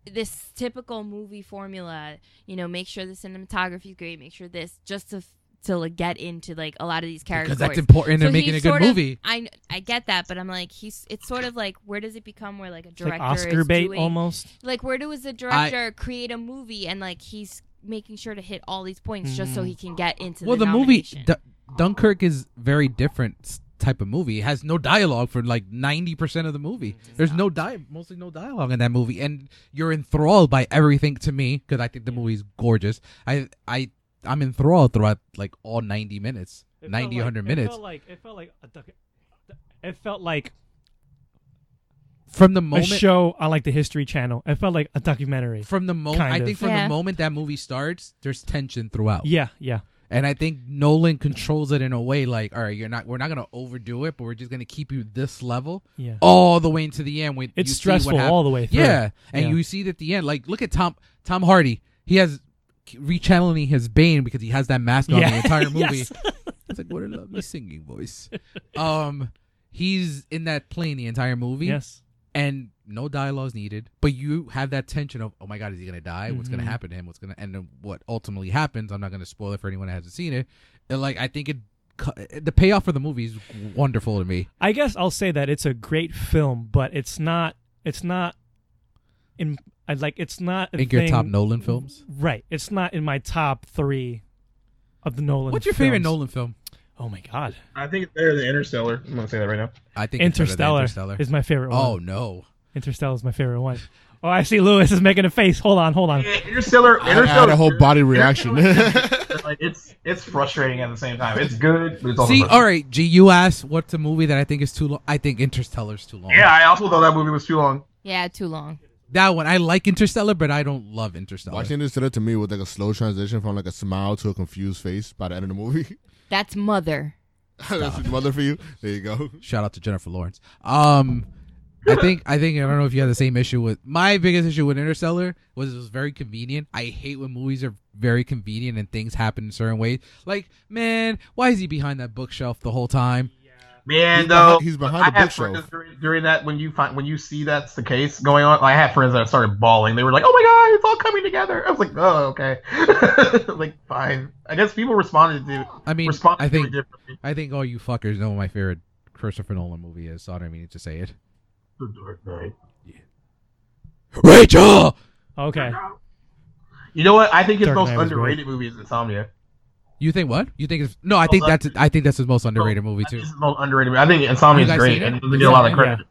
this typical movie formula. You know, make sure the cinematography is great, make sure this, just to f- to like get into like a lot of these characters. because that's important So in making he's a good sort of- movie. I I get that, but I'm like he's. It's sort of like where does it become where like a It's like director Oscar is bait doing- almost. Like where does a director create a movie and like he's making sure to hit all these points just so Mm. he can get into well, the, the, movie nomination. D- Dunkirk is very different s- type of movie. It has no dialogue for like ninety percent of the Mm, movie. There's no di- mostly no dialogue in that movie, and you're enthralled by everything. To me, because I think the movie's gorgeous. I I I'm enthralled throughout like all ninety minutes, It felt 90, like- 100 It minutes. felt like it felt like a doc- it felt like From the a moment show on like the History Channel. It felt like a documentary. from the moment Kind I of. think from Yeah. the moment that movie starts, there's tension throughout. Yeah, yeah. And I think Nolan controls it in a way like, all right, you're not we're not gonna overdo it, but we're just gonna keep you this level Yeah. all the way into the end when It's you see stressful what hap- all the way through. Yeah. And Yeah. you see it at the end. Like look at Tom Tom Hardy. He has rechanneling his Bane because he has that mask on the entire movie. Yes. It's like what a lovely singing voice. Um he's in that plane the entire movie yes. and no dialogues needed but you have that tension of oh my god is he gonna die what's gonna Mhm. happen to him what's gonna and then what ultimately happens i'm not gonna spoil it for anyone that hasn't seen it and like i think it cu- the payoff for the movie is wonderful to me I guess I'll say that it's a great film, but it's not. It's not. In I like it's not a in your thing- top nolan films Right. It's not in my top three of the Nolan. what's your favorite films. nolan film Oh my god, I think it's better than Interstellar. I'm gonna say that right now. i think it's better than Interstellar, interstellar is my favorite one. oh no Interstellar is my favorite one. Oh, I see Lewis is making a face. Hold on, hold on. Yeah, Interstellar. I had Interstellar. a whole body reaction. like, it's it's frustrating at the same time. It's good, but it's also see frustrating. all right g you asked what's a movie that i think is too long i think interstellar's too long Yeah, I also thought that movie was too long. yeah, too long. that one i like interstellar but i don't love interstellar Watching this to me was like a slow transition from like a smile to a confused face by the end of the movie. That's mother. That's your mother for you. There you go. Shout out to Jennifer Lawrence. Um, I think I think I don't know if you had the same issue with my biggest issue with Interstellar was it was very convenient. I hate when movies are very convenient and things happen in certain ways. Like, man, why is he behind that bookshelf the whole time? Man, He's though behind- he's behind the I had bookshelf. friends during, during that when you find when you see that's the case going on. I had friends that started bawling. They were like, "Oh my god, it's all coming together!" I was like, "Oh, okay." like, fine. I guess people responded to. I mean, responded I think to it differently. I think all you fuckers know what my favorite Christopher Nolan movie is. So I don't even need to say it. The Dark Knight. Rachel, Okay. You know what? I think his Dark most Knight was underrated movie is Insomnia. you think what? You think it's no? I Oh, think that's I think that's his most underrated movie I think too. it's his most underrated. movie. I think Insomnia You is guys great seen it? Um, and it doesn't get a lot of Yeah. credit.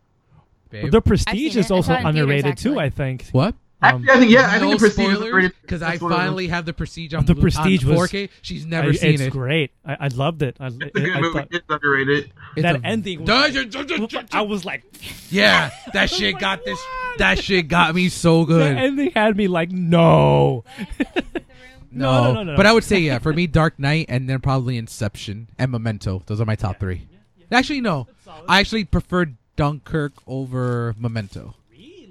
Babe. The I've seen Prestige it. I is saw also it in theaters, underrated too. actually. I think. What? Um, Actually, I think yeah, I think no the Prestige is spoilers underrated because I That's what it is. finally have the Prestige on The Blu- on Prestige was- 4K. She's never I- seen it's it. great. I, I loved it. I, It's a good I movie. thought It's underrated. It's that a- ending. Was, Yeah, I was like, that shit got this. That shit got me so the good. ending had me like, no. no, no, no, no. But I would say yeah. For me, Dark Knight, and then probably Inception and Memento. Those are my top three. Actually, no. I actually prefer Dunkirk over Memento.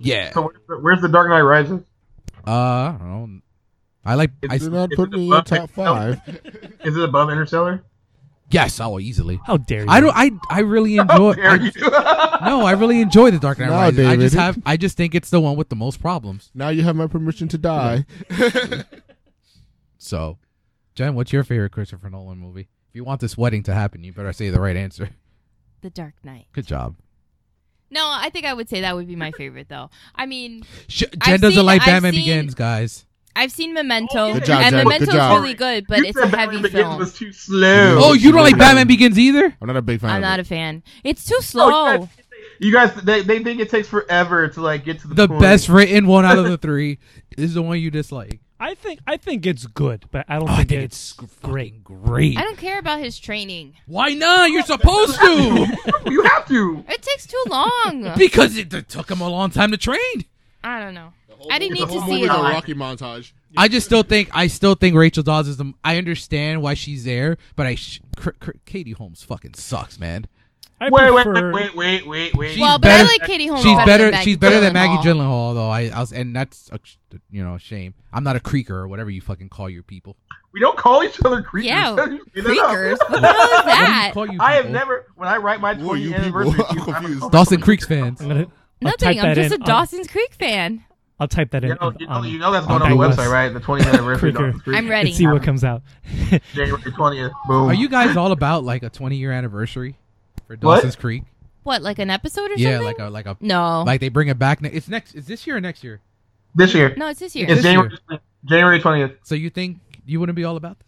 Yeah. So where's the, where's the Dark Knight Rises? Uh, I don't. know. I like. I Do not it's put the me in your perfect top five. Is it above Interstellar? yes. I will easily. How dare you? I don't. I I really enjoy. Dare you? no, I really enjoy the Dark Knight No, Rises. I just David. have. I just think it's the one with the most problems. Now you have my permission to die. So, Jen, what's your favorite Christopher Nolan movie? If you want this wedding to happen, you better say the right answer. The Dark Knight. Good job. No, I think I would say that would be my favorite though. I mean, Sh- I've Jen doesn't seen- like I've Batman seen- Begins, guys. I've seen Memento, Oh, Good job, and Jen. Good Memento's job. really good, but You it's said a Batman heavy Begins film. was too slow. Oh, you don't like Batman Begins either? I'm not a big fan. I'm of not it. a fan. It's too slow. Oh, You guys, you guys- they, they think it takes forever to like get to the, The point. best written one out of the three is the one you dislike. I think I think it's good, but I don't Oh, I think, think it's, great. Great. I don't care about his training. Why not? You're supposed to. You have to. It takes too long. because it, it took him a long time to train. I don't know. I didn't The need to whole see movie's it. a all. Rocky montage. I just still think I still think Rachel Dawes is the. I understand why she's there, but I sh- cr- cr- Katie Holmes fucking sucks, man. I Wait, wait, prefer, wait, wait, wait, wait, wait. She's Well, but better- I like Katie Holmes. she's better. Than Maggie she's better than Maggie Gyllenhaal. Gyllenhaal, though. I, I was, and that's a, you know a shame. I'm not a creaker or whatever you fucking call your people. We don't call each other creepers. Yeah, No, no. Creakers? What the hell is What do you that? call you I have people? never. When I write my Who are 20th you anniversary, people? I'm review, a confused. Dawson creeper. Creeks fans. I'm gonna. I'll Nothing. type I'm that just a in on- Dawson's Creek fan. I'll type that in. um, You know, you know, on- on- you know that's on going on the my list. website, right? The 20th anniversary. Creeper. Dawson Creek. I'm ready. Let's see what comes out. January 20th. Boom. Are you guys all about like a 20 year anniversary for What? Dawson's Creek? What, like an episode or Yeah, something? like a like a no, like they bring it back. Ne- it's next. Is this year or next year? this year? no, it's this year. It's This January. January 20th. So you think you wouldn't be all about that?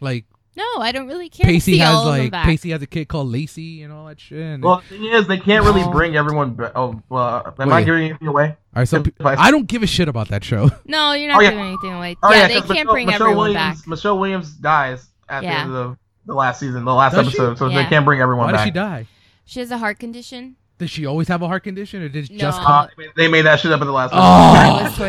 Like No, I don't really care. Pacey to see all has of them like back. Pacey has a kid called Lacey and all that shit. and- Well, the thing is, they can't really Oh. bring everyone. Ba- oh, uh, am I Wait. giving anything away? all right, so pe- I don't give a shit about that show. No, you're not Oh, yeah. giving anything away. Oh, yeah, 'cause they can't Michelle- bring Michelle everyone Williams, back. Michelle Williams dies at Yeah. the end of the, the last season, the last Does she? episode, so they Yeah. can't bring everyone Why did back. she die? She has a heart condition. Did she always have a heart condition, or did it No. just? Uh, they made- they made that shit up at the last. Oh.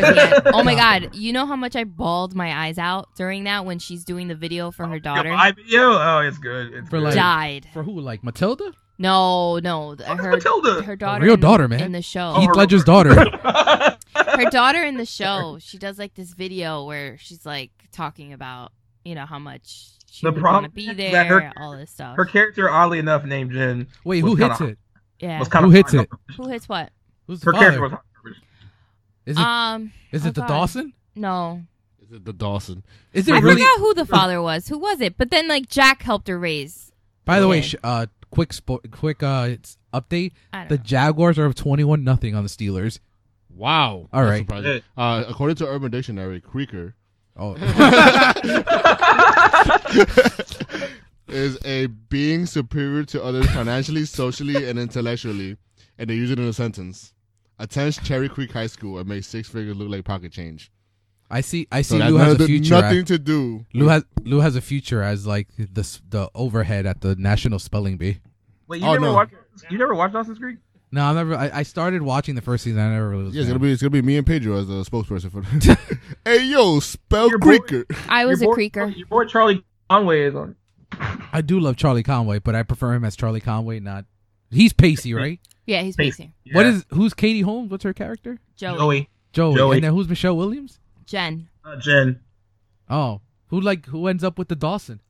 That was towards the end. Oh my god! You know how much I bawled my eyes out during that when she's doing the video for her daughter. My video? Oh, it's good. It's For good. like- Died. For who? Like Matilda, No, no, th- What's her Matilda? her daughter, real in the- daughter, man. in the show. Oh, Heath her- Ledger's daughter. her daughter in the show she does like this video where she's like talking about you know how much she The would problem want to be is there that her- all this stuff Her character, oddly enough, named Jen, Wait, who Was kinda hits it? yeah was kind Who of hits it? who hits what Who's the Her character was father? Is it um is oh it the God. Dawson? no Is it the Dawson? Is it i really? forgot who the father was who was it but then like jack helped her raise By the way, Yeah. sh- uh, quick spo- quick uh, it's update. i don't The know Jaguars are up twenty-one nothing on the Steelers. Wow. All That's right. surprising. Uh, according to Urban Dictionary, creaker Oh, is a being superior to others financially, socially, and intellectually, and they use it in a sentence. Attends Cherry Creek High School and makes six figures look like pocket change. I see. I So see. that Lou has has a future. at- nothing to do. Lou has Lou has a future as like the s- the overhead at the National Spelling Bee. Wait, you Oh, never no. watched? You never watched Dawson's Creek? No, I've never. I, I started watching the first season. I never really. Was Yeah, it's there. gonna be it's gonna be me and Pedro as the spokesperson for. hey yo, spell Your boy- creaker. i was a Your boy- creaker Your boy Charlie Conway is on. I do love Charlie Conway, but I prefer him as Charlie Conway. Not he's Pacey, right? yeah he's Face- pacing What Yeah. is who's Katie Holmes? What's her character? joey, Joey? Joey. Joey. And then who's Michelle Williams? jen Uh, Jen. Oh, who like who ends up with the Dawson?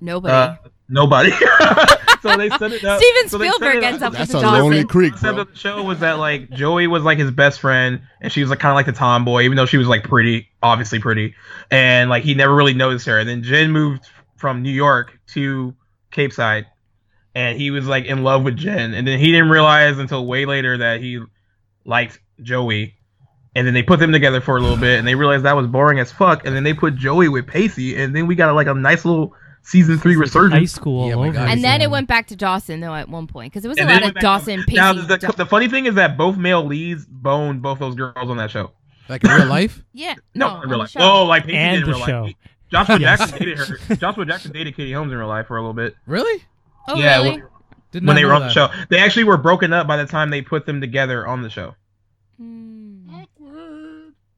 nobody Uh, nobody. so they set it up. steven so they set spielberg it up- ends up with That's the a Dawson. lonely creek, The concept bro. of the show was that like Joey was like his best friend, and she was like kind of like the tomboy, even though she was like pretty, obviously pretty, and like he never really noticed her. And then Jen moved from New York to Cape Side, and he was like in love with Jen, and then he didn't realize until way later that he liked Joey. And then they put them together for a little bit, and they realized that was boring as fuck. And then they put Joey with Pacey, and then we got like a nice little season three High resurgence. school. Yeah, all my over God. again. and then it went back to dawson though at one point because it was a And lot then it of went back- dawson pacey Now, the, Daw- the funny thing is that both male leads boned both those girls on that show. Like in real life? yeah No, no in on the real life. show. Oh, like Pacey did and in the real show. life. Joshua Yes. Jackson dated her. Joshua Jackson dated Katie Holmes in real life for a little bit. Really? Oh, yeah, really? when- Did when not they were know on the that. show, they actually were broken up by the time they put them together on the show. Mm.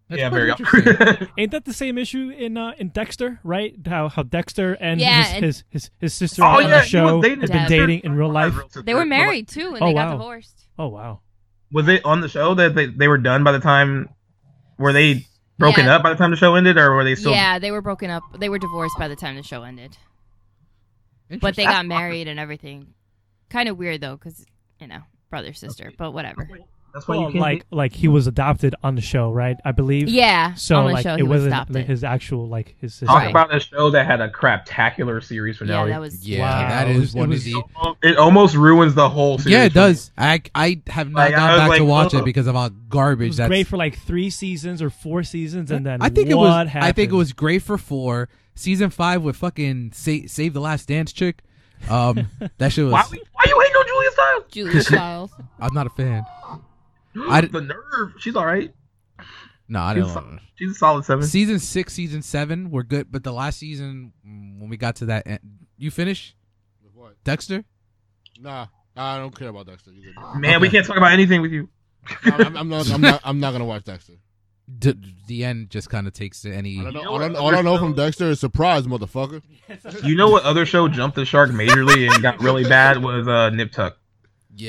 That's yeah, quite very interesting. Ain't that the same issue in uh, in Dexter? Right? How how Dexter and, Yeah, his, and- his his his sister oh on yeah, the she was show dating had Yeah. been dating in real life. They were married too, and Oh, they got wow. divorced. Oh wow. Was it on the show that they, they were done by the time? Were they broken Yeah. up by the time the show ended, or were they still? yeah, they were broken up. They were divorced by the time the show ended, but they Interesting. got married and everything. Kind of weird though, because you know, brother sister, but whatever. That's why Well, you can't like like he was adopted on the show, right? I believe. Yeah, So on the like show it he was wasn't adopted. his actual like his sister. talk Right. about a show that had a craptacular series yeah, finale. that was Yeah, Wow. that It was- is it one was- of the. It almost ruins the whole series. Yeah, it for me. does. I I have not Like, I gone was back to like, watch "Ugh." it because of all It garbage. was That's great for like three seasons or four seasons, and then I think what it was. Happened? I think it was great for four. Season five with fucking save, save the last dance chick. Um, that shit was. Why, we- why you hating on Julia Stiles? Julia Stiles. I'm not a fan. I d- the nerve. She's all right. No, I She's, don't. so- she's a solid seven. Season six, season seven were good, but the last season mm, when we got to that, end, you finish What? Dexter. Nah, I don't care about Dexter. You good. Man, we okay. can't talk about anything with you. I'm, I'm not. I'm not. I'm not gonna watch Dexter. D- the end just kind of takes to any. I don't know. You know all, I, what all I know other from show- Dexter is surprise, motherfucker. You know what other show jumped the shark majorly and got really bad was uh, Nip Tuck.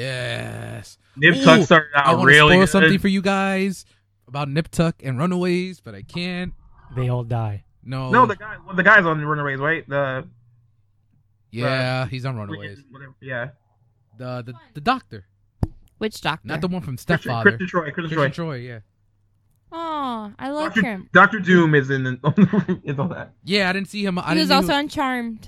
Yes, Nip Ooh, Tuck started I out want to really spoil good. something for you guys about Nip Tuck and Runaways, but I can't. they all die. No. No, the guy, well, the guy's on the Runaways, right? The uh, yeah, he's on Runaways. whatever, yeah, The the, the doctor, Which doctor? not the one from Christian, Stepfather. Christian Troy, Christian, Christian Troy. Troy, yeah. Oh, I like Doctor, him. Doctor Doom is in the, is on that. Yeah, I didn't see him. I He didn't was see also who- on Charmed,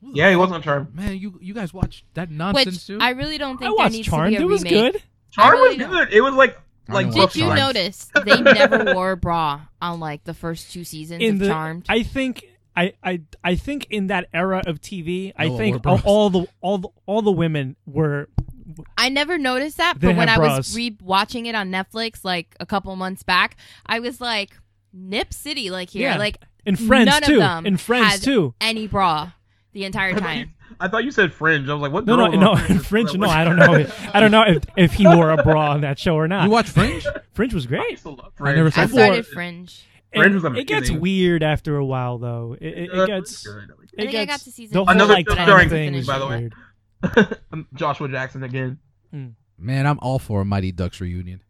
who the Yeah, he fuck- was on Charm. Man, you you guys watch that nonsense which too? I really don't I think there watched needs Charmed. to be a It was remake. good. Charm really was don't- good. It was like I like don't Did watch you Charmed. notice they never wore a bra on like the first two seasons In of the Charmed? I think I, I I think in that era of TV, I No, think we're bros. all, all the all the, all the women were I never noticed that, They but when have I bras. was re-watching it on Netflix like a couple months back, I was like, "Nip City!" Like here, Yeah. like in Friends None of too. them in Friends had too. any bra the entire I thought, you, time. I thought you said Fringe. I was like, what? No, girl no, was no. on In Fringe, no. What- I don't know. I don't know if, if he wore a bra on that show or not. You watch Fringe? Fringe was I great. used to love I Fringe. never I saw Before- started Fringe. And Uh, Fringe was It gets amazing. weird after a while, though. It, it, it Uh, gets. Fringe was It think I gets got to season the four, whole Another like film time starring thing Fringe, is by the way. weird. good. Joshua Jackson again. Man, I'm all for a Mighty Ducks reunion.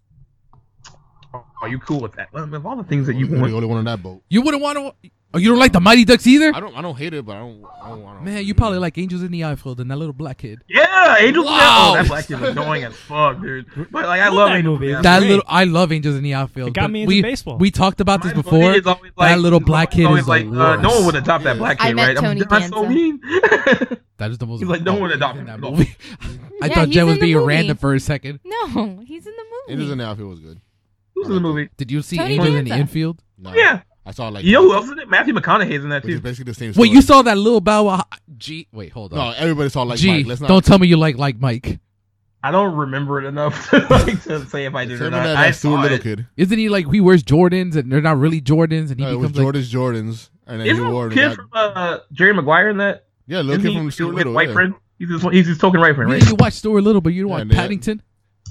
Oh, are you cool with that? Well, of all the things that you You're the want, only one on that boat. You wouldn't want to. Oh, you don't like the Mighty Ducks either? I don't. I don't hate it, but I don't. I don't want to. Man, you probably like Angels in the Outfield and that little black kid. yeah, Angel. Wow. Oh, that black kid was annoying as fuck, dude. But like, I Love love that Angel movie. Baby. That's That great. little, I love Angels in the Outfield. It got but me into we, baseball. We talked about this My before. buddy is always that little he's black kid always is the like, uh, no one worst. would adopt that black I kid, met right? Tony that's so Danza. mean. That is the most. He's like, no one awful adopted thing in him. that movie. I Yeah, thought he's Jen in was the being movie. random for a second. No, he's in the Angels movie. in the outfield was good. Who's in the movie? Did you see Tony Angels in the Danza. Infield? No, Yeah, I saw like. you know who else is in it? Matthew McConaughey's in that Which is too. basically the same. Wait, story. you saw that little Bow Wow? G. Wait, hold on. No, everybody saw like. G. Mike. Let's not. don't tell me you like like Mike. I don't remember it enough to, like, to say if I did or Determine not. that I as soon saw little it. kid. Isn't he like he wears Jordans and they're not really Jordans and he No, it was becomes like Jordan's Jordans, and then he Isn't wore it. the kid and got- from uh, Jerry Maguire in that? Yeah, little Isn't kid he from his Stuart Little. white yeah. friend. He's his, he's his token white friend, Yeah, right? you watch Stuart Little, but you don't Yeah, watch and they- Paddington.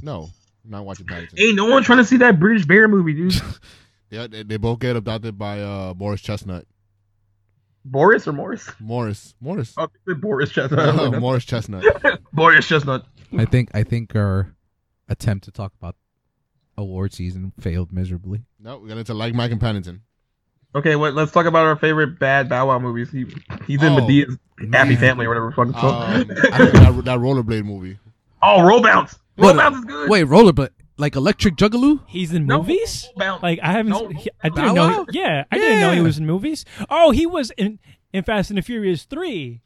No, not watching Paddington. Ain't no one trying to see that British Bear movie, dude. Yeah, they, they both get adopted by uh, Boris Chestnut. Boris or Morris? Morris, Morris, Oh, Boris Uh, Chestnut. Morris Chestnut. Boris Chestnut. I think I think our attempt to talk about award season failed miserably. No, we got into like Mike and Paddington. Okay, what? Let's talk about our favorite bad Bow Wow movies. He, he's in Oh, Medea's Happy man. Family or whatever. Fucking Um, called. I think that, that rollerblade movie. oh, Roll Bounce. Roll What a- Bounce is good. Wait, rollerblade like Electric Juggaloo? He's in No, movies. Roll Bounce. Like I haven't. No, he- I Bow didn't know. Wow? yeah, I didn't know he Yeah. was in movies. Oh, he was in in Fast and the Furious three.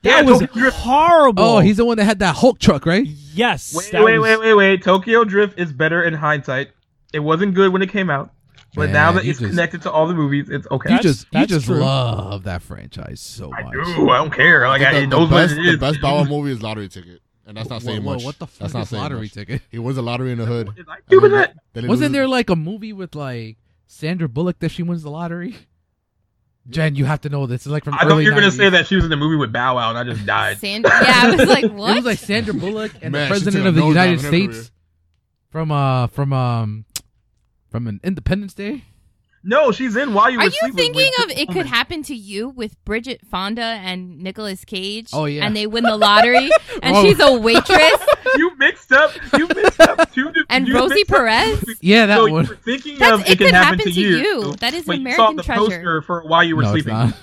yeah, That was Tokyo Drift. horrible. Oh, he's the one that had that Hulk truck, right? yes. Wait, that wait, was- wait, wait, wait. Tokyo Drift is better in hindsight. It wasn't good when it came out, but Man, now that you it's just- connected to all the movies, it's okay. You That's- just you that's just true. love that franchise so I much. do. I don't care. Like I, the, it the knows what best, it is. the best Bow Wow movie is Lottery Ticket, and that's not saying Whoa, whoa, much. What the fuck that's not is saying lottery much. ticket? He was a lottery in the hood. Is I doing And that? then- then he Wasn't there loses- like a movie with like Sandra Bullock that she wins the lottery? Jen, you have to know this. It's like from I thought early you were gonna 90s. say that she was in the movie with Bow Wow, and I just died. Sandra. Yeah, I was like, what? It was like Sandra Bullock and Man, the she took president a of the nosedive United in her States career. from uh from um from an Independence Day. No, she's in while you Are were you Sleeping with thinking of Pretty it could Woman. happen to you with Bridget Fonda and Nicolas Cage? Oh, yeah. and they win the lottery, and Oh. she's a waitress, You mixed up. You mixed up two. di- and you Rosie mixed up- Perez. Yeah, that so one. You were thinking That's of it, could happen, to you. That is an but you saw American the treasure. poster for while you were no, sleeping. it's not.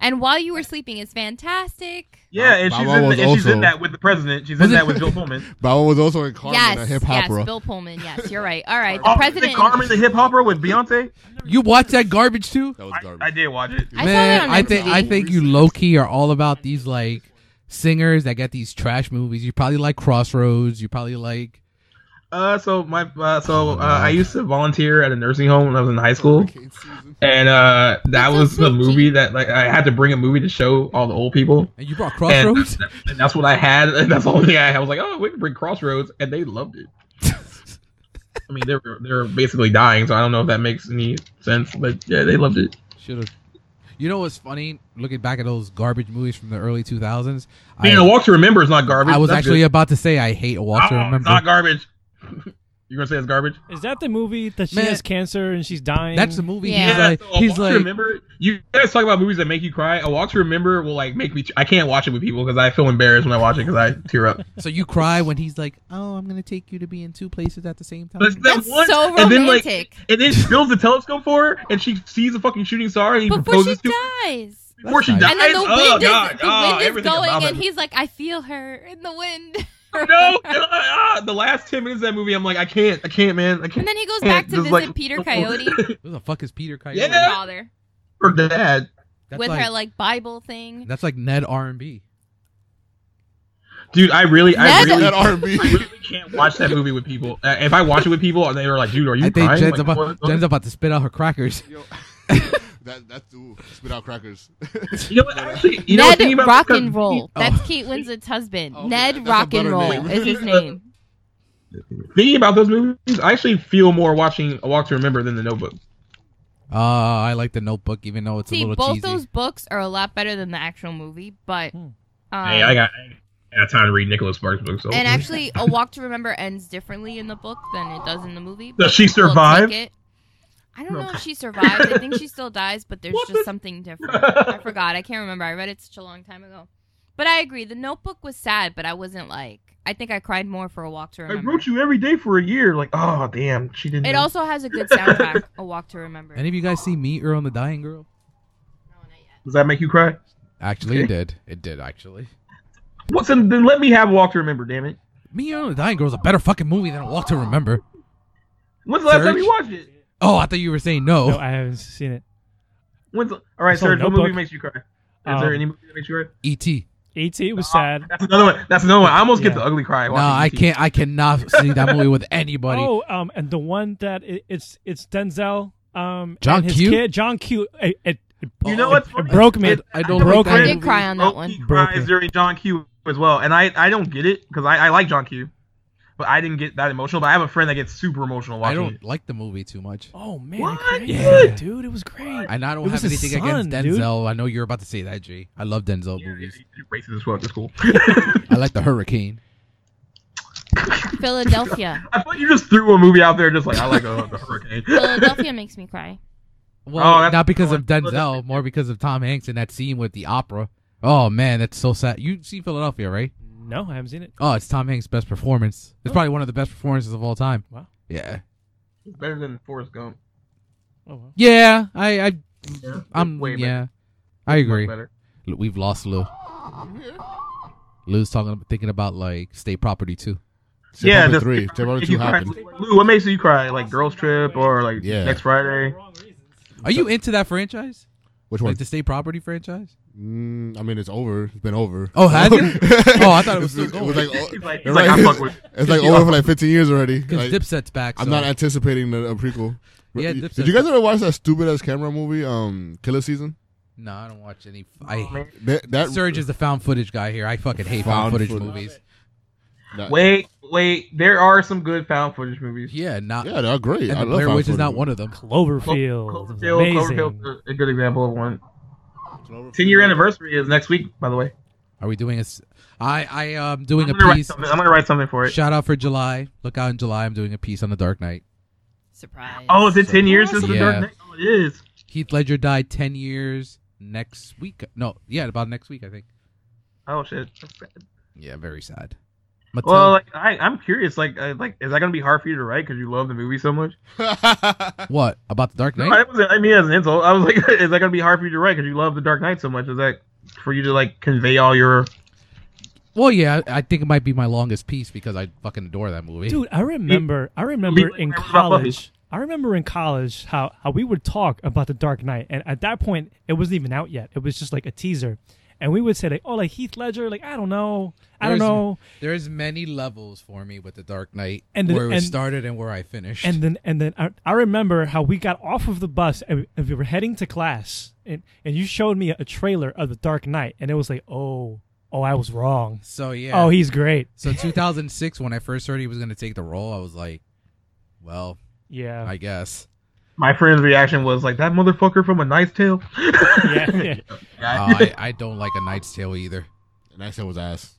And while you were sleeping, is fantastic. Yeah, and Bow she's Wow in was the, and she's also- in that with the president. She's Was in it- that with Bill Pullman. Bow Wow was also in Carmen, a yes, hip yes, opera. Bill Pullman. Yes, you're right. All right, the Oh, is president. it Carmen the hip hopper with Beyonce? You watch that garbage too? that was I, garbage. I did watch it. I saw Man, that on I think MTV. I think you low key are all about these like singers that get these trash movies. You probably like Crossroads. You probably like Uh, so my uh, so uh, I used to volunteer at a nursing home when I was in high school, and uh, that That's so was the sweet, movie that like I had to bring a movie to show all the old people, and you brought Crossroads. and that's what I had, and that's the only thing I had. I was like, oh, we can bring Crossroads, and they loved it. I mean, they were they were basically dying, so I don't know if that makes any sense, but yeah, they loved it. Should have. You know what's funny? Looking back at those garbage movies from the early 2000s, I mean, I, a walk to remember is not garbage. I was That's actually good. about to say I hate Walk to Oh, it's Remember. not garbage. You're gonna say it's garbage? Is that the movie that she Man. has cancer and she's dying? That's the movie. Yeah. He's Yeah, like, A Walk he's to like, remember you guys talk about movies that make you cry. A Walk to Remember will like make me. I can't watch it with people because I feel embarrassed when I watch it because I tear up. so you cry when he's like, oh, I'm gonna take you to be in two places at the same time. But that That's one- so And then like, romantic. and then she builds the telescope for her, and she sees a fucking shooting star, and he Before she proposes to dies. her before she That's dies. And nice. then the wind oh is, god, the oh, wind is everything about going, that and movie. he's like, I feel her in the wind. no, ah, the last ten minutes of that movie, I'm like, I can't, I can't, man, I And can't. then he goes Yeah, back to just visit like- Peter Coyote, Who the fuck is Peter Coyote? his Yeah. father, Her dad. That's with like, her like Bible thing. That's like Ned R and B. Dude, I really, I Ned- really, that I R&B. really can't watch that movie with people. Uh, if I watch it with people, and they were like, "Dude, are you I think crying?" Jen's, Like, about, what- Jen's about to spit out her crackers. Yo, that that's ooh, spit out crackers. you know what? Actually, you know, Ned thinking about Rock this, 'cause and Roll. Oh. That's Kate Winslet's husband. Okay, that's Ned a Rock and better Roll name. is his name. Thinking about those movies, I actually feel more watching A Walk to Remember than The Notebook. Uh, I like the Notebook, even though it's a See, little both cheesy. Hmm. those books are a lot better than the actual movie, but. Um, hey, I got, I got time to read Nicholas Sparks books. So. and actually, A Walk to Remember ends differently in the book than it does in the movie. but she people take survive? it. I don't know if she survived. I think she still dies, but there's What just the- something different. I forgot. I can't remember. I read it such a long time ago. But I agree. The Notebook was sad, but I wasn't like. I think I cried more for A Walk to I Remember. wrote you every day for a year. Like, oh damn, she didn't. It know. also has a good soundtrack. A Walk to Remember. Any of you guys see Me Earl and the Dying Girl? Does that make you cry? Actually, it did. It did actually. What's in, then let me have a walk to remember, damn it. Me Earl and the Dying Girl is a better fucking movie than A Walk to Remember. When's the last time Serge? you watched it? Oh, I thought you were saying no. No, I haven't seen it. When's the, all right, It's on Serge, what Notebook. movie makes you cry? Is there Um, any movie that makes you cry? E.T. E.T. E was sad. That's another one. That's another one. I almost get Yeah. the ugly cry. No, watching I ET. can't. I cannot see that movie with anybody. E Oh, um, and the one that i it's it's Denzel, um, John and his Q? kid, John Q. It, it, it- You know it- what's it funny? broke me. It- I don't Broke like that I I did did movie. cry on that Low-key one. Broken. cries during John Q as well, and I I don't get it because I, I like John Q, but I didn't get that emotional. But I have a friend that gets super emotional I watching. it. don't like the movie too much. Oh man, What? Crazy, Yeah. dude, it was great. And I don't It have was his anything against son, dude. Denzel. I know you're about to say that, G. I love Denzel Yeah, movies. you're Racist as well. That's cool. I like the Hurricane. Philadelphia. I thought you just threw a movie out there, just like I like uh, the hurricane. Philadelphia makes me cry. Oh, Well, that's not because the of one. Denzel, more because of Tom Hanks in that scene with the opera. Oh man, that's so sad. You see Philadelphia, right? No, I haven't seen it. Oh, it's Tom Hanks' best performance. Oh. It's probably one of the best performances of all time. Wow. Yeah. It's better than Forrest Gump. Oh, well. Yeah. I. I Yeah, I'm. way yeah. I agree. Better. L- We've lost Lou. Lou's talking, thinking about like State Property too. Yeah, Terminator just- three. Terminator If two you cry, happened. Lou, what makes you cry? Like Girls Trip or like Yeah. Next Friday? Are you into that franchise? Which one? Like the State Property franchise? Mm, I mean, it's over. It's been over. Oh, has it? Oh, I thought it was still It going. was like, oh, He's like, They're he's like, I like- fuck with. it's like over for like 15 years already. Because Like, Dipset's back. I'm so- not anticipating the, a prequel. Yeah, Dipset. Did you guys ever watch that stupid ass camera movie, um, Killer Season? no, I don't watch any. Oh, I That, that Surge is the found footage guy here. I fucking hate found, Found footage, footage. movies. that- Wait, wait. There are some good found footage movies. Yeah, not. Yeah, they're great. and I the love Blair found Witch is footage. not one of them. Cloverfield. Cloverfield, It was amazing. Cloverfield's a- a good example of one. Ten year anniversary is next week, by the way. Are we doing a? s- I I am doing I'm a gonna, write piece. something. I'm gonna write something for it. Shout out for July. Look out in July. I'm doing a piece on the Dark Knight. Surprise. Oh, is it ten years since the Yeah. Dark Knight? Oh, it is. Heath Ledger died ten years next week. No, yeah, about next week I think. Oh shit. That's sad. Yeah, very sad. Mattel, Well, like, I, I'm curious. Like, uh, like, is that gonna be hard for you to write because you love the movie so much? what about the Dark No, Knight? I, wasn't, I mean, as an insult, I was like, is that gonna be hard for you to write because you love the Dark Knight so much? Is that for you to like convey all your? well, yeah, I think it might be my longest piece because I fucking adore that movie. Dude, I remember. I remember Leland in Raven's about Buffy. college. I remember in college how how we would talk about the Dark Knight, and at that point, it wasn't even out yet. It was just like a teaser, and we would say like, "Oh, like Heath Ledger, like I don't know, I don't There's- know." There's many levels for me with the Dark Knight, And the- where it and- started and where I finished. And then and then I, I remember how we got off of the bus and, and we were heading to class, and and you showed me a trailer of the Dark Knight, and it was like, "Oh, oh, I was wrong. so yeah. Oh, he's great. so 2006, when I first heard he was gonna take the role, I was like, well, Yeah, I guess. My friend's reaction was like, that motherfucker from A Knight's Tale. yeah, yeah. Uh, I, I don't like A Knight's Tale either. And that shit was ass.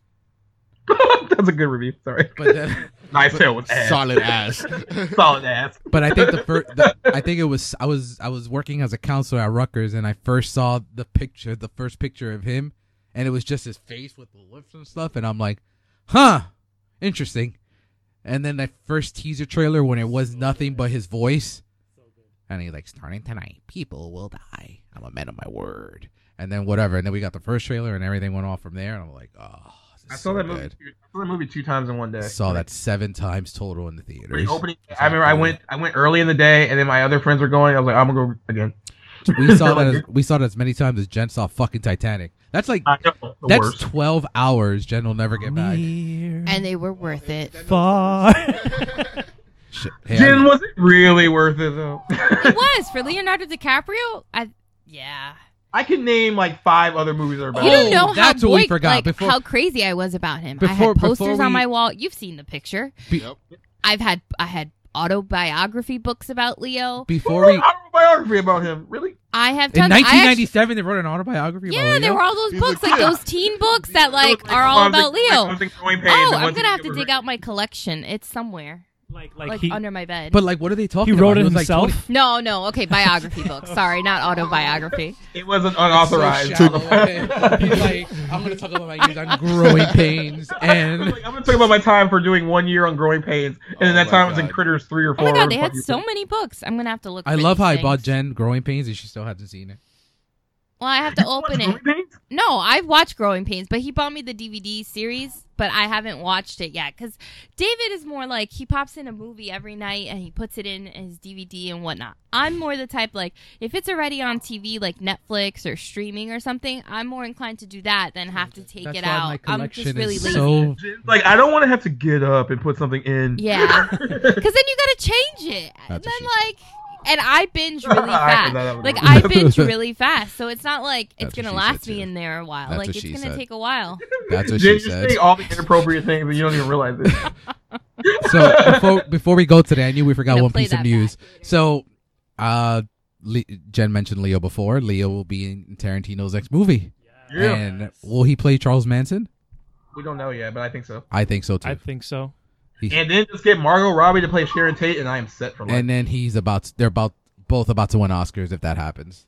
That's a good review. Sorry. But then, Nice tail with ass. Solid ass. Solid ass. but I think the first, the, I think it was I was I was working as a counselor at Rutgers, and I first saw the picture, the first picture of him, and it was just his face with the lips and stuff, and I'm like, huh, interesting. And then that first teaser trailer when it was nothing but his voice, and he's like, starting tonight, people will die. I'm a man of my word. And then whatever, and then we got the first trailer, and everything went off from there, and I'm like, oh, this is I saw so that movie. good. I saw that movie two times in one day. Saw that seven times total in the theaters. Pretty opening. I remember I went. I went early in the day, and then my other friends were going. I was like, I'm gonna go again. We saw that. As, we saw that as many times as Jen saw fucking Titanic. That's like I know the that's worst. twelve hours. Jen will never get back. And and they were worth it. far. Shit. Hey, Jen, I, was it really worth it though? it was for Leonardo DiCaprio. I yeah. I can name like five other movies that are you better. didn't know how Oh, that's what we boy- forgot. like, Before- how crazy I was about him. I Before- had before posters on we- my wall. You've seen the picture. Yep. I've had I had autobiography books about Leo. before we in autobiography about him. Really? I have tons. I actually- 1997 they wrote an autobiography. about yeah, Leo? there were all those He's a books, like kid. those teen books that like Like, are all on the- about Leo. on the growing pains Oh, and I'm what's gonna have to ever- dig out my collection. It's somewhere, like like, like he, under my bed. But like, what are they talking? he wrote about? it was, like, himself. 20 no, no, okay, biography book. Sorry, not autobiography. It wasn't unauthorized. So shallow. He's like, I'm gonna talk about my years on growing pains I'm and like, I'm gonna talk about my time for doing one year on Growing Pains, and then Oh that my time I was in God. Critters three or Oh four. my god, they had Fucking- so many books. I'm gonna have to look. I for love these how I things. bought Jen growing pains and she still hasn't seen it. Well, I have to open it. Growing Pains? No, I've watched Growing Pains, but he bought me the DVD series, but I haven't watched it yet because David is more like he pops in a movie every night and he puts it in his DVD and whatnot. I'm more the type like if it's already on TV, like Netflix or streaming or something, I'm more inclined to do that than have to take That's it why out. my I'm collection just really is lazy. so Jen's Like I don't want to have to get up and put something in. Yeah. Because then you gotta change it. and That's what then she like and I binge really I fast. thought that was- Like I binge really fast. So it's not like it's That's what gonna she said, last me too. in there a while. That's like what it's she gonna said. take a while. That's what Jen, she you're said. saying all the inappropriate things, and you don't even realize it. so before before we go today, I knew we forgot Gonna one play piece of that news. back later. So, uh, Le- Jen mentioned Leo before. Leo will be in Tarantino's next movie, Yeah. and will he play Charles Manson? We don't know yet, but I think so. I think so too. I think so. And then just get Margot Robbie to play Sharon Tate, and I am set for life. and then he's about to- they're about both about to win Oscars if that happens.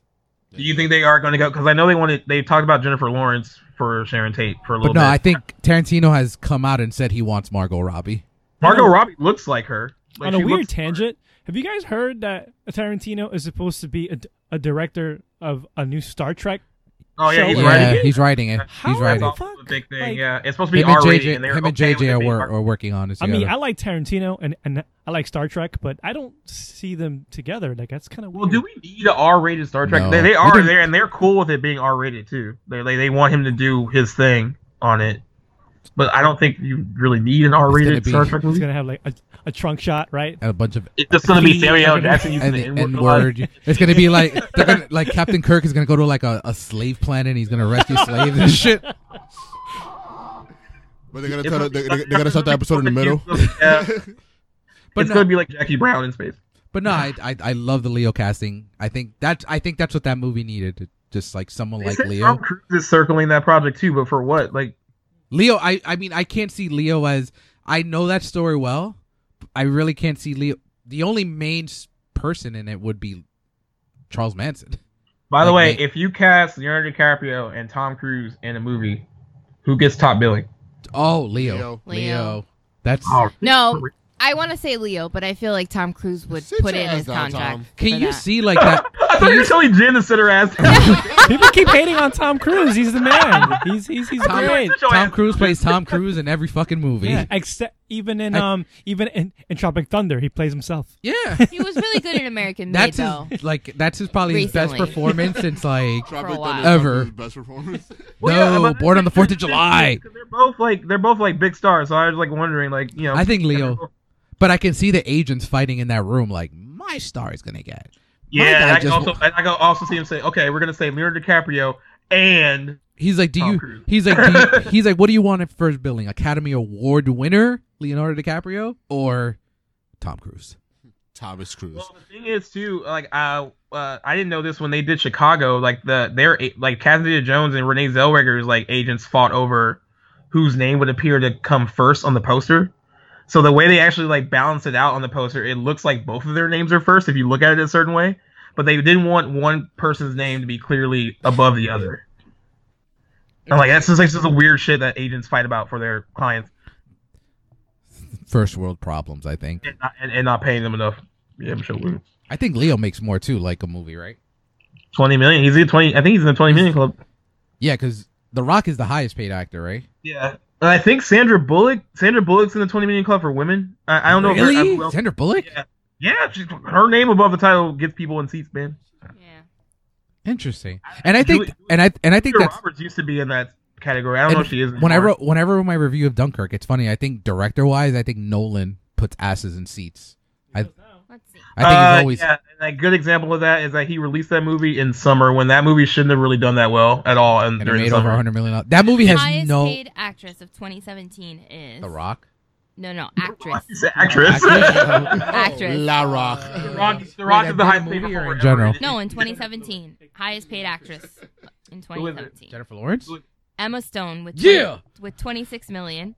Do you think they are going to go? Because I know they wanted. They talked about Jennifer Lawrence for Sharon Tate for a But little no, bit. I think Tarantino has come out and said he wants Margot Robbie. Margot Robbie looks like her. Like, On a she weird looks- tangent, have you guys heard that Tarantino is supposed to be a, d- a director of a new Star Trek? Oh yeah, he's Yeah. writing. he's writing it. How he's the writing. That's it. also fuck? a big thing. Like- yeah, it's supposed to be Him and R rated. JJ, And they're him and okay with JJ it are, being wor- R- are working on it. I mean, together. I like Tarantino and, and I like Star Trek, but I don't see them together. Like that's kind of Well, weird. do we need an R rated Star Trek? No. They, We they are didn't- there, and they're cool with it being R rated too. They they they want him to do his thing on it. But I don't think you really need an R rated be- Star Trek He's movie. gonna have like a, a trunk shot, right? and a bunch of It's just gonna be He- Samuel L. Jackson using and the the N N word. word. It's gonna be like they're gonna, like Captain Kirk is gonna go to like a, a slave planet and he's gonna rescue slaves and shit. But they're gonna tell they, they, they gotta start the episode in the middle. Yeah, But it's no, gonna be like Jackie Brown in space. but no, I, I I love the Leo casting. I think that's I think that's what that movie needed. Just like someone They like said Leo. Tom Cruise is circling that project too, but for what? Like, Leo, I I mean I can't see Leo as I know that story well. I really can't see Leo. The only main s- person in it would be Charles Manson. by the way, Like, if you cast Leonardo DiCaprio and Tom Cruise in a movie, who gets top billing? Oh, Leo, Leo. Leo. Leo. That's Oh. No, I want to say Leo, but I feel like Tom Cruise would Sit put your it in ass his down, contract. Tom. for can you that. see like that? I thought Can you you were telling Jen to sit her ass. People keep hating on Tom Cruise. He's the man. He's he's he's Tom- great. Tom Cruise plays Tom Cruise in every fucking movie. Yeah, except even in I- um even in, in Tropic Thunder, he plays himself. yeah. He was really good in American Made, That's though. his, like that's his probably his best Recently. performance since like Tropic For a while. Thunder is Ever. his Best performance. no born on the Fourth of July. They're both like they're both like big stars, so I was like wondering, like you know. I think Leo, but I can see the agents fighting in that room. Like my star is gonna get. My Yeah, guy and I can just- also and I can also see him say, okay, we're gonna say Leonardo DiCaprio and He's like, do Tom you? Cruise. He's like, do you, he's like, what do you want at first billing? Academy Award winner Leonardo DiCaprio or Tom Cruise? Thomas Cruise. Well, the thing is too, like I uh, I didn't know this when they did Chicago. Like the their like Cassandra Jones and Renee Zellweger's like agents fought over whose name would appear to come first on the poster. So the way they actually like balance it out on the poster, it looks like both of their names are first if you look at it a certain way. But they didn't want one person's name to be clearly above the other. And like that's just like just the weird shit that agents fight about for their clients First world problems, I think. and not, and, and not paying them enough. Yeah, I'm sure. I think Leo makes more too, like a movie, right? Twenty million. He's in twenty. I think he's in the twenty million club. Yeah, because The Rock is the highest paid actor, right? Yeah, and I think Sandra Bullock. Sandra Bullock's in the twenty million club for women. I, I don't know. really? If her, I- well, Sandra Bullock? Yeah. yeah, she, her name above the title gets people in seats, man. Yeah. Interesting. And I think, Julie- and I, and I think Julia that's Roberts used to be in that category. I don't know And if she is. when I anymore. wrote when I wrote my review of Dunkirk, it's funny. I think director wise, I think Nolan puts asses in seats. Let's see. I think Uh, he's always yeah, and a good example of that is that he released that movie in summer when that movie shouldn't have really done that well at all. And and it during the made over summer, 100 million. That movie has Highest no paid actress of 2017 is The Rock. No, no, actress. She's an actress. Actress. La Rock. The Rock, the Rock Wait, is Oh, that the highest movie paid or in performer ever. general? No, in 2017, highest paid actress in 2017. Jennifer Lawrence. Emma Stone with Yeah. with 26 million.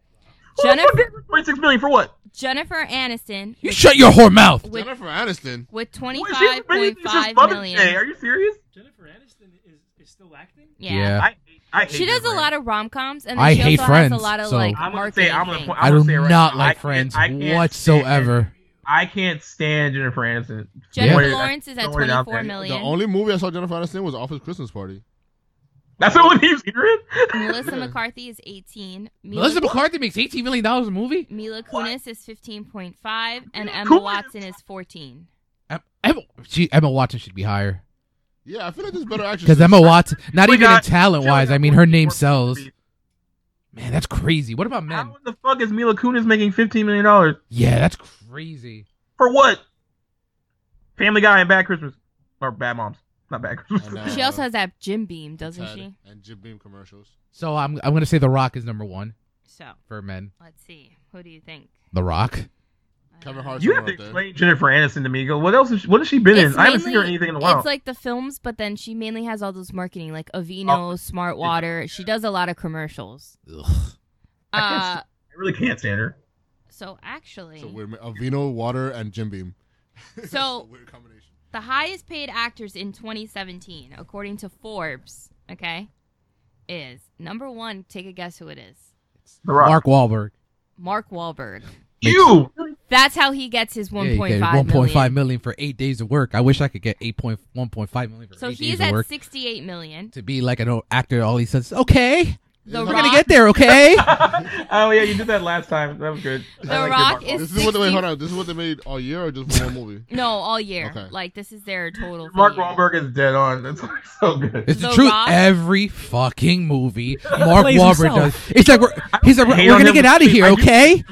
Who the fuck Jennifer gave her 26 million for what? Jennifer Aniston You shut your whore mouth. with Jennifer Aniston. with What, she's been making this since 25.5 Mother's Day. million. Are you serious? Jennifer Aniston is, is still acting. Yeah. I, hate- I hate She does a Jennifer lot of rom coms, and then I she hate also has Friends, a lot of so- like I'm gonna marketing. say I'm gonna point. things. I'm I gonna do say it right not now, I like can't- Friends I can't whatsoever. stand- I can't stand Jennifer Aniston. Jennifer Yeah. Lawrence is at Don't worry about 24 that. The million. only movie I saw Jennifer Aniston was Office Christmas Party. That's the only thing he's hearing. Melissa McCarthy is 18. Mila, Melissa McCarthy makes 18 million dollars a movie. Mila Kunis is 15.5, and Mila Emma Kunis? Watson is 14. Em- Emma, she, Emma Watson should be higher Yeah, I feel like there's better actors. because Emma Watson, not We even in got- talent She's only wise. got I mean, her 14 name more sells. movies. Man, that's crazy. What about men? How in the fuck is Mila Kunis making fifteen million dollars Yeah, that's crazy. for what? Family Guy and Bad Christmas or Bad Moms, not Bad Christmas. And, uh, She also has that Jim Beam, doesn't Ted she? And Jim Beam commercials. So I'm I'm gonna say The Rock is number one So for men. let's see. Who do you think? The Rock. Kevin Hart's You one have to right there. explain Jennifer Aniston to me. Go. What else? Is she, what has she been in? I haven't seen her in anything in a while. It's like the films, but then she mainly has all those marketing, like Oh. Aveeno, Smart Water. She does a lot of commercials. Ugh. I can't Uh, I really can't stand her. so actually, So weird. Avino, water, and Jim Beam. It's So- a weird combination. the highest paid actors in 2017, according to Forbes, okay, is number one. Take a guess who it is? The Rock. Mark Wahlberg. Mark Wahlberg. you. That's how he gets his Yeah, you 1.5 get million. 1.5 million for eight days of work. I wish I could get 8.1.5 million for So he's eight days of at work. 68 million. to be like an old actor, all he says, okay, The we're Rock, gonna get there, okay. oh yeah, you did that last time. That was good. I The like your Rock Mark is This is what they wait, 60 hold on. This is what they made all year or just one movie? No, all year. Okay. Like this is their total. for Mark the year. Wahlberg is dead on. That's like so good. it's the, The truth. Rock- Every fucking movie, Mark plays Wahlberg does. himself. It's like we're, he's like, we're, hate we're on gonna him, get out of but here, I do- okay.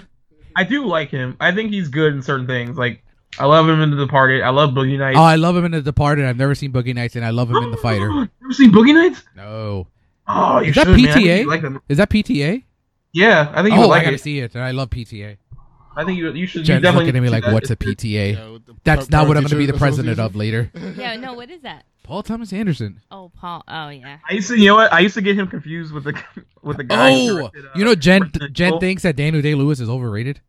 I do like him. I think he's good in certain things. Like I love him in The Departed. I love Boogie Nights. Oh, I love him in The Departed. I've never seen Boogie Nights, and I love him in The Fighter. You ever seen Boogie Nights? No, Oh, you Is that should, man. I think PTA? you'd like them. is that PTA? Yeah, I think you Oh, would I like gotta it. see it, and I love PTA. I think you you should. You Jen's definitely looking at me should like, do that. what's a PTA? Yeah, with the That's par- not what I'm parent gonna be the teacher president of association. later. Yeah, no, what is that? Paul Thomas Anderson. Oh, Paul. Oh, yeah. I used to, you know what? I used to get him confused with the with the guy. who Oh, directed, uh, you know Jen. Resident Jen Evil. thinks that Daniel Day Lewis is overrated.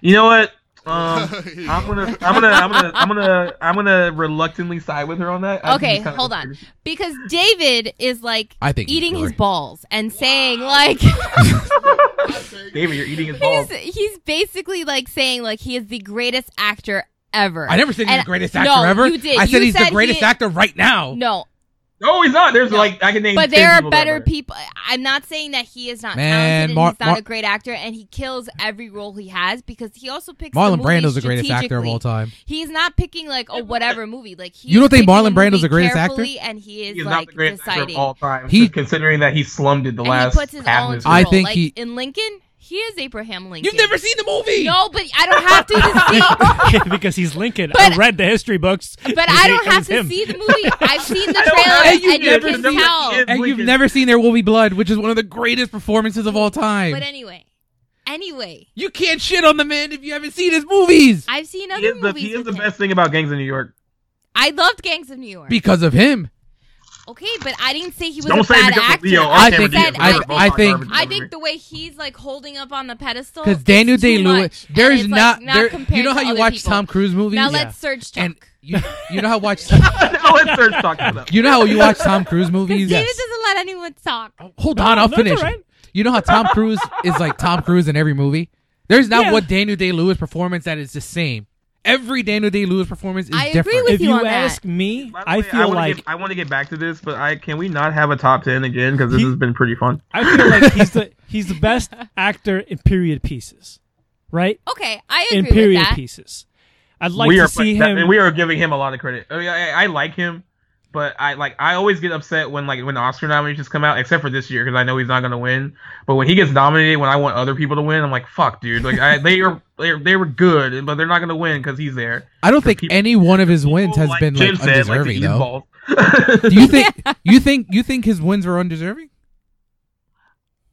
You know what? Um, Here you I'm go. gonna, I'm gonna, I'm gonna, I'm gonna, I'm gonna reluctantly side with her on that. I think Okay, he's kinda hold on. overrated. Because David is like I think he's eating his great. balls and saying like David, you're eating his balls. he's he's basically like saying like he is the greatest actor ever. I never said he's And- the greatest actor no, ever. You did. I said You he's said the greatest he- actor right now. No, No, he's not. There's No. like I can name. but 10 there are people that better are- people. I'm not saying that he is not Man, talented and Mar- he's not Mar- a great actor, and he kills every role he has because he also picks. the Marlon movie Brando's the greatest actor of strategically. all time. He's not picking like a whatever movie. Like he's You don't think picking Marlon a Brando's movie the greatest actor? carefully, And he is, He's not like the greatest actor deciding. of all time. He- considering that he slummed it the and last he puts his half of all his into I I career. think like, he- in Lincoln, he is Abraham Lincoln. You've never seen the movie. No, but I don't have to, to because he's Lincoln. I But- read the history books. see. But It I don't was have to him. see the movie. I've seen the I don't- trailer, and and you you, never can know tell. what he is. And you've Lincoln. never seen There Will Be Blood, which is one of the greatest performances of all time. But anyway, anyway, you can't shit on the man if you haven't seen his movies I've seen He other is the, movies. he is with the him. best thing about Gangs of New York. I loved Gangs of New York. because of him. Okay, but I didn't say he was Don't a say bad because actor. of Leo. I I think- Said, I- I think- I think the way he's like holding up on the pedestal Because Daniel is too Day Lewis, much, and there is it's, like, not, there. compared You know to how you other watch people. Tom Cruise movies, Now Yeah. let's search Chuck. and you, you know how watch, no, let's start talking about you know how you watch Tom Cruise movies. David doesn't let anyone talk. Hold on, I'll no, it's finish. alright. You know how Tom Cruise is like Tom Cruise in every movie. There's not Yeah. one Daniel Day Lewis performance that is the same. Every Daniel Day Lewis performance is I agree different. with if you you on that. ask me, By the I way, feel wanna like get, I want to get back to this, but I can we not have a top ten again because this He- has been pretty fun. I feel like he's the he's the best actor in period pieces, right? Okay, I in agree with period that. pieces. I'd like we to are see that- him. and we are giving him a lot of credit. I, mean, I, I like him, but I like I always get upset when like when Oscar nominations come out, except for this year because I know he's not gonna win. But when he gets nominated, when I want other people to win, I'm like, fuck, dude. Like I, they are they are- they were good, but they're not gonna win because he's there. I don't think people- any one of his wins has been Jim like said, like, undeserving the though. balls. Do you think you think you think his wins were undeserving?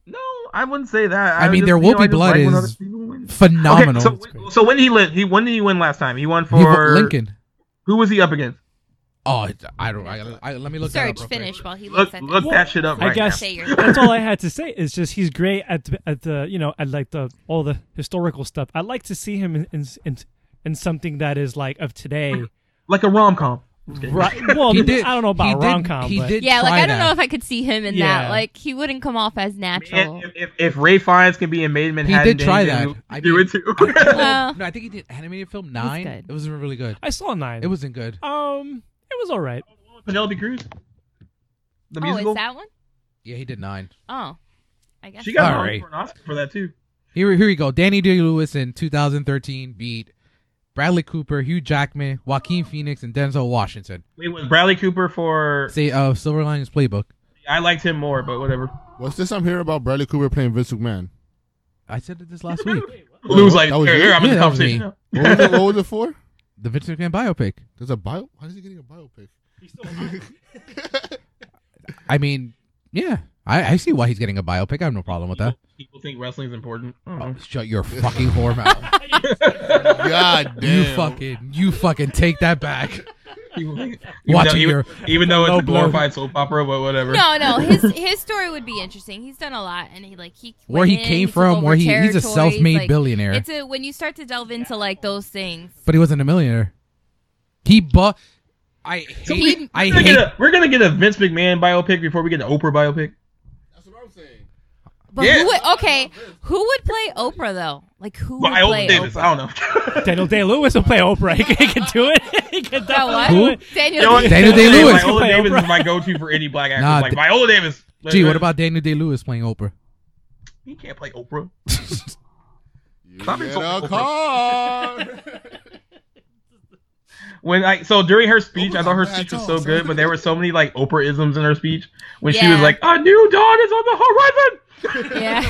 no, I wouldn't say that. I mean, just- There you Will know, Be I just Blood like when is other people win. Phenomenal. Okay, so, so when he win, he when did he win last time? He won He vote for Lincoln. Who was he up against? Oh, I- I don't. I, I, let me look. that up Search real quick. finish while he Look, looks at look that. that shit up I right guess Say your- that's all I had to say. It's just he's great at the, at the you know at like the all the historical stuff. I'd like to see him in in, in, in something that is like of today. now. Like a rom com. Right? Well, He did- I don't know he about did- rom com, he but did Yeah, like try I don't that. know if I could see him in Yeah. that. Like he wouldldn't come off as natural. And if, if, if Ray Fiennes can be in Made in He Manhattan, did try then that. you I do did. it too. Well- no, I think he did animated film nine. good. It was really good. I saw nine. It wasn't good. um, it was all right. Penelope Cruz, the oh, musical. is that one? Yeah, he did nine. Oh, I guess. She got All an right. for an Oscar for that too. Here, here we go. Danny Day Lewis in 2013 beat Bradley Cooper, Hugh Jackman, Joaquin Phoenix, and Denzel Washington. It was Bradley Cooper for. Say, uh, Silver Linings Playbook. I liked him more, but whatever. What's this I'm hearing about Bradley Cooper playing Vince McMahon? I said it this last week. Lou was like, that was "Here, you? here, I'm in Yeah, the that was conversation. me. now." What was, it, what was it for? The Vince McMahon biopic. There's a bio. Why is he getting a biopic? I mean, yeah, I, I see why he's getting a biopic. I have no problem with that. People think wrestling's important. I don't Oh, know. shut your fucking whore mouth. God damn. You fucking, you fucking take that back. People think- Watching even, your- though- even, even though it's No a glorified soap opera, but whatever. No, no, his his story would be interesting. He's done a lot, and he like he Where went he in, came took from, over where he- he's a territories, self-made like, billionaire. It's a when you start to delve into like those things. But he wasn't a millionaire. He bought. I hate. So we, I we're, gonna hate. get a, we're gonna get a Vince McMahon biopic before we get an Oprah biopic. That's what I'm saying. But Yeah. who would, okay, who would play Oprah though? Like who would play Viola Davis. Oprah? I don't know. Daniel Day Lewis will play Oprah. He can, he can do it. He can That definitely what? do it. Daniel. You know what? Daniel Day-Lewis. Viola Play Davis Oprah. is my go-to for any black actor. Nah, like d- Viola Davis. Gee, what about Daniel Day Lewis playing Oprah? He can't play Oprah. You Stop it, get Oprah. a car. When I so during her speech, I Oprah's thought her not bad speech at was all, so good, so- but there were so many like Oprahisms in her speech. When she Yeah. was like, "A new dawn is on the horizon." Yeah.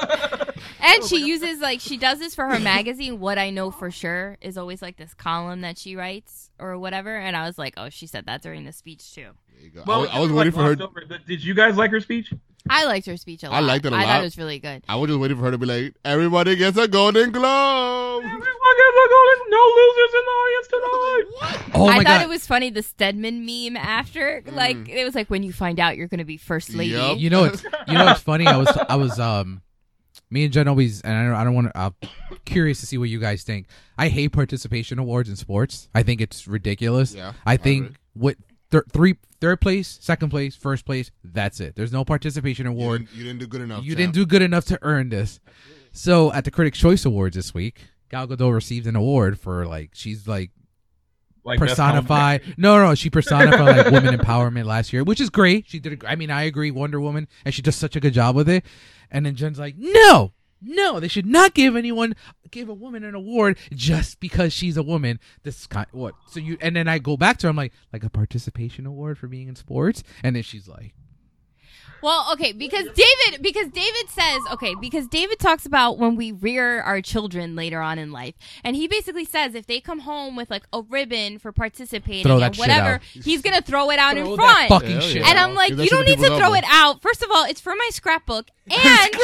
Oh and she uses like she does this for her magazine. What I know for sure is always like this column that she writes or whatever. And I was like, oh, she said that during the speech too. There you go. I was, I was waiting for her. her. Did you guys like her speech? I liked her speech a lot. I liked it a I thought lot. it was really good. I was just waiting for her to be like, everybody gets a golden globe. Everyone gets a golden. No losers in the audience tonight. Oh I my thought god! it was funny the Stedman meme after. Like it was like when you find out you're gonna be first lady. Mm. Yup. you know it's you know it's funny. I was I was um, me and Jen always and I don't, I don't want to. I'm curious to see what you guys think. I hate participation awards in sports. I think it's ridiculous. Yeah, I I think agree. what thir- three third place, second place, first place. That's it. There's no participation You award. didn't, you didn't do good enough. You champ. didn't do good enough to earn this. So at the Critics' Choice Awards this week, Gal Gadot received an award for like she's like Like that's how- personify. No, no, she personified like women empowerment last year, which is great. She did. A, I mean, I agree, Wonder Woman, and she does such a good job with it. And then Jen's like, no, no, they should not give anyone give a woman an award just because she's a woman. This kind what? So you and then I go back to her. I'm like, like a participation award for being in sports, and then she's like, Well, okay, because David because David says okay, because David talks about when we rear our children later on in life. And he basically says if they come home with like a ribbon for participating Throw or that shit whatever, out. he's gonna throw it out "Throw in that front. fucking Hell shit. yeah. and I'm out. like, Give you that to don't need to people's throw it elbow. out. First of all, it's for my scrapbook. And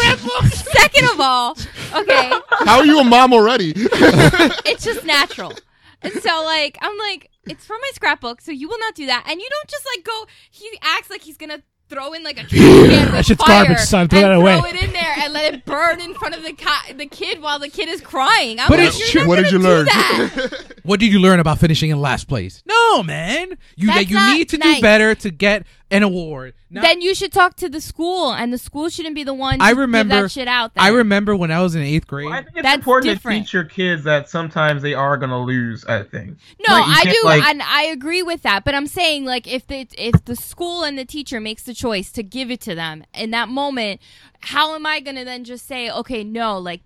second of all, okay, How are you a mom already? it's just natural. And so like I'm like It's from my scrapbook, so you will not do that. And you don't just like go. He acts like he's gonna throw in like a trash can with shit's fire garbage, son. Throw and that away. Throw it in there and let it burn in front of the ki- the kid while the kid is crying. I'm But like, it's "You're true. not What did gonna you do learn? that." What did you learn about finishing in last place? No, man. You That's that you not need to nice. do better to get an award. Not- then you should talk to the school, and the school shouldn't be the one. to I give remember. that shit out. There. I remember when I was in eighth grade. Well, I think it's That's important different. to teach your kids that sometimes they are gonna lose. I think. No, Right, you I can't, do, like- and I agree with that. But I'm saying, like, if the if the school and the teacher makes the choice to give it to them in that moment, how am I gonna then just say, okay, no, like,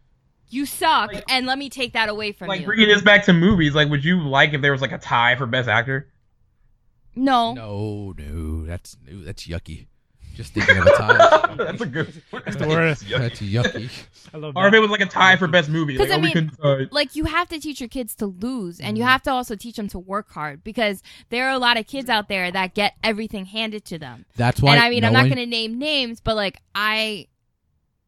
you suck, Like- and let me take that away from Like you? bringing this back to movies, like would you like if there was like a tie for best actor? no. no, no, that's no, that's yucky. Just thinking of a time. That's a good. That's the worst. that's yucky. I love Or if that. it was like a tie for best movie, like 'Cause, I oh, we mean- couldn't tie. Like you have to teach your kids to lose, and Mm-hmm. you have to also teach them to work hard because there are a lot of kids out there that get everything handed to them. That's why. and I mean, no I'm not one- going to name names, but like I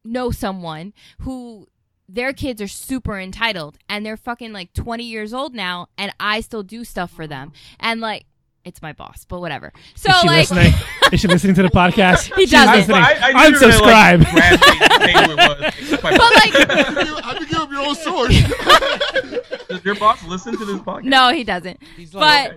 know someone who their kids are super entitled and they're fucking like 20 years old now and I still do stuff for them. And like it's my boss, but whatever. So Is she like listening? Is she listening to the podcast? He She's doesn't. listening. knew they were, Unsubscribe. Like, graduating, but But, like- have to give up your own sword. does your boss listen to this podcast? no, he doesn't. like-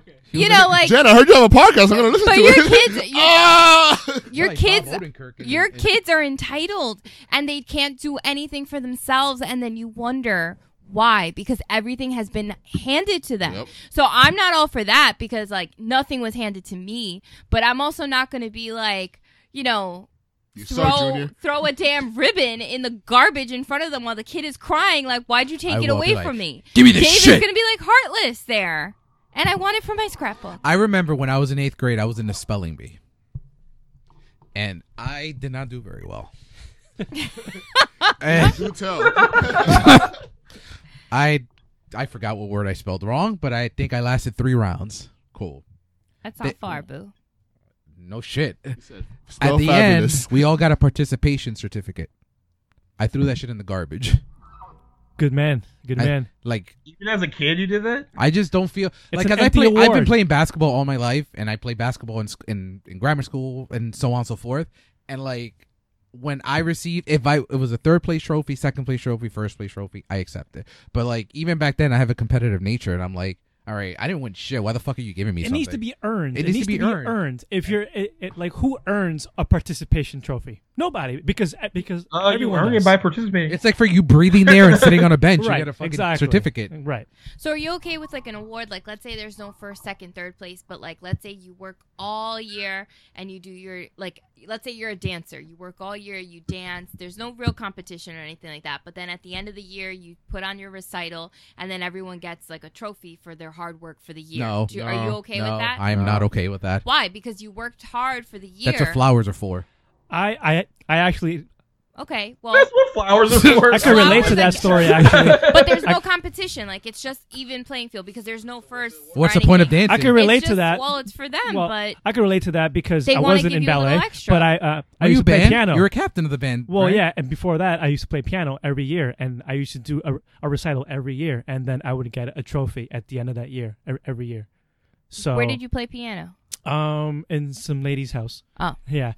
but you know like Jen, I heard you have a podcast. I'm gonna listen but to your it. kids your, Ah! your Like Bob kids Odenkirk in- your in- kids are entitled and they can't do anything for themselves and then you wonder why because everything has been handed to them Yep. so i'm not all for that because like nothing was handed to me but i'm also not going to be like you know You suck, throw Junior. throw a damn ribbon in the garbage in front of them while the kid is crying like why'd you take I it will be away like, from me "Give me this david's shit." going to be like heartless there and i want it for my scrapbook I remember when I was in eighth grade, I was in the spelling bee, and I did not do very well. and You tell. I, I forgot what word I spelled wrong, but I think I lasted three rounds. Cool. that's not They- far boo No shit. Still At the fabulous. end, we all got a participation certificate. I threw that shit in the garbage. Good man. Good I- man. Like Even as a kid, you did that. I just don't feel like an as I empty play. I've been award. playing basketball all my life, and I played basketball in, sc- in in grammar school and so on and so forth. And like when I received, if I it was a third place trophy, second place trophy, first place trophy, I accept it. But like even back then, I have a competitive nature, and I'm like, all right, I didn't win shit. Why the fuck are you giving me? It something? needs to be earned. It It, needs to be needs earned. earned. If you're it, it, like, who earns a participation trophy? Nobody, because because Uh, you everyone earned it does. by participating. It's like for you breathing there and sitting on a bench, right, you get a fucking exactly. certificate. Right. So are you okay with like an award? Like let's say there's no first, second, third place, but like let's say you work all year and you do your like let's say you're a dancer. You work all year, you dance. There's no real competition or anything like that. But then at the end of the year you put on your recital and then everyone gets like a trophy for their hard work for the year. No, Do- are you okay no, with that? I am not okay with that. Why? Because you worked hard for the year. That's what flowers are for. I I I actually okay. Well That's what flowers are for. I can relate to that Flowers are- story actually. but there's no competition. Like it's just even playing field because there's no first or What's the point of anything. dancing? I can relate It's to just- that. Well, it's for them, Well, but I can relate to that because They I wanna wasn't give in you a little ballet, extra. but I uh, I Are used you to play band? piano. You're a captain of the band. well, right? yeah, and before that, I used to play piano every year, and I used to do a, a recital every year, and then I would get a trophy at the end of that year, e- every year. So where did you play piano? you? Um, in some lady's house. Oh. Yeah,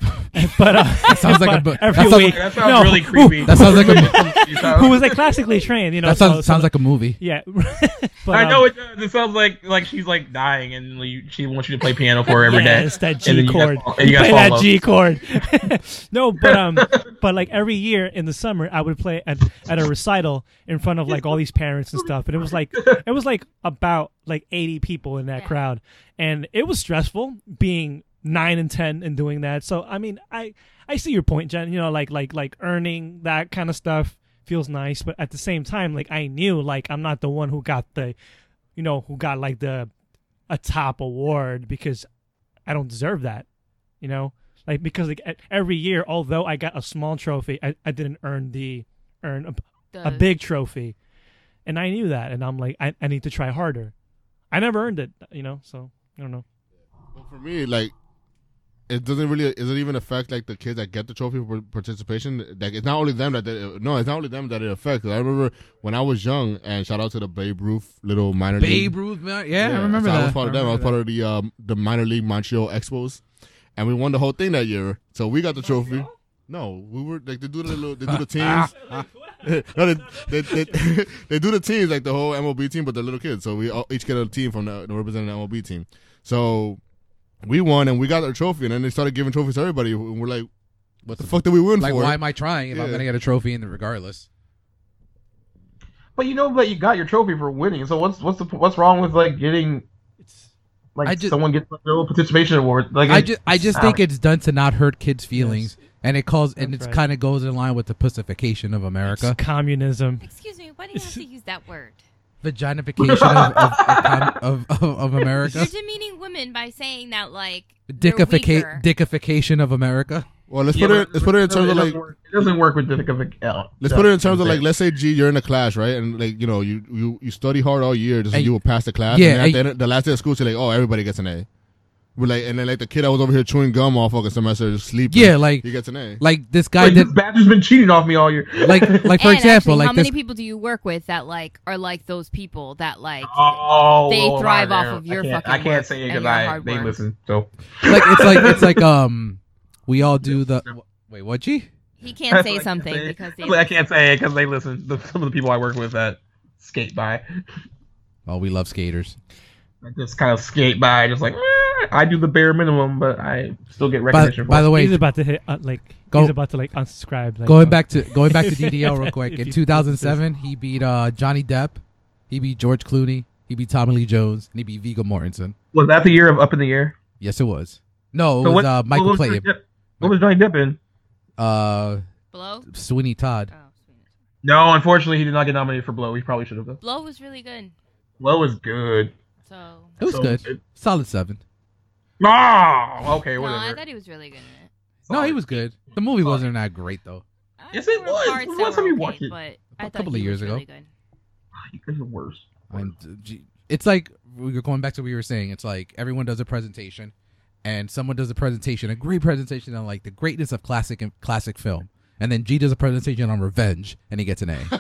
but uh, that sounds like a bu- that every sounds like- week. That sounds no, really creepy. That sounds like a, who was like classically trained, you know? that so- sounds, so- sounds like a movie. yeah. but, I know um, it does. It sounds like like she's like dying, and you, she wants you to play piano for her every yeah, day. It's that And G then you chord. guys fall- and you guys play fall that in love. G chord. no, but um, but like every year in the summer, I would play at, at a recital in front of like all these parents and stuff, and it was like it was like about like eighty people in that Yeah. crowd, and it was stressful being nine and ten and doing that. So I mean, I I see your point, Jen. You know, like like like earning that kind of stuff feels nice, but at the same time, like I knew like I'm not the one who got the, you know, who got like the a top award because I don't deserve that, you know. Like because like e- every year, although I got a small trophy, I, I didn't earn the earn a, The, a big trophy, and I knew that, and I'm like I, I need to try harder. I never earned it, you know. So I don't know. But for me, like, it doesn't really it doesn't even affect like the kids that get the trophy for participation. Like it's not only them that, that no, it's not only them that it affects. I remember when I was young, and shout out to the Babe Ruth little minor league. Babe Ruth. Yeah, I remember so that. I was part of them. I was remember part of the um, the minor league Montreal Expos, and we won the whole thing that year. So we got the trophy. No, we were like they do the little they do the teams. no, they, they, they, they do the teams like the whole MLB team, but the little kids. So we all, each get a team from the, the representing the MLB team. So we won and we got our trophy, and then they started giving trophies to everybody, and we're like, "What the fuck did we win Like, for?" why am I trying if I'm Yeah. gonna get a trophy in the regardless? But you know, but you got your trophy for winning. So what's what's the what's wrong with like getting It's I like ju- someone gets like, a little participation award? Like I it- just I just I think don't- it's done to not hurt kids' feelings, and it calls and That's it's right. kind of goes in line with the pacification of America, it's communism. Excuse me, why do you have to use that word? vaginification of of, of, com- of, of, of You're America, demeaning women by saying that like they're weaker. dickifica- dickification of America. Well, let's Yeah, put it but let's put it in terms doesn't of like work- it doesn't work with difficult. Yeah, let's put it in terms of like let's say G, you're in a class, right? And like you know you you, you study hard all year just so And- you will pass the class. Yeah, And then at and- the, end of- the last day of school, she's like, "Oh, everybody gets an A." We're like, and then like the kid I was over here chewing gum all fucking semester, just sleeping. Yeah, like- he gets an A. Like this guy Like, did, this badger's been cheating off me all year. like like for And example, actually, like how this many people do you work with that like are like those people that like oh, They well, thrive right off there. of your I can't, fucking I can't work say and it because your I hard they work. listen. So like it's like it's like um we all do the wait what G he can't say I something can't say- because they I can't say it because they listen. The, some of the people I work with that skate by, oh we love skaters that just kind of skate by, just like "Eh, I do the bare minimum, but I still get by, recognition. by for the way he's about to hit uh, like Go- he's about to like unsubscribe. Like, going uh, back to going back to DDL real quick If in you- 2007 he beat uh Johnny Depp he beat George Clooney he beat Tommy Lee Jones and he beat Viggo Mortensen it. was that the year of Up in the Air? yes it was no it So was what- uh Michael what was Johnny Clayton Depp- What was Johnny Depp in? uh blow. Sweeney Todd Oh, sweet. No, unfortunately, he did not get nominated for Blow. He probably should have. though. blow was really good. Blow was good. So it was So good it- solid seven Ah, okay, no, I whatever. thought he was really good in it. no he Sorry. was good the movie wasn't that great though I Yes, there it were was. parts that When was the last time were you okay, watched it? But A I thought couple he of years was ago. really good. You guys are worse. I'm- gee, it's like we are going back to what we were saying. It's like everyone does a presentation, and someone does a presentation, a great presentation on like the greatness of classic and classic film, and then G does a presentation on revenge, and he gets an A. you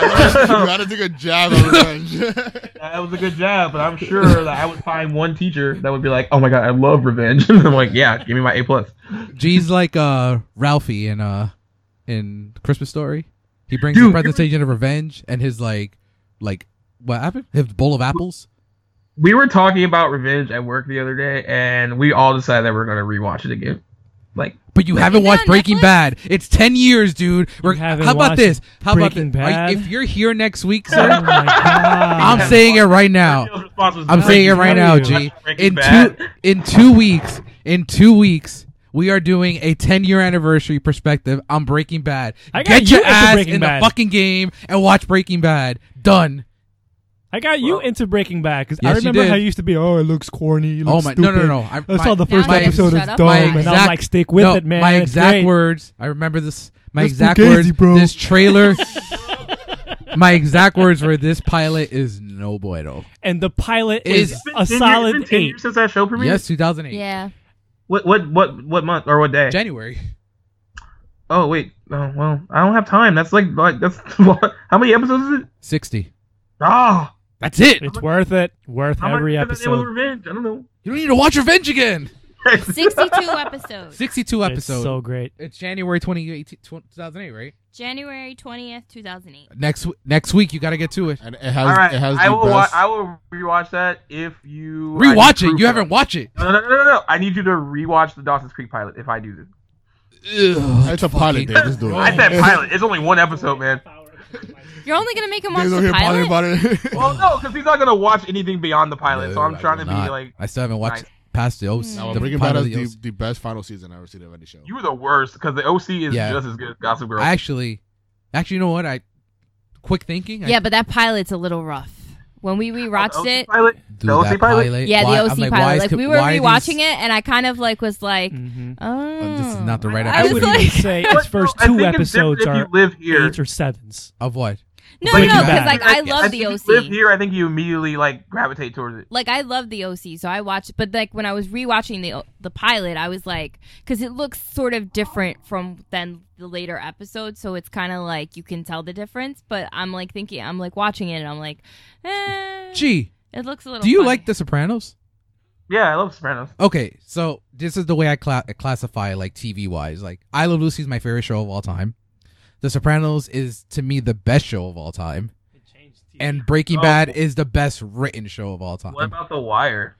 gotta take a jab at revenge. That was a good job, but I'm sure that I would find one teacher that would be like, "Oh my god, I love revenge." and I'm like, "Yeah, give me my A plus." G's like uh Ralphie in uh in Christmas Story. He brings Dude, a presentation of revenge and his like like what happened? His bowl of apples. We were talking about revenge at work the other day, and we all decided that we're gonna rewatch it again. Like, But you haven't Is it watched on Breaking Netflix? Bad. It's ten years, dude. We're, how haven't about watched this? How about Breaking thi- are you- Bad? If you're here next week, Oh my sir, God. I'm saying it right now. Daniel's response was, I'm "Thank saying it you, right now, telling Daniel. G. Breaking In two Bad." in two weeks, in two weeks, we are doing a 10 year anniversary perspective on Breaking Bad. I got Get you your after ass Breaking in Bad. the fucking game and watch Breaking Bad. Done. I got you into Breaking Bad because Yes, I you remember did. how you used to be. Oh, it looks corny. It Oh looks my! No, Stupid. no, no! I, I saw Now the first you have to episode. shut It's up dumb, about and it. I'm like, stick with no, it, man. My it's exact great. words. I remember this. My That's exact Fugazi, words. bro. This trailer. my exact words were: "This pilot is no bueno." And the pilot Is- is It's a It's been 10 years- it's solid been 10 eight. years since that show premiered. Yes, 2008, Yeah, What what what what month or what day? January. oh wait. Oh well, I don't have time. That's like like that's how many episodes is it? 60. Ah, That's it. It's worth it. Worth how much every is that name of episode. Revenge. I don't know. You don't need to watch Revenge again. sixty-two episodes, 62 It's episodes. so great. It's January 2018, 2008, right? January twentieth, two thousand eight. Next w- next week, you got to get to it. and it has All right, it has I the will. Wa- best. I will rewatch that if you I need Rewatch it. proof You of haven't watched it. No, no, no, no, no. I need you to rewatch the Dawson's Creek pilot if I do this. it's a pilot. fucking- Day. Just Oh, do it. I said pilot. It's only one episode, man. You're only gonna make him watch He's over the here pilot. bothering about it. Well, no, because he's not gonna watch anything beyond the pilot. so No, I'm I trying will to be not. like, I still haven't watched nice. past the Mm. OC. No, the Breaking Bad pilot is of the the, OC. the best final season I've ever seen of any show. you were the worst because the OC is Yeah. just as good as Gossip Girl. I actually, actually, you know what? I quick thinking. I Yeah, but that pilot's a little rough. When we The rewatched OC it, pilot. do The OC that pilot? yeah, Why- the I'm OC like, why pilot. is Like co- we were why are rewatching these- it, and I kind of like was like, hmm oh, Uh, this is not the right I I episode was would even like, say its But, first no, I two think it's different episodes if you are live here. eights or sevens. of what? No, no, Breaking because Bad. like I love think the if you Live OC. here, I think you immediately like gravitate towards it. like I love the OC, so I watched. But like when I was rewatching the the pilot, I was like, because it looks sort of different from than the later episodes, so it's kind of like you can tell the difference. But I'm like thinking, I'm like watching it, and I'm like, eh, Gee, it looks a little. do you funny. like The Sopranos? Yeah, I love Sopranos. Okay, so this is the way I cla- classify like TV wise. Like, I Love Lucy is my favorite show of all time. The Sopranos is to me the best show of all time, and Breaking Oh. Bad is the best written show of all time. What about The Wire?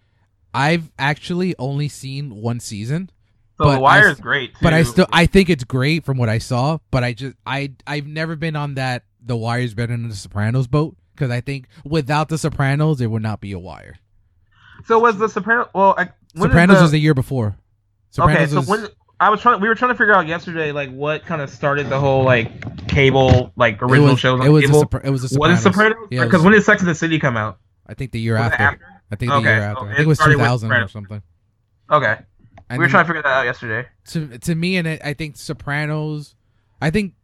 I've actually only seen one season, So But The Wire I- is great. Too. but I still I think it's great from what I saw. But I just I I've never been on that The Wire's better than The Sopranos boat because I think without The Sopranos it would not be a Wire. So was the Soprano? Well, I, when is Sopranos the, was the year before. okay. Sopranos So was, when I was trying, we were trying to figure out yesterday, like what kind of started the whole like cable, like it original was shows on it was cable. a Sopra- it was a was Sopranos. it Sopranos? Yeah, it Because was- when did Sex and the City come out? I think the year Was it after. after? I think the Okay, year after. I so it think it was started with 2000 or Sopranos. something. Okay, And we were then trying to figure that out yesterday. to to me and it, I think Sopranos, I think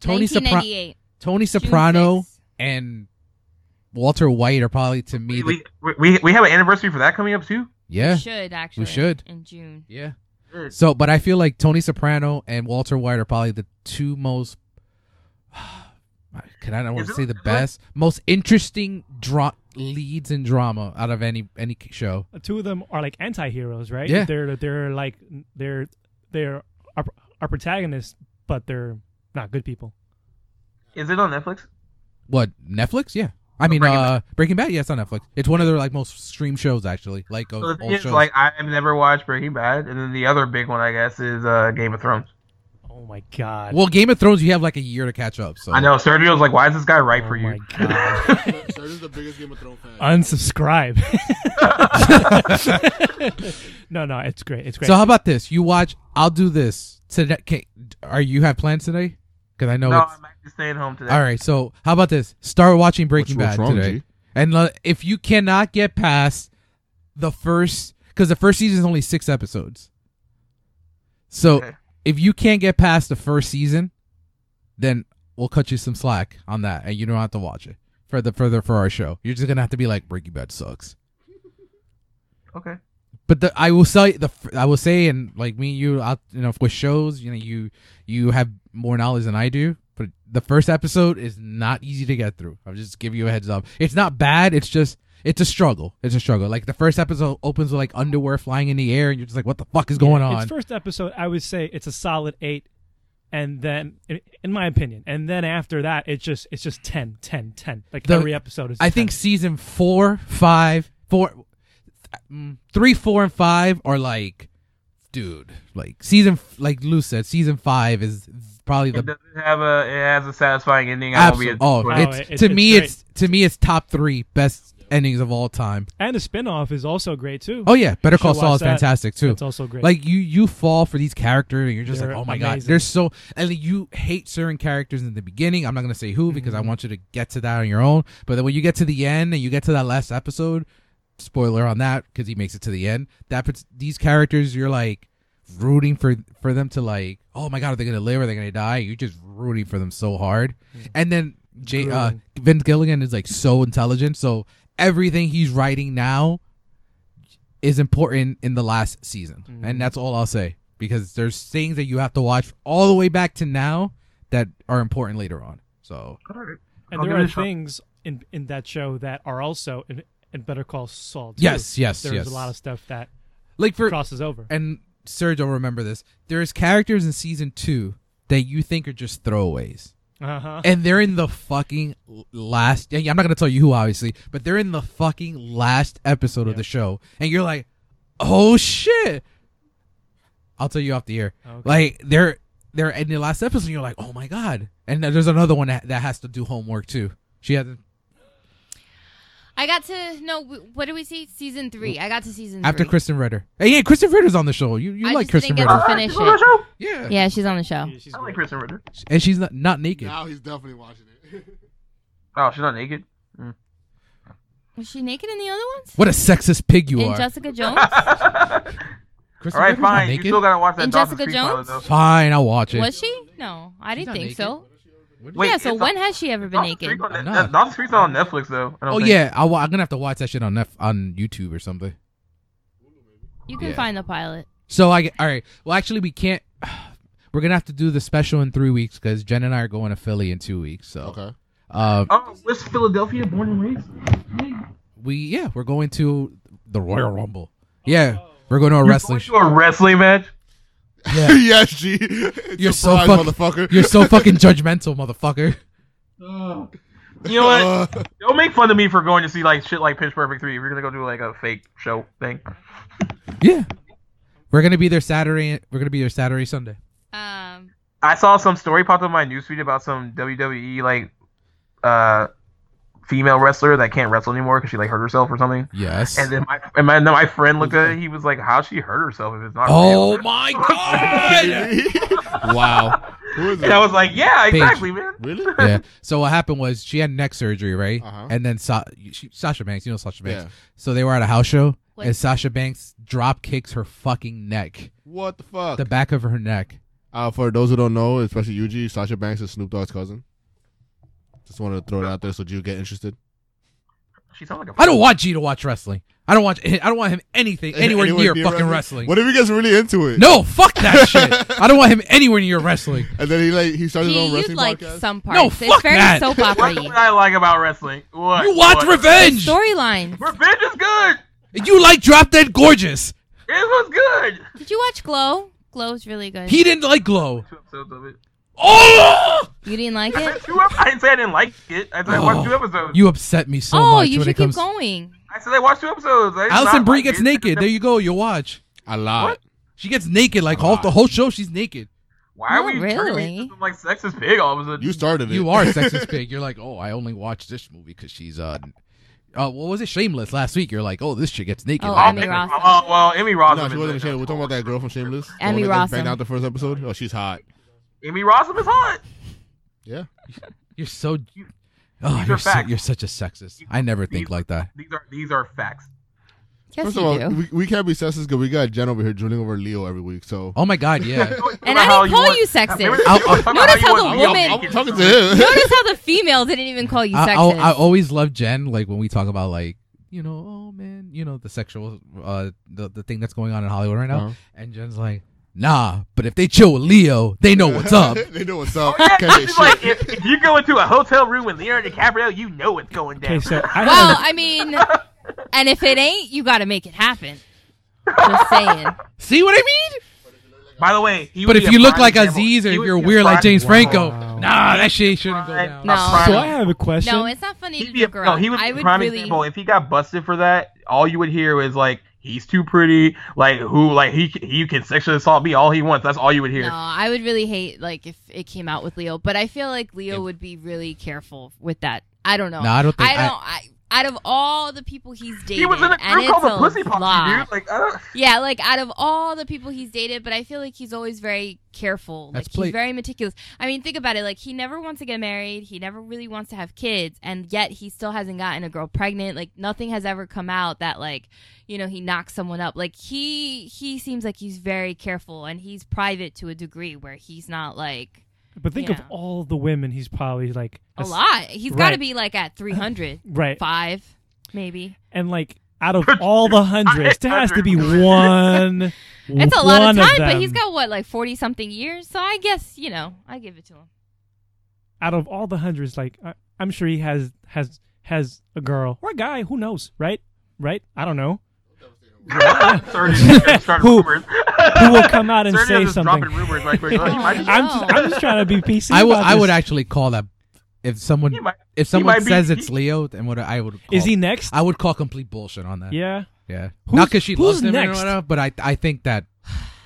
Tony Soprano, 1998, Tony June Soprano 6th. and Walter White are probably to me. The, We, we we we have an anniversary for that coming up too. We yeah, should actually. should. in June. yeah. Mm. Good. So, but I feel like Tony Soprano and Walter White are probably the two most. Can I not want to Is it- say the is it- best, most interesting dra- leads in drama out of any any show? Uh, two of them are like anti-heroes, right? Yeah. They're they're like they're they're our, our protagonists, but they're not good people. Is it on Netflix? What Netflix? Yeah, I mean, Oh, Breaking uh, Breaking Bad. Yeah, it's on Netflix. It's one of their like most streamed shows actually. Like So the of thing all is, shows. like, I've never watched Breaking Bad, and then the other big one, I guess, is uh, Game of Thrones. Oh my god. Well, Game of Thrones, you have like a year to catch up. So I know Sergio's like, why is this guy right oh for my you? god. Serge's the biggest Game of Thrones fan. Unsubscribe. no, no, it's great. It's great. So how about this? You watch. I'll do this today. Can, are you have plans today? Because I know. no, it's, I'm actually staying home today. all right. So how about this? Start watching Breaking What's- what's Bad wrong, today, G? and le- if you cannot get past the first, because the first season is only six episodes. So Okay. if you can't get past the first season, then we'll cut you some slack on that, and you don't have to watch it for the further for our show. You're just gonna have to be like Breaking Bad sucks. Okay. but the, I will say the f- I will say and like me and you out you know with shows you know you you have more knowledge than I do but the first episode is not easy to get through I'll just give you a heads up it's not bad it's just it's a struggle it's a struggle like the first episode opens with like underwear flying in the air and you're just like what the fuck is going Yeah, on Its first episode, I would say it's a solid eight, and then, in- in my opinion, and then after that, it's just it's just 10, 10, 10. Like The- every episode is. I think season four five four mm, three four and five are like dude like season f- like Lou said season five is probably the It doesn't have a. It has a satisfying ending. I won't be. Absolutely. Oh, Wow, it's, it- to it's me, great. it's to me, it's top three best endings of all time. and the spinoff is also great too. Oh yeah, Better You should Call Saul watch is that. fantastic too. It's also great. Like you, you fall for these characters, and you're just They're like, oh my god, amazing. they're so. And you hate certain characters in the beginning. I'm not gonna say Mm-hmm. who because I want you to get to that on your own. But then when you get to the end and you get to that last episode, spoiler on that because he makes it to the end. That puts these characters, you're like rooting for for them to like, oh my god, are they gonna live? Are they gonna die? You're just rooting for them so hard. And then Jay, uh, Mm. Grueling. Vince Gilligan is like so intelligent, so everything he's writing now is important in the last season, and that's all I'll say because there's things that you have to watch all the way back to now that are important later on. So and I'll there give it are a shot. things in in that show that are also in, in Better Call Saul. Too. Yes, yes, There's yes. a lot of stuff that like for crosses over. and Serge will remember this. There's characters in season two that you think are just throwaways. Uh huh. and they're in the fucking l- last. yeah, I'm not gonna tell you who, obviously, but they're in the fucking last episode of the show, and you're like, "Oh shit!" I'll tell you off the air. Okay. Like they're they're in the last episode, and you're like, "Oh my god!" And then there's another one that, that has to do homework too. She hasn't Mm-hmm. I got to no. w- What did we see? Season three. I got to season after three. Kristen Ritter. Hey, yeah, Kristen Ritter's on the show. You you I like just Kristen didn't get Ritter? to Ah, finish she's on the it. show? Yeah. Yeah, she's on the show. She's I like great. Kristen Ritter. and she's not not naked. Now he's definitely watching it. Oh, she's not naked. Was she naked in the other ones? What a sexist pig you in are. Jessica Jones? Kristen All right, Ritter's not fine. You naked? still gotta watch that. And Dawson's Jessica Creek pilot, Jones? though. Fine, I'll watch it. was she? No, I didn't not think naked. so. What is- Wait, yeah, so it's when on- has she ever been Dawson's naked? Creek on Net- I'm not. Dawson's Creek's not on Netflix though. I don't Oh think. yeah, I, am gonna have to watch that shit on Nef- on YouTube or something. You can Yeah. find the pilot. So I get- all right. Well, actually, we can't. We're gonna have to do the special in three weeks because Jen and I are going to Philly in two weeks. So Okay. uh, Oh, West Philadelphia, born and raised. Hey. we yeah we're going to the Royal Rumble. Yeah, we're going to a wrestling. Oh. Going to a wrestling match. sh- yeah, yes, G. You're so Surprise, fuck- motherfucker. Uh, you're so fucking judgmental, motherfucker. You know what? Uh, Don't make fun of me for going to see like shit like Pitch Perfect three. If you're gonna go do like a fake show thing, Yeah, we're gonna be there Saturday. We're gonna be there Saturday, Sunday. Um, I saw some story popped up in my newsfeed about some WWE like uh female wrestler that can't wrestle anymore because she like hurt herself or something. Yes. And then my and my, then my friend looked at it. He was like, "How she hurt herself if it's not oh real?" my god! wow. Who is it? And I was like, "Yeah, Paige. exactly, man." really? yeah. So what happened was she had neck surgery, right? Uh-huh. And then Sa- she, Sasha Banks, you know Sasha Banks. Yeah. So they were at a house show, What? and Sasha Banks drop kicks her fucking neck, What the fuck? the back of her neck. uh, for those who don't know, especially Yuji, Sasha Banks is Snoop Dogg's cousin. Just wanted to throw it out there so you get interested. She sounded like a I don't want you to watch wrestling. I don't want. I don't want him anything anywhere, near, fucking wrestling. What if he gets really into it? No, fuck that shit. I don't want him anywhere near wrestling. And then he like he started his gee, own you'd wrestling like podcast. some parts. No, fuck it's very that. soap What's opera what I like about wrestling? What You watch what? revenge. Storyline. Revenge is good. You like drop dead gorgeous. It was good. Did you watch Glow? Glow's really good. He didn't like glow. Two episodes of it. Oh, you didn't like I it? said two ep- I didn't say I didn't like it. I said I watched two episodes. you upset me so oh, much you when should it comes. keep going. I said I watched two episodes. I did Allison not Brie like gets it. naked. There you go. You watch. a lot. What? She gets naked like all, the whole show. She's naked. Why are Not we really. turning like sex is big all of a sudden? You started it. You are sexist pig. You're like, oh, I only watched this movie because she's uh, uh, what was it? Shameless last week. You're like, oh, this shit gets naked. Oh, like Emmy that. Ross. Oh well, Emmy Rossum. No, she is wasn't in in Shameless. it. We're talking about that girl from Shameless. The Emmy one that banged Rossum. out the first episode. Oh, she's hot. Amy Rossum is hot. Yeah. You're so. Oh, are you're, so, facts. you're such a sexist. I never think like that. These are these are facts. Yes, First you of all, do. we, we can't be sexist because we got Jen over here drooling over Leo every week. So Oh my god, yeah. And I didn't call you sexist. Notice how the woman- I'm talking to him. Notice how the female didn't even call you I, sexist. I, I always love Jen. Like when we talk about like you know, oh man, you know the sexual, uh, the the thing that's going on in Hollywood right now. Uh-huh. And Jen's like, nah. But if they chill with Leo, they know what's up. they know what's up. Can't It's say like shit. if, if you go into a hotel room with Leonardo DiCaprio, you know what's going down. Okay, so I well, had I mean, and if it ain't, you got to make it happen. Just saying. See what I mean? By the way, he But would if be a you look prime like example. Aziz or He if would you're be a weird like prime James example. Franco, nah, that shit shouldn't go Prime- down. No. a a, prime so I have a question. um, No, it's not funny He'd to be a, joke no, around. he was I a would prime really. example. If he got busted for that, all you would hear is like, "He's too pretty." Like who? Like he he can sexually assault me all he wants. That's all you would hear. No, I would really hate like if it came out with Leo, but I feel like Leo would be really careful with that. I don't know. No, I don't think I I- don't. I, out of all the people he's dated, He was in a and group it's called the a Pussy Posse, lot. dude. Like, I don't, Yeah, like out of all the people he's dated, but I feel like he's always very careful. That's Like play- he's very meticulous. I mean, think about it. Like he never wants to get married. He never really wants to have kids, and yet he still hasn't gotten a girl pregnant. Like nothing has ever come out that like, you know, he knocks someone up. Like he he seems like he's very careful and he's private to a degree where he's not like but think of Yeah. all the women he's probably like a ass- lot. He's got to right. be like at 300, right? five maybe. And like out of all the hundreds, there has to be Hundred. one. It's a lot of one time, but them. he's got what like 40 something years. So I guess you know I give it to him. out of all the hundreds, like I, I'm sure he has has has a girl or a guy. Who knows? Right? Right? I don't know. Sorry, dude, I'm starting Who- rumors. Who will come out and Sorry, say I'm just something? dropping rumors right quick. Like, he Oh, might be- yeah. I'm just, I'm just trying to be PC. I would about I this. would actually call that if someone He might- if someone might be- says it's he- Leo, then what I would call, Is he next? I would call complete bullshit on that. yeah. Yeah. Who's- Not because she loves who's him or next? whatever, but I I think that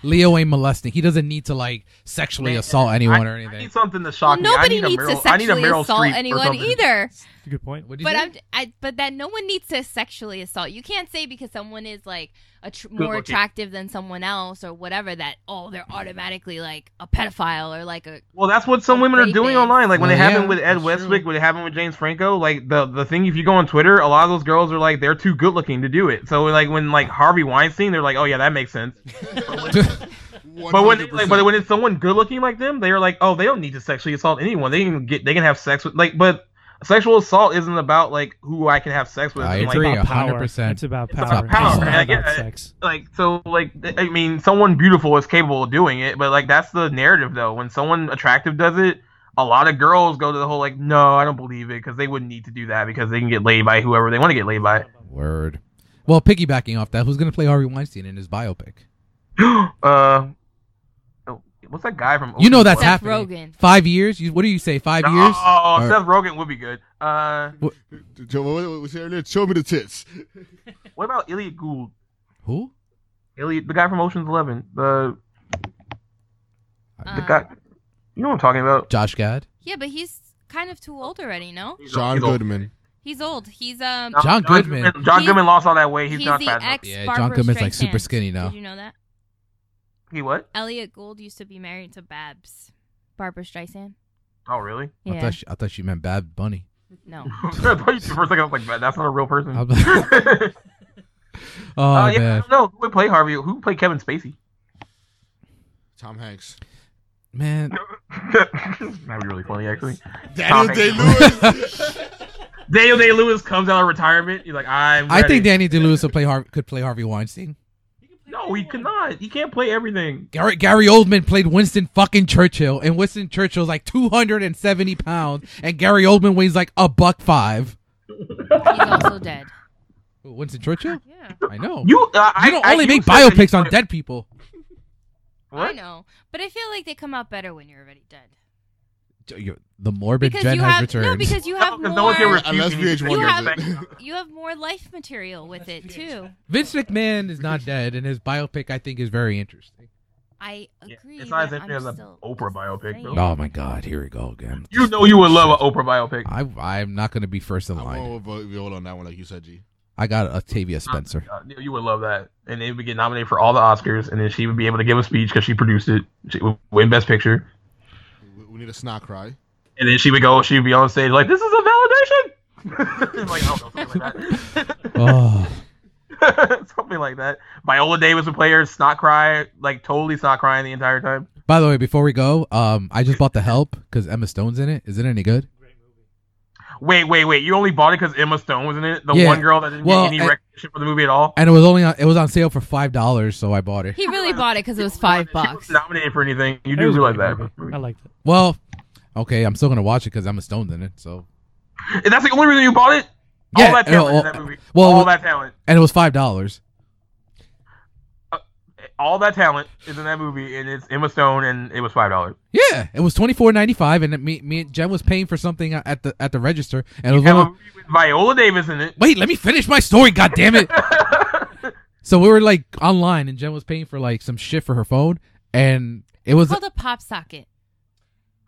Leo ain't molesting. He doesn't need to like sexually Man, assault anyone I, or I anything. need something to Well, shock nobody me. I need needs a to Meryl, I need a sexually Meryl assault Streep or anyone something. either. It's a good point. What'd you But say? I'm, I, but that no one needs to sexually assault. You can't say because someone is like a tr- more looking. attractive than someone else or whatever that oh they're automatically like a pedophile or like a Well, that's what some women are doing Raping. online. Like when it Well, happened yeah, with Ed that's Westwick, true. when it happened with James Franco, like the the thing, if you go on Twitter, a lot of those girls are like they're too good looking to do it. So like when like Harvey Weinstein, they're like, oh yeah, that makes sense. But when like, but when it's someone good looking like them, they're like, oh, they don't need to sexually assault anyone. They can get they can have sex with like. But sexual assault isn't about like who I can have sex with. I and, like, agree. about power. 100%. It's about It's power. about power. It's not Yeah, I get about it. sex. like so like th- i mean someone beautiful is capable of doing it but like that's the narrative though when someone attractive does it a lot of girls go to the whole like no i don't believe it because they wouldn't need to do that because they can get laid by whoever they want to get laid by Word. Well, piggybacking off that, who's gonna play Harvey Weinstein in his biopic? uh oh, what's that guy from You know that's Seth Ocean's happening. Rogen. Five years? You, what do you say? Five Eleven? years? oh Or- seth rogen would be good uh Joe, what- what was it earlier? Show me the tits. what about Elliot gould Who? Elliot, the guy from oceans 11 the the Uh, guy you know what i'm talking about Josh Gad. yeah, but he's kind of too old already. No, He's John old. Goodman. he's old. He's um. No, John Goodman. John He- Goodman lost all that weight. He's, he's not the fat enough. ex. Yeah, Barbara John Goodman's, like, Streisand. super skinny now. Did you know that? He what? Elliot Gould used to be married to Babs, Barbara Streisand. Oh, really? I Yeah. thought she, I thought she meant Bad Bunny. no. I thought you said for a second, I was like, "Man, that's not a real person. I'm- uh, Oh yeah, I man, don't know. Who would play Harvey? Who would play Kevin Spacey? Tom Hanks. man. That'd be really funny, actually. Daniel Hanks. Day Lewis. Daniel Day Lewis comes out of retirement. He's like, I'm. I think ready." Danny DeLewis would play Har- could play Harvey Weinstein. No, he could not. He can't play everything. Gary, Gary Oldman played Winston fucking Churchill, and Winston Churchill's like 270 pounds, and Gary Oldman weighs like a buck five. He's also dead. Winston Churchill? Yeah. I know. You, uh, Oh. You I, don't I- only you make said that he biopics on played- dead people. What? I know, but I feel like they come out better when you're already dead. D- you- The morbid Because gen you has have returned. no, because you have No, 'cause more. no one can refute Unless anything VH1 that does you're it. saying. you have more life material with it too. Vince McMahon is not dead, and his biopic I think is very interesting. I Yeah, agree. it's not as but if I'm there's a still Oprah biopic, though. saying. Oh my God, here we go again. You know you would love an Oprah biopic. I I'm not gonna be first in I'm going line. with Vi- Viola on that one, like you said, G. I got Octavia Spencer. Uh, you would love that, and they would get nominated for all the Oscars, and then she would be able to give a speech because she produced it. She would win Best Picture, We- We need a snot cry. and then she would go. She would be on stage like, "This is a validation." like, I don't know, something like that. Oh, something like that. Viola Davis would play her snot cry, like totally snot crying the entire time. by the way, before we go, um, I just bought The Help because Emma Stone's in it. Is it any good? Wait, wait, wait! You only bought it because Emma Stone was in it, the Yeah. one girl that didn't Well, get any and- recognition for the movie at all. And it was only on, it was on sale for five dollars, so I bought it. He really bought it because it was five She wasn't bucks. Nominated for anything? You It do was realize great that? movie. I liked it. Well, okay, I'm still gonna watch it because Emma Stone's in it. So And that's the only reason you bought it. Yeah, all that and talent in all- that movie. well, all that talent. and it was five dollars. all that talent is in that movie, and it's Emma Stone, and it was five dollars. Yeah, it was twenty four ninety five, and it, me me and Jen was paying for something at the at the register, and it was Have a one of- movie with Viola Davis in it. wait, let me finish my story. God damn it! so we were like online, and Jen was paying for like some shit for her phone, and it was Called a pop socket.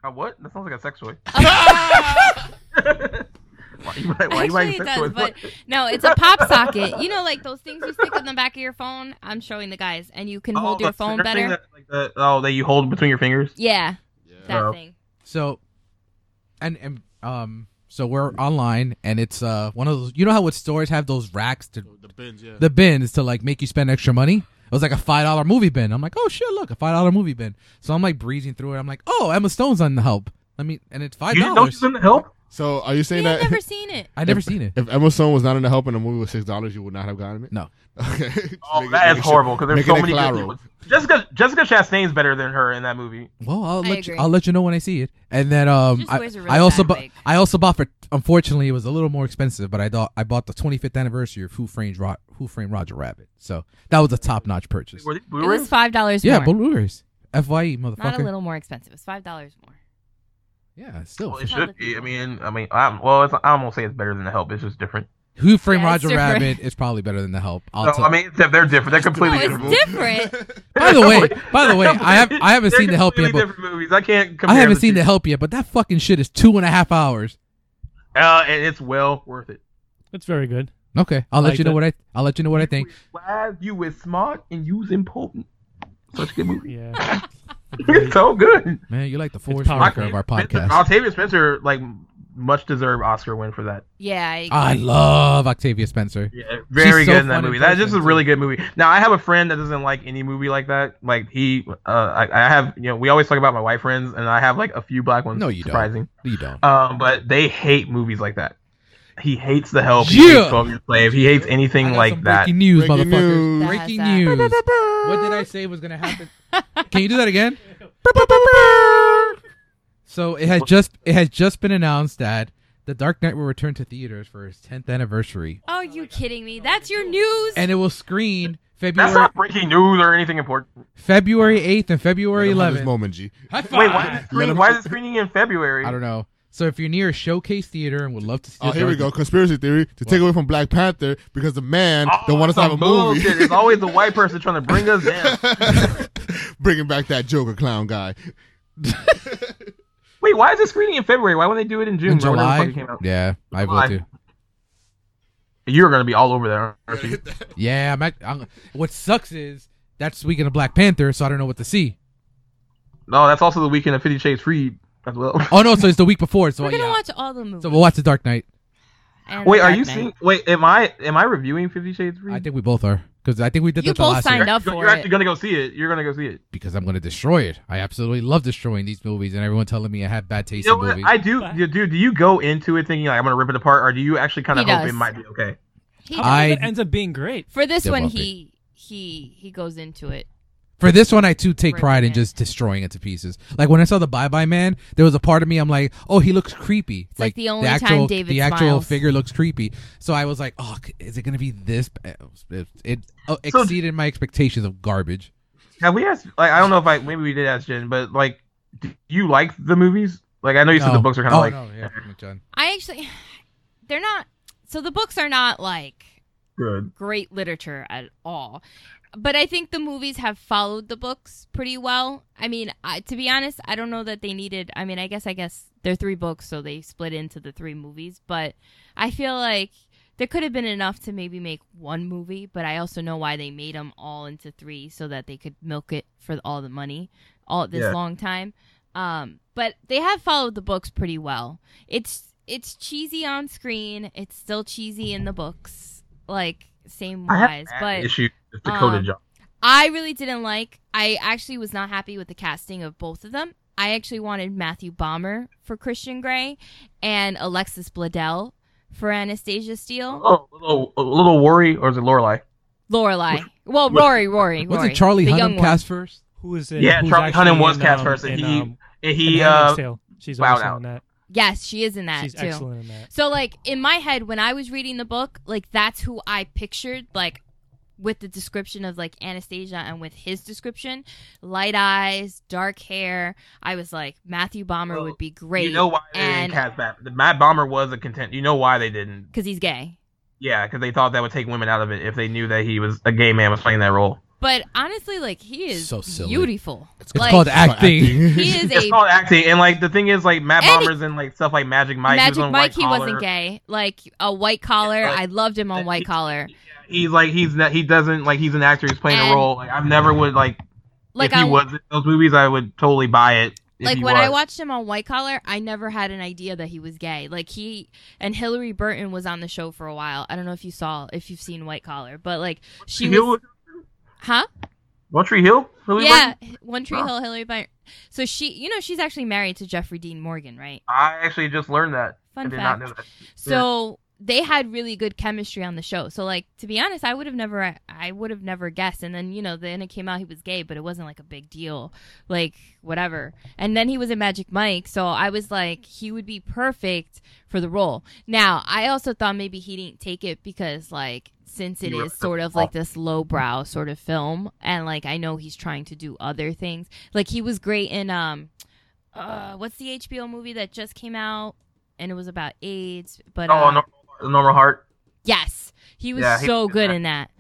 Uh, what? That sounds like a sex toy. Why you- why you buying Actually, it sex does, toys? but no, it's a pop socket. You know, like those things you stick on the back of your phone. I'm showing the guys, and you can Oh, hold your the phone finger thing better. That, like the, oh, that you hold between your fingers. yeah, that Yeah. thing. so, and and um, so we're online, and it's uh one of those. You know how what stores have those racks to The bins, yeah. the bins to like make you spend extra money. It was like a five dollar movie bin. I'm like, oh shit, look, a five dollar movie bin. So I'm like breezing through it. I'm like, oh, Emma Stone's on the help. Let me, and it's five You didn't know dollars. she's in the help. so are you Yeah, saying I've that never seen it. I never seen it. if Emma Stone was not in the help in a movie with six dollars, you would not have gotten it? No. Okay. Just Oh, make it- that make is sure- horrible because there's make so it many good claro. people. Jessica Jessica Chastain's better than her in that movie. Well, I'll I let you, agree. I'll let you know when I see it. And then um, Just I, wears a really I also bad bought wig. I also bought for. Unfortunately, it was a little more expensive, but I thought I bought the 25th anniversary of Who Framed Ro- Who Framed Roger Rabbit. So that was a top notch purchase. Were they It was Blu-rays? five dollars. Yeah, more. Blu-rays, Fye E, motherfucker. not a little more expensive. It was five dollars more. Yeah, still. Well, it Public should be. I people. mean, I mean, I'm, well, it's, I won't say it's better than the help. It's just different. Who Framed Yeah, it's Roger different. Rabbit is probably better than The Help. I'll No, tell- I mean, except they're different. They're completely No, it's different. different. By the way, by the way, I have I haven't They're seen the help yet, completely but different movies. I can't. I Compare haven't seen two. the help yet. But that fucking shit is two and a half hours. Uh, and it's well worth it. It's very good. Okay, I'll Like let you know that. what I I'll let you know what I think. Wise, you is smart, and you's important. Such a good movie. Yeah. it's so good. Man, you like the It's force worker powerful. of our Spencer- podcast. Octavia Spencer, like much deserved Oscar win for that. Yeah, I, I love Octavia Spencer. Yeah, very so good in that fun in movie. That's just a person, really too. good movie. Now I have a friend that doesn't like any movie like that. Like he, uh, I, I have you know we always talk about my white friends, and I have like a few black ones. No, you don't. surprising. You don't. Um, but they hate movies like that. He hates the help. Yeah. He hates Twelve Years a Slave. He hates anything I got like some that. Breaking news, Breaking motherfuckers. news. Breaking That's that. news. what did I say was gonna happen? Can you do that again? so it has just it has just been announced that The Dark Knight will return to theaters for its 10th anniversary, are you kidding me? That's your news. and it will screen That's February not breaking news or anything important. February 8th and February Let him have his 11th. moment, G. Oh, High five. Wait, why is it, Let screen, him- why is it screening in February? I don't know. So if you're near a showcase theater and would love to see, Oh, The here we go. Dark Conspiracy theory to take away from Black Panther because the man Oh, don't want us to some have a movie. bullshit. it's always the white person trying to bring us down. Bringing back that Joker clown guy. Wait, why is it screening in February? Why wouldn't they do it in June? in or whenever the fuck it July. came out? Yeah, I July. will too. You're gonna be all over there. Aren't you? Yeah, I'm, act- I'm. What sucks is that's the weekend of Black Panther, so I don't know what to see. No, that's also the weekend of Fifty Shades Freed as well. Oh no, so it's the week before. So We're gonna yeah. watch all the movies. So we'll watch The Dark Knight. and Wait, The are Dark you Knight. seeing? Wait, am I am I reviewing Fifty Shades Freed? I think we both are because I think we did Mm. You that the both last you're, signed year. up actually- for you're it. actually gonna go see it. You're gonna go see it. because I'm gonna destroy it. I absolutely love destroying these movies, and everyone telling me I have bad taste You know in what? movies. I do. you- Dude, do you go into it thinking like I'm gonna rip it apart, or do you actually kind of He hope does. it might be okay? He- How I- I, it ends up being great. for this There one, won't be. he he he goes into it. For this one, I too take pride in Brilliant. just destroying it to pieces. Like when I saw the Bye Bye Man, there was a part of me I'm like, oh, he looks creepy. like the only time actual David the actual smiles. figure looks creepy. So I was like, oh, c- is it gonna be this? Bad? It, it oh, So- exceeded my expectations of garbage. Have we asked? Like, I don't know if I maybe we did ask Jen, but like, do you like the movies? Like, I know you said the No. books are kind of oh, like no, yeah, pretty much done. I actually, they're not. So the books are not like good. great literature at all. But I think the movies have followed the books pretty well. I mean, I, to be honest, I don't know that they needed. I mean, I guess I guess they're three books, so they split into the three movies. But I feel like there could have been enough to maybe make one movie. But I also know why they made them all into three, so that they could milk it for all the money all this Yeah. long time. Um, but they have followed the books pretty well. It's it's cheesy on screen. It's still cheesy in the books, like same I have wise. bad But issue with Dakota um, Johnson. I really didn't like. I actually was not happy with the casting of both of them. I actually wanted Matthew Bomber for Christian Grey and Alexis Bledel for Anastasia Steele. Oh, a little, a little worry, or is it Lorelai? Lorelai. Well, which- Rory, Rory, Wasn't Rory. Charlie the young Hunnam one. cast first? Who is it? Yeah, who's Charlie actually Hunnam was in, cast um, first, and in, he- um, He in Handmaid's uh, Tale. She's bowed awesome out. in that. Yes, she is in that She's too. excellent in that. So like in my head when I was reading the book, like that's who I pictured like with the description of like Anastasia and with his description, light eyes, dark hair. I was like Matthew Bomber Well, would be great. You know why they and didn't cast Matt? Matt Bomber was a content. You know why they didn't? cuz he's gay. Yeah, because they thought that would take women out of it if they knew that he was a gay man was playing that role. But honestly like he is So silly. beautiful. It's called Oh, acting. he is It's a called acting, and like the thing is, like Matt And he- Bombers and like stuff like Magic Mike. he was Magic on Mike, White he wasn't Collar. gay. Like a white collar. Yeah, like- I loved him on He- white collar. He's like he's not, he doesn't like he's an actor. He's playing And- a role. Like I've never would like, Like if he I was in those movies, I would totally buy it. if like he when I was. watched him on White Collar, I never had an idea that he was gay. Like he and Hillary Burton was on the show for a while. I don't know if you saw if you've seen White Collar, but like she Hill, was, huh? One Tree Hill. Hillary yeah, Burton? One Tree Wow. Hill, Hillary Burton. So she, you know, she's actually married to Jeffrey Dean Morgan, right? I actually just learned that. I Fun did fact. not know that. So they had really good chemistry on the show. So like to be honest, I would have never I would have never guessed. And then you know then it came out he was gay, but it wasn't like a big deal, like whatever. And then he was in Magic Mike, so I was like he would be perfect for the role. Now I also thought maybe he didn't take it because like since it You were- is sort of like this lowbrow sort of film, and like I know he's trying to do other things. Like he was great in um. Uh, what's the HBO movie that just came out? And it was about AIDS, but Oh, uh, normal, normal heart. Yes. He was Yeah, he so was good good at- in that.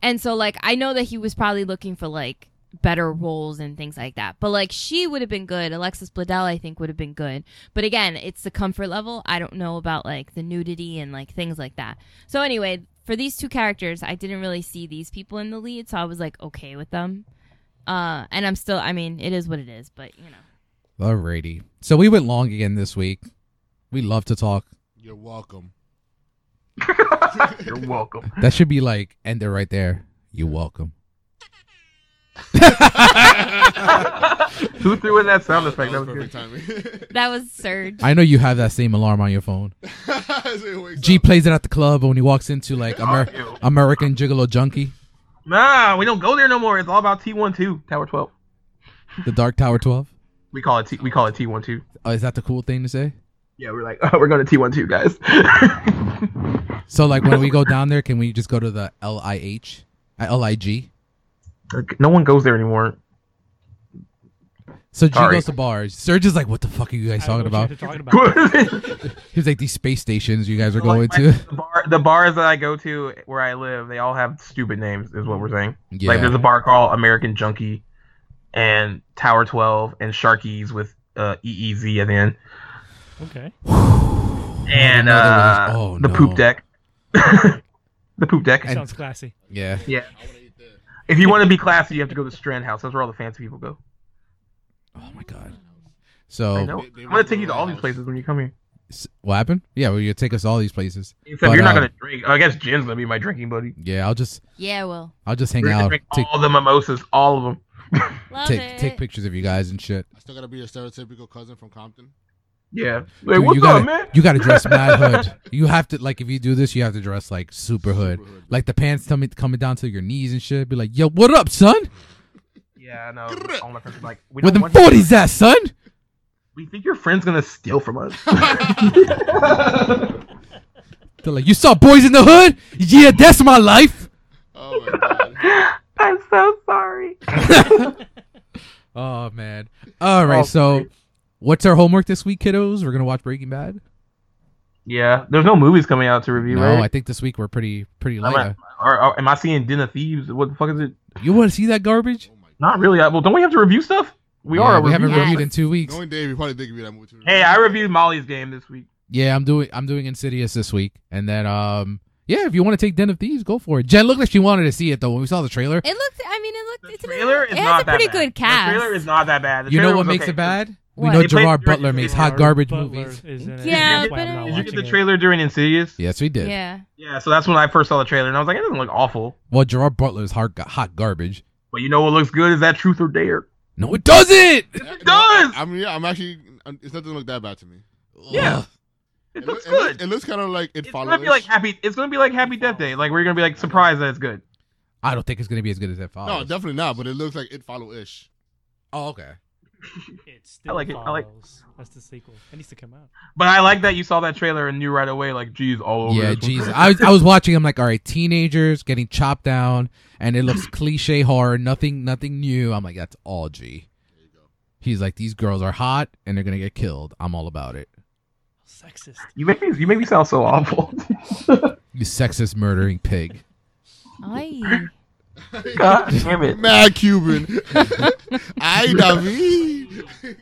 And so like I know that he was probably looking for like better roles and things like that. But like she would have been good. Alexis Bledel I think would have been good. But again, it's the comfort level. I don't know about like the nudity and like things like that. So anyway, for these two characters, I didn't really see these people in the lead, so I was like okay with them. Uh and I'm still I mean, it is what it is, but you know. Alrighty. So we went long again this week. We love to talk. You're welcome. You're welcome. That should be like end it right there. You're welcome. Who threw in that sound effect? That was perfect good. timing. That was Surge. I know you have that same alarm on your phone. As it wakes G up. plays it at the club when he walks into like Amer- Ew. American Gigolo Junkie, Nah, we don't go there no more. It's all about T12, Tower 12. the Dark Tower 12. We call it T. We call it T12. Oh, is that the cool thing to say? Yeah, we're like, oh, we're going to T12, guys. So like when we go down there, can we just go to the L I H, Uh, L I G? Like, no one goes there anymore. So G Sorry. goes to bars. Serge is like, "What the fuck are you guys talking about?" Talking about. the, He's like, "These space stations you guys are going Like, to." bar, the bars that I go to where I live, they all have stupid names, is what we're saying. Like, there's Yeah, a bar called American Junkie, and Tower 12, and Sharkies with uh, EEZ at the end, Okay. and know there uh, was- oh, the no. poop deck. the poop deck. That sounds classy. yeah. yeah. If you want to be classy, you have to go to Strand House. That's where all the fancy people go. Oh my god. I So know. They- they went I'm gonna take you to to my all these house. places when you come here. s- what happened? Yeah, well, you take us all these places. Except But, you're not uh, gonna drink. I guess Jen's gonna be my drinking buddy. Yeah, I'll just Yeah, well, I'll just hang We're gonna out, drink take all the mimosas, all of them. love take it. take pictures of you guys and shit. I still gotta be your stereotypical cousin from Compton. Yeah. Like, Dude, what's you gotta up, man? you gotta dress mad hood. You have to like if you do this, you have to dress like super hood. Super hood. Like the pants coming coming down to your knees and shit. Be like, yo, what up, son? Yeah, I know. All my friends are like, we With don't them want you. forties, that son. We think your friend's gonna steal from us. They're like, you saw boys in the hood? Yeah, that's my life. Oh my god. I'm so sorry. Oh man. All right, Oh, so great. what's our homework this week, kiddos? We're gonna watch Breaking Bad. Yeah, there's no movies coming out to review, No, I right? think this week we're pretty pretty I'm light. at- or, or am I seeing Den of Thieves? What the fuck is it? You want to see that garbage? Oh my god. Not really. I, well, don't we have to review stuff? We Yeah, are. a We haven't review- reviewed in two weeks. Knowing Dave, he probably did give you that movie. too. Hey, I reviewed Molly's game this week. Yeah, I'm doing I'm doing Insidious this week, and then um yeah, if you want to take Den of Thieves, go for it. Jen looked like she wanted to see it though when we saw the trailer. It looked. I mean, it looked. The it's an- trailer is it not has a that pretty bad. good cast. The trailer is not that bad. The you know trailer what was makes okay. it bad? What? We know They played Gerard Gerard Butler makes Butler hot garbage movies. Yeah, Yeah, but it- Did you get the it. trailer during Insidious? Yes, we did. Yeah. Yeah, so that's when I first saw the trailer, and I was like, it doesn't look awful. Well, Gerard Butler's hot hot garbage. But you know what looks good is that Truth or Dare. No, it doesn't. Yeah, It no, I- does! I mean, yeah, I'm actually. I'm, it's nothing look that bad to me. Yeah. Ugh. It looks loo- good. It, looks kind of like it it's follows. gonna be like happy. It's gonna be like Happy Death Day. Like we're gonna be like surprised that it's good. I don't think it's gonna be as good as that. no, Follows. definitely not. But it looks like it follow ish. Oh, okay. I like it, I like- That's the sequel. It needs to come out. But I like that you saw that trailer and knew right away. Like, geez, all over. Yeah, this one. jeez. I was I was watching. I'm like, all right, teenagers getting chopped down, and it looks cliche horror. Nothing, nothing new. I'm like, that's all G. He's like, these girls are hot and they're gonna get killed. I'm all about it. Sexist. You make me. You make me sound so awful. You sexist murdering pig. Ay. God damn it. Mad Cuban. I David.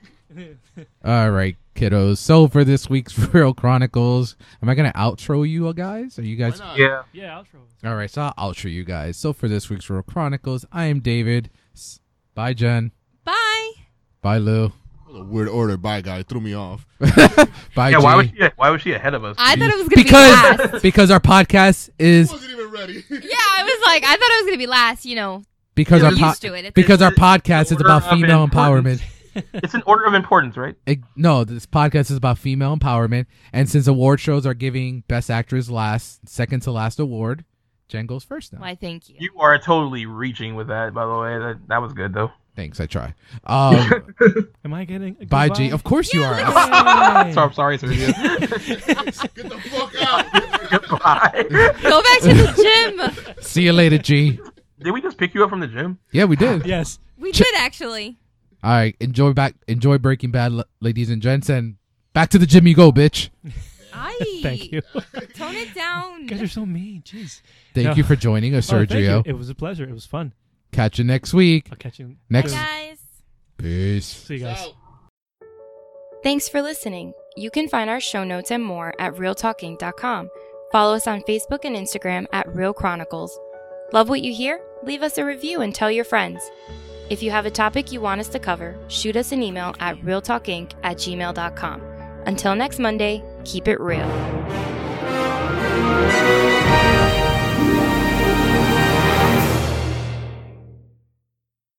All right, kiddos. So for this week's Real Chronicles, am I gonna outro you guys? Are you guys? Yeah. Yeah, outro. All right, so I'll outro you guys. So for this week's Real Chronicles, I am David. S- Bye, Jen. Bye. Bye, Lou. A weird order. Bye, guy. Threw me off. Bye, Yeah. Why G. was she? Why was she ahead of us? I thought it was gonna be last. because because our podcast is wasn't even ready. Yeah, I was like, I thought it was gonna be last. You know, because You're our po- used to it. It's- because our it's- podcast is order about of female importance. empowerment. It's an order of importance, right? Ig- no, this podcast is about female empowerment. And since award shows are giving Best Actress last, second to last award, Jen goes first now. why? Thank you. You are totally reaching with that. By the way, that that was good though. Thanks, I try. Um, Am I getting a bye, G. Of course you are. So I'm sorry, Sergio. Get the fuck out. Goodbye. Go back to the gym. See you later, G. Did we just pick you up from the gym? Yeah, we did. Yes. We did actually. All right, enjoy back, enjoy Breaking Bad, l- ladies and gents, and back to the gym you go, bitch. Ay. Thank you. you Tone it down. guys are so mean. Jeez. Thank No. you for joining us, Oh, thank you. Sergio. it was a pleasure. It was fun. Catch you next week. I'll catch you Bye, Next, guys. peace. See you guys. Out. Thanks for listening. You can find our show notes and more at realtalking.com. Follow us on Facebook and Instagram at Real Chronicles. Love what you hear? Leave us a review and tell your friends. If you have a topic you want us to cover, shoot us an email at realtalkinc at gmail.com. Until next Monday, Keep it real.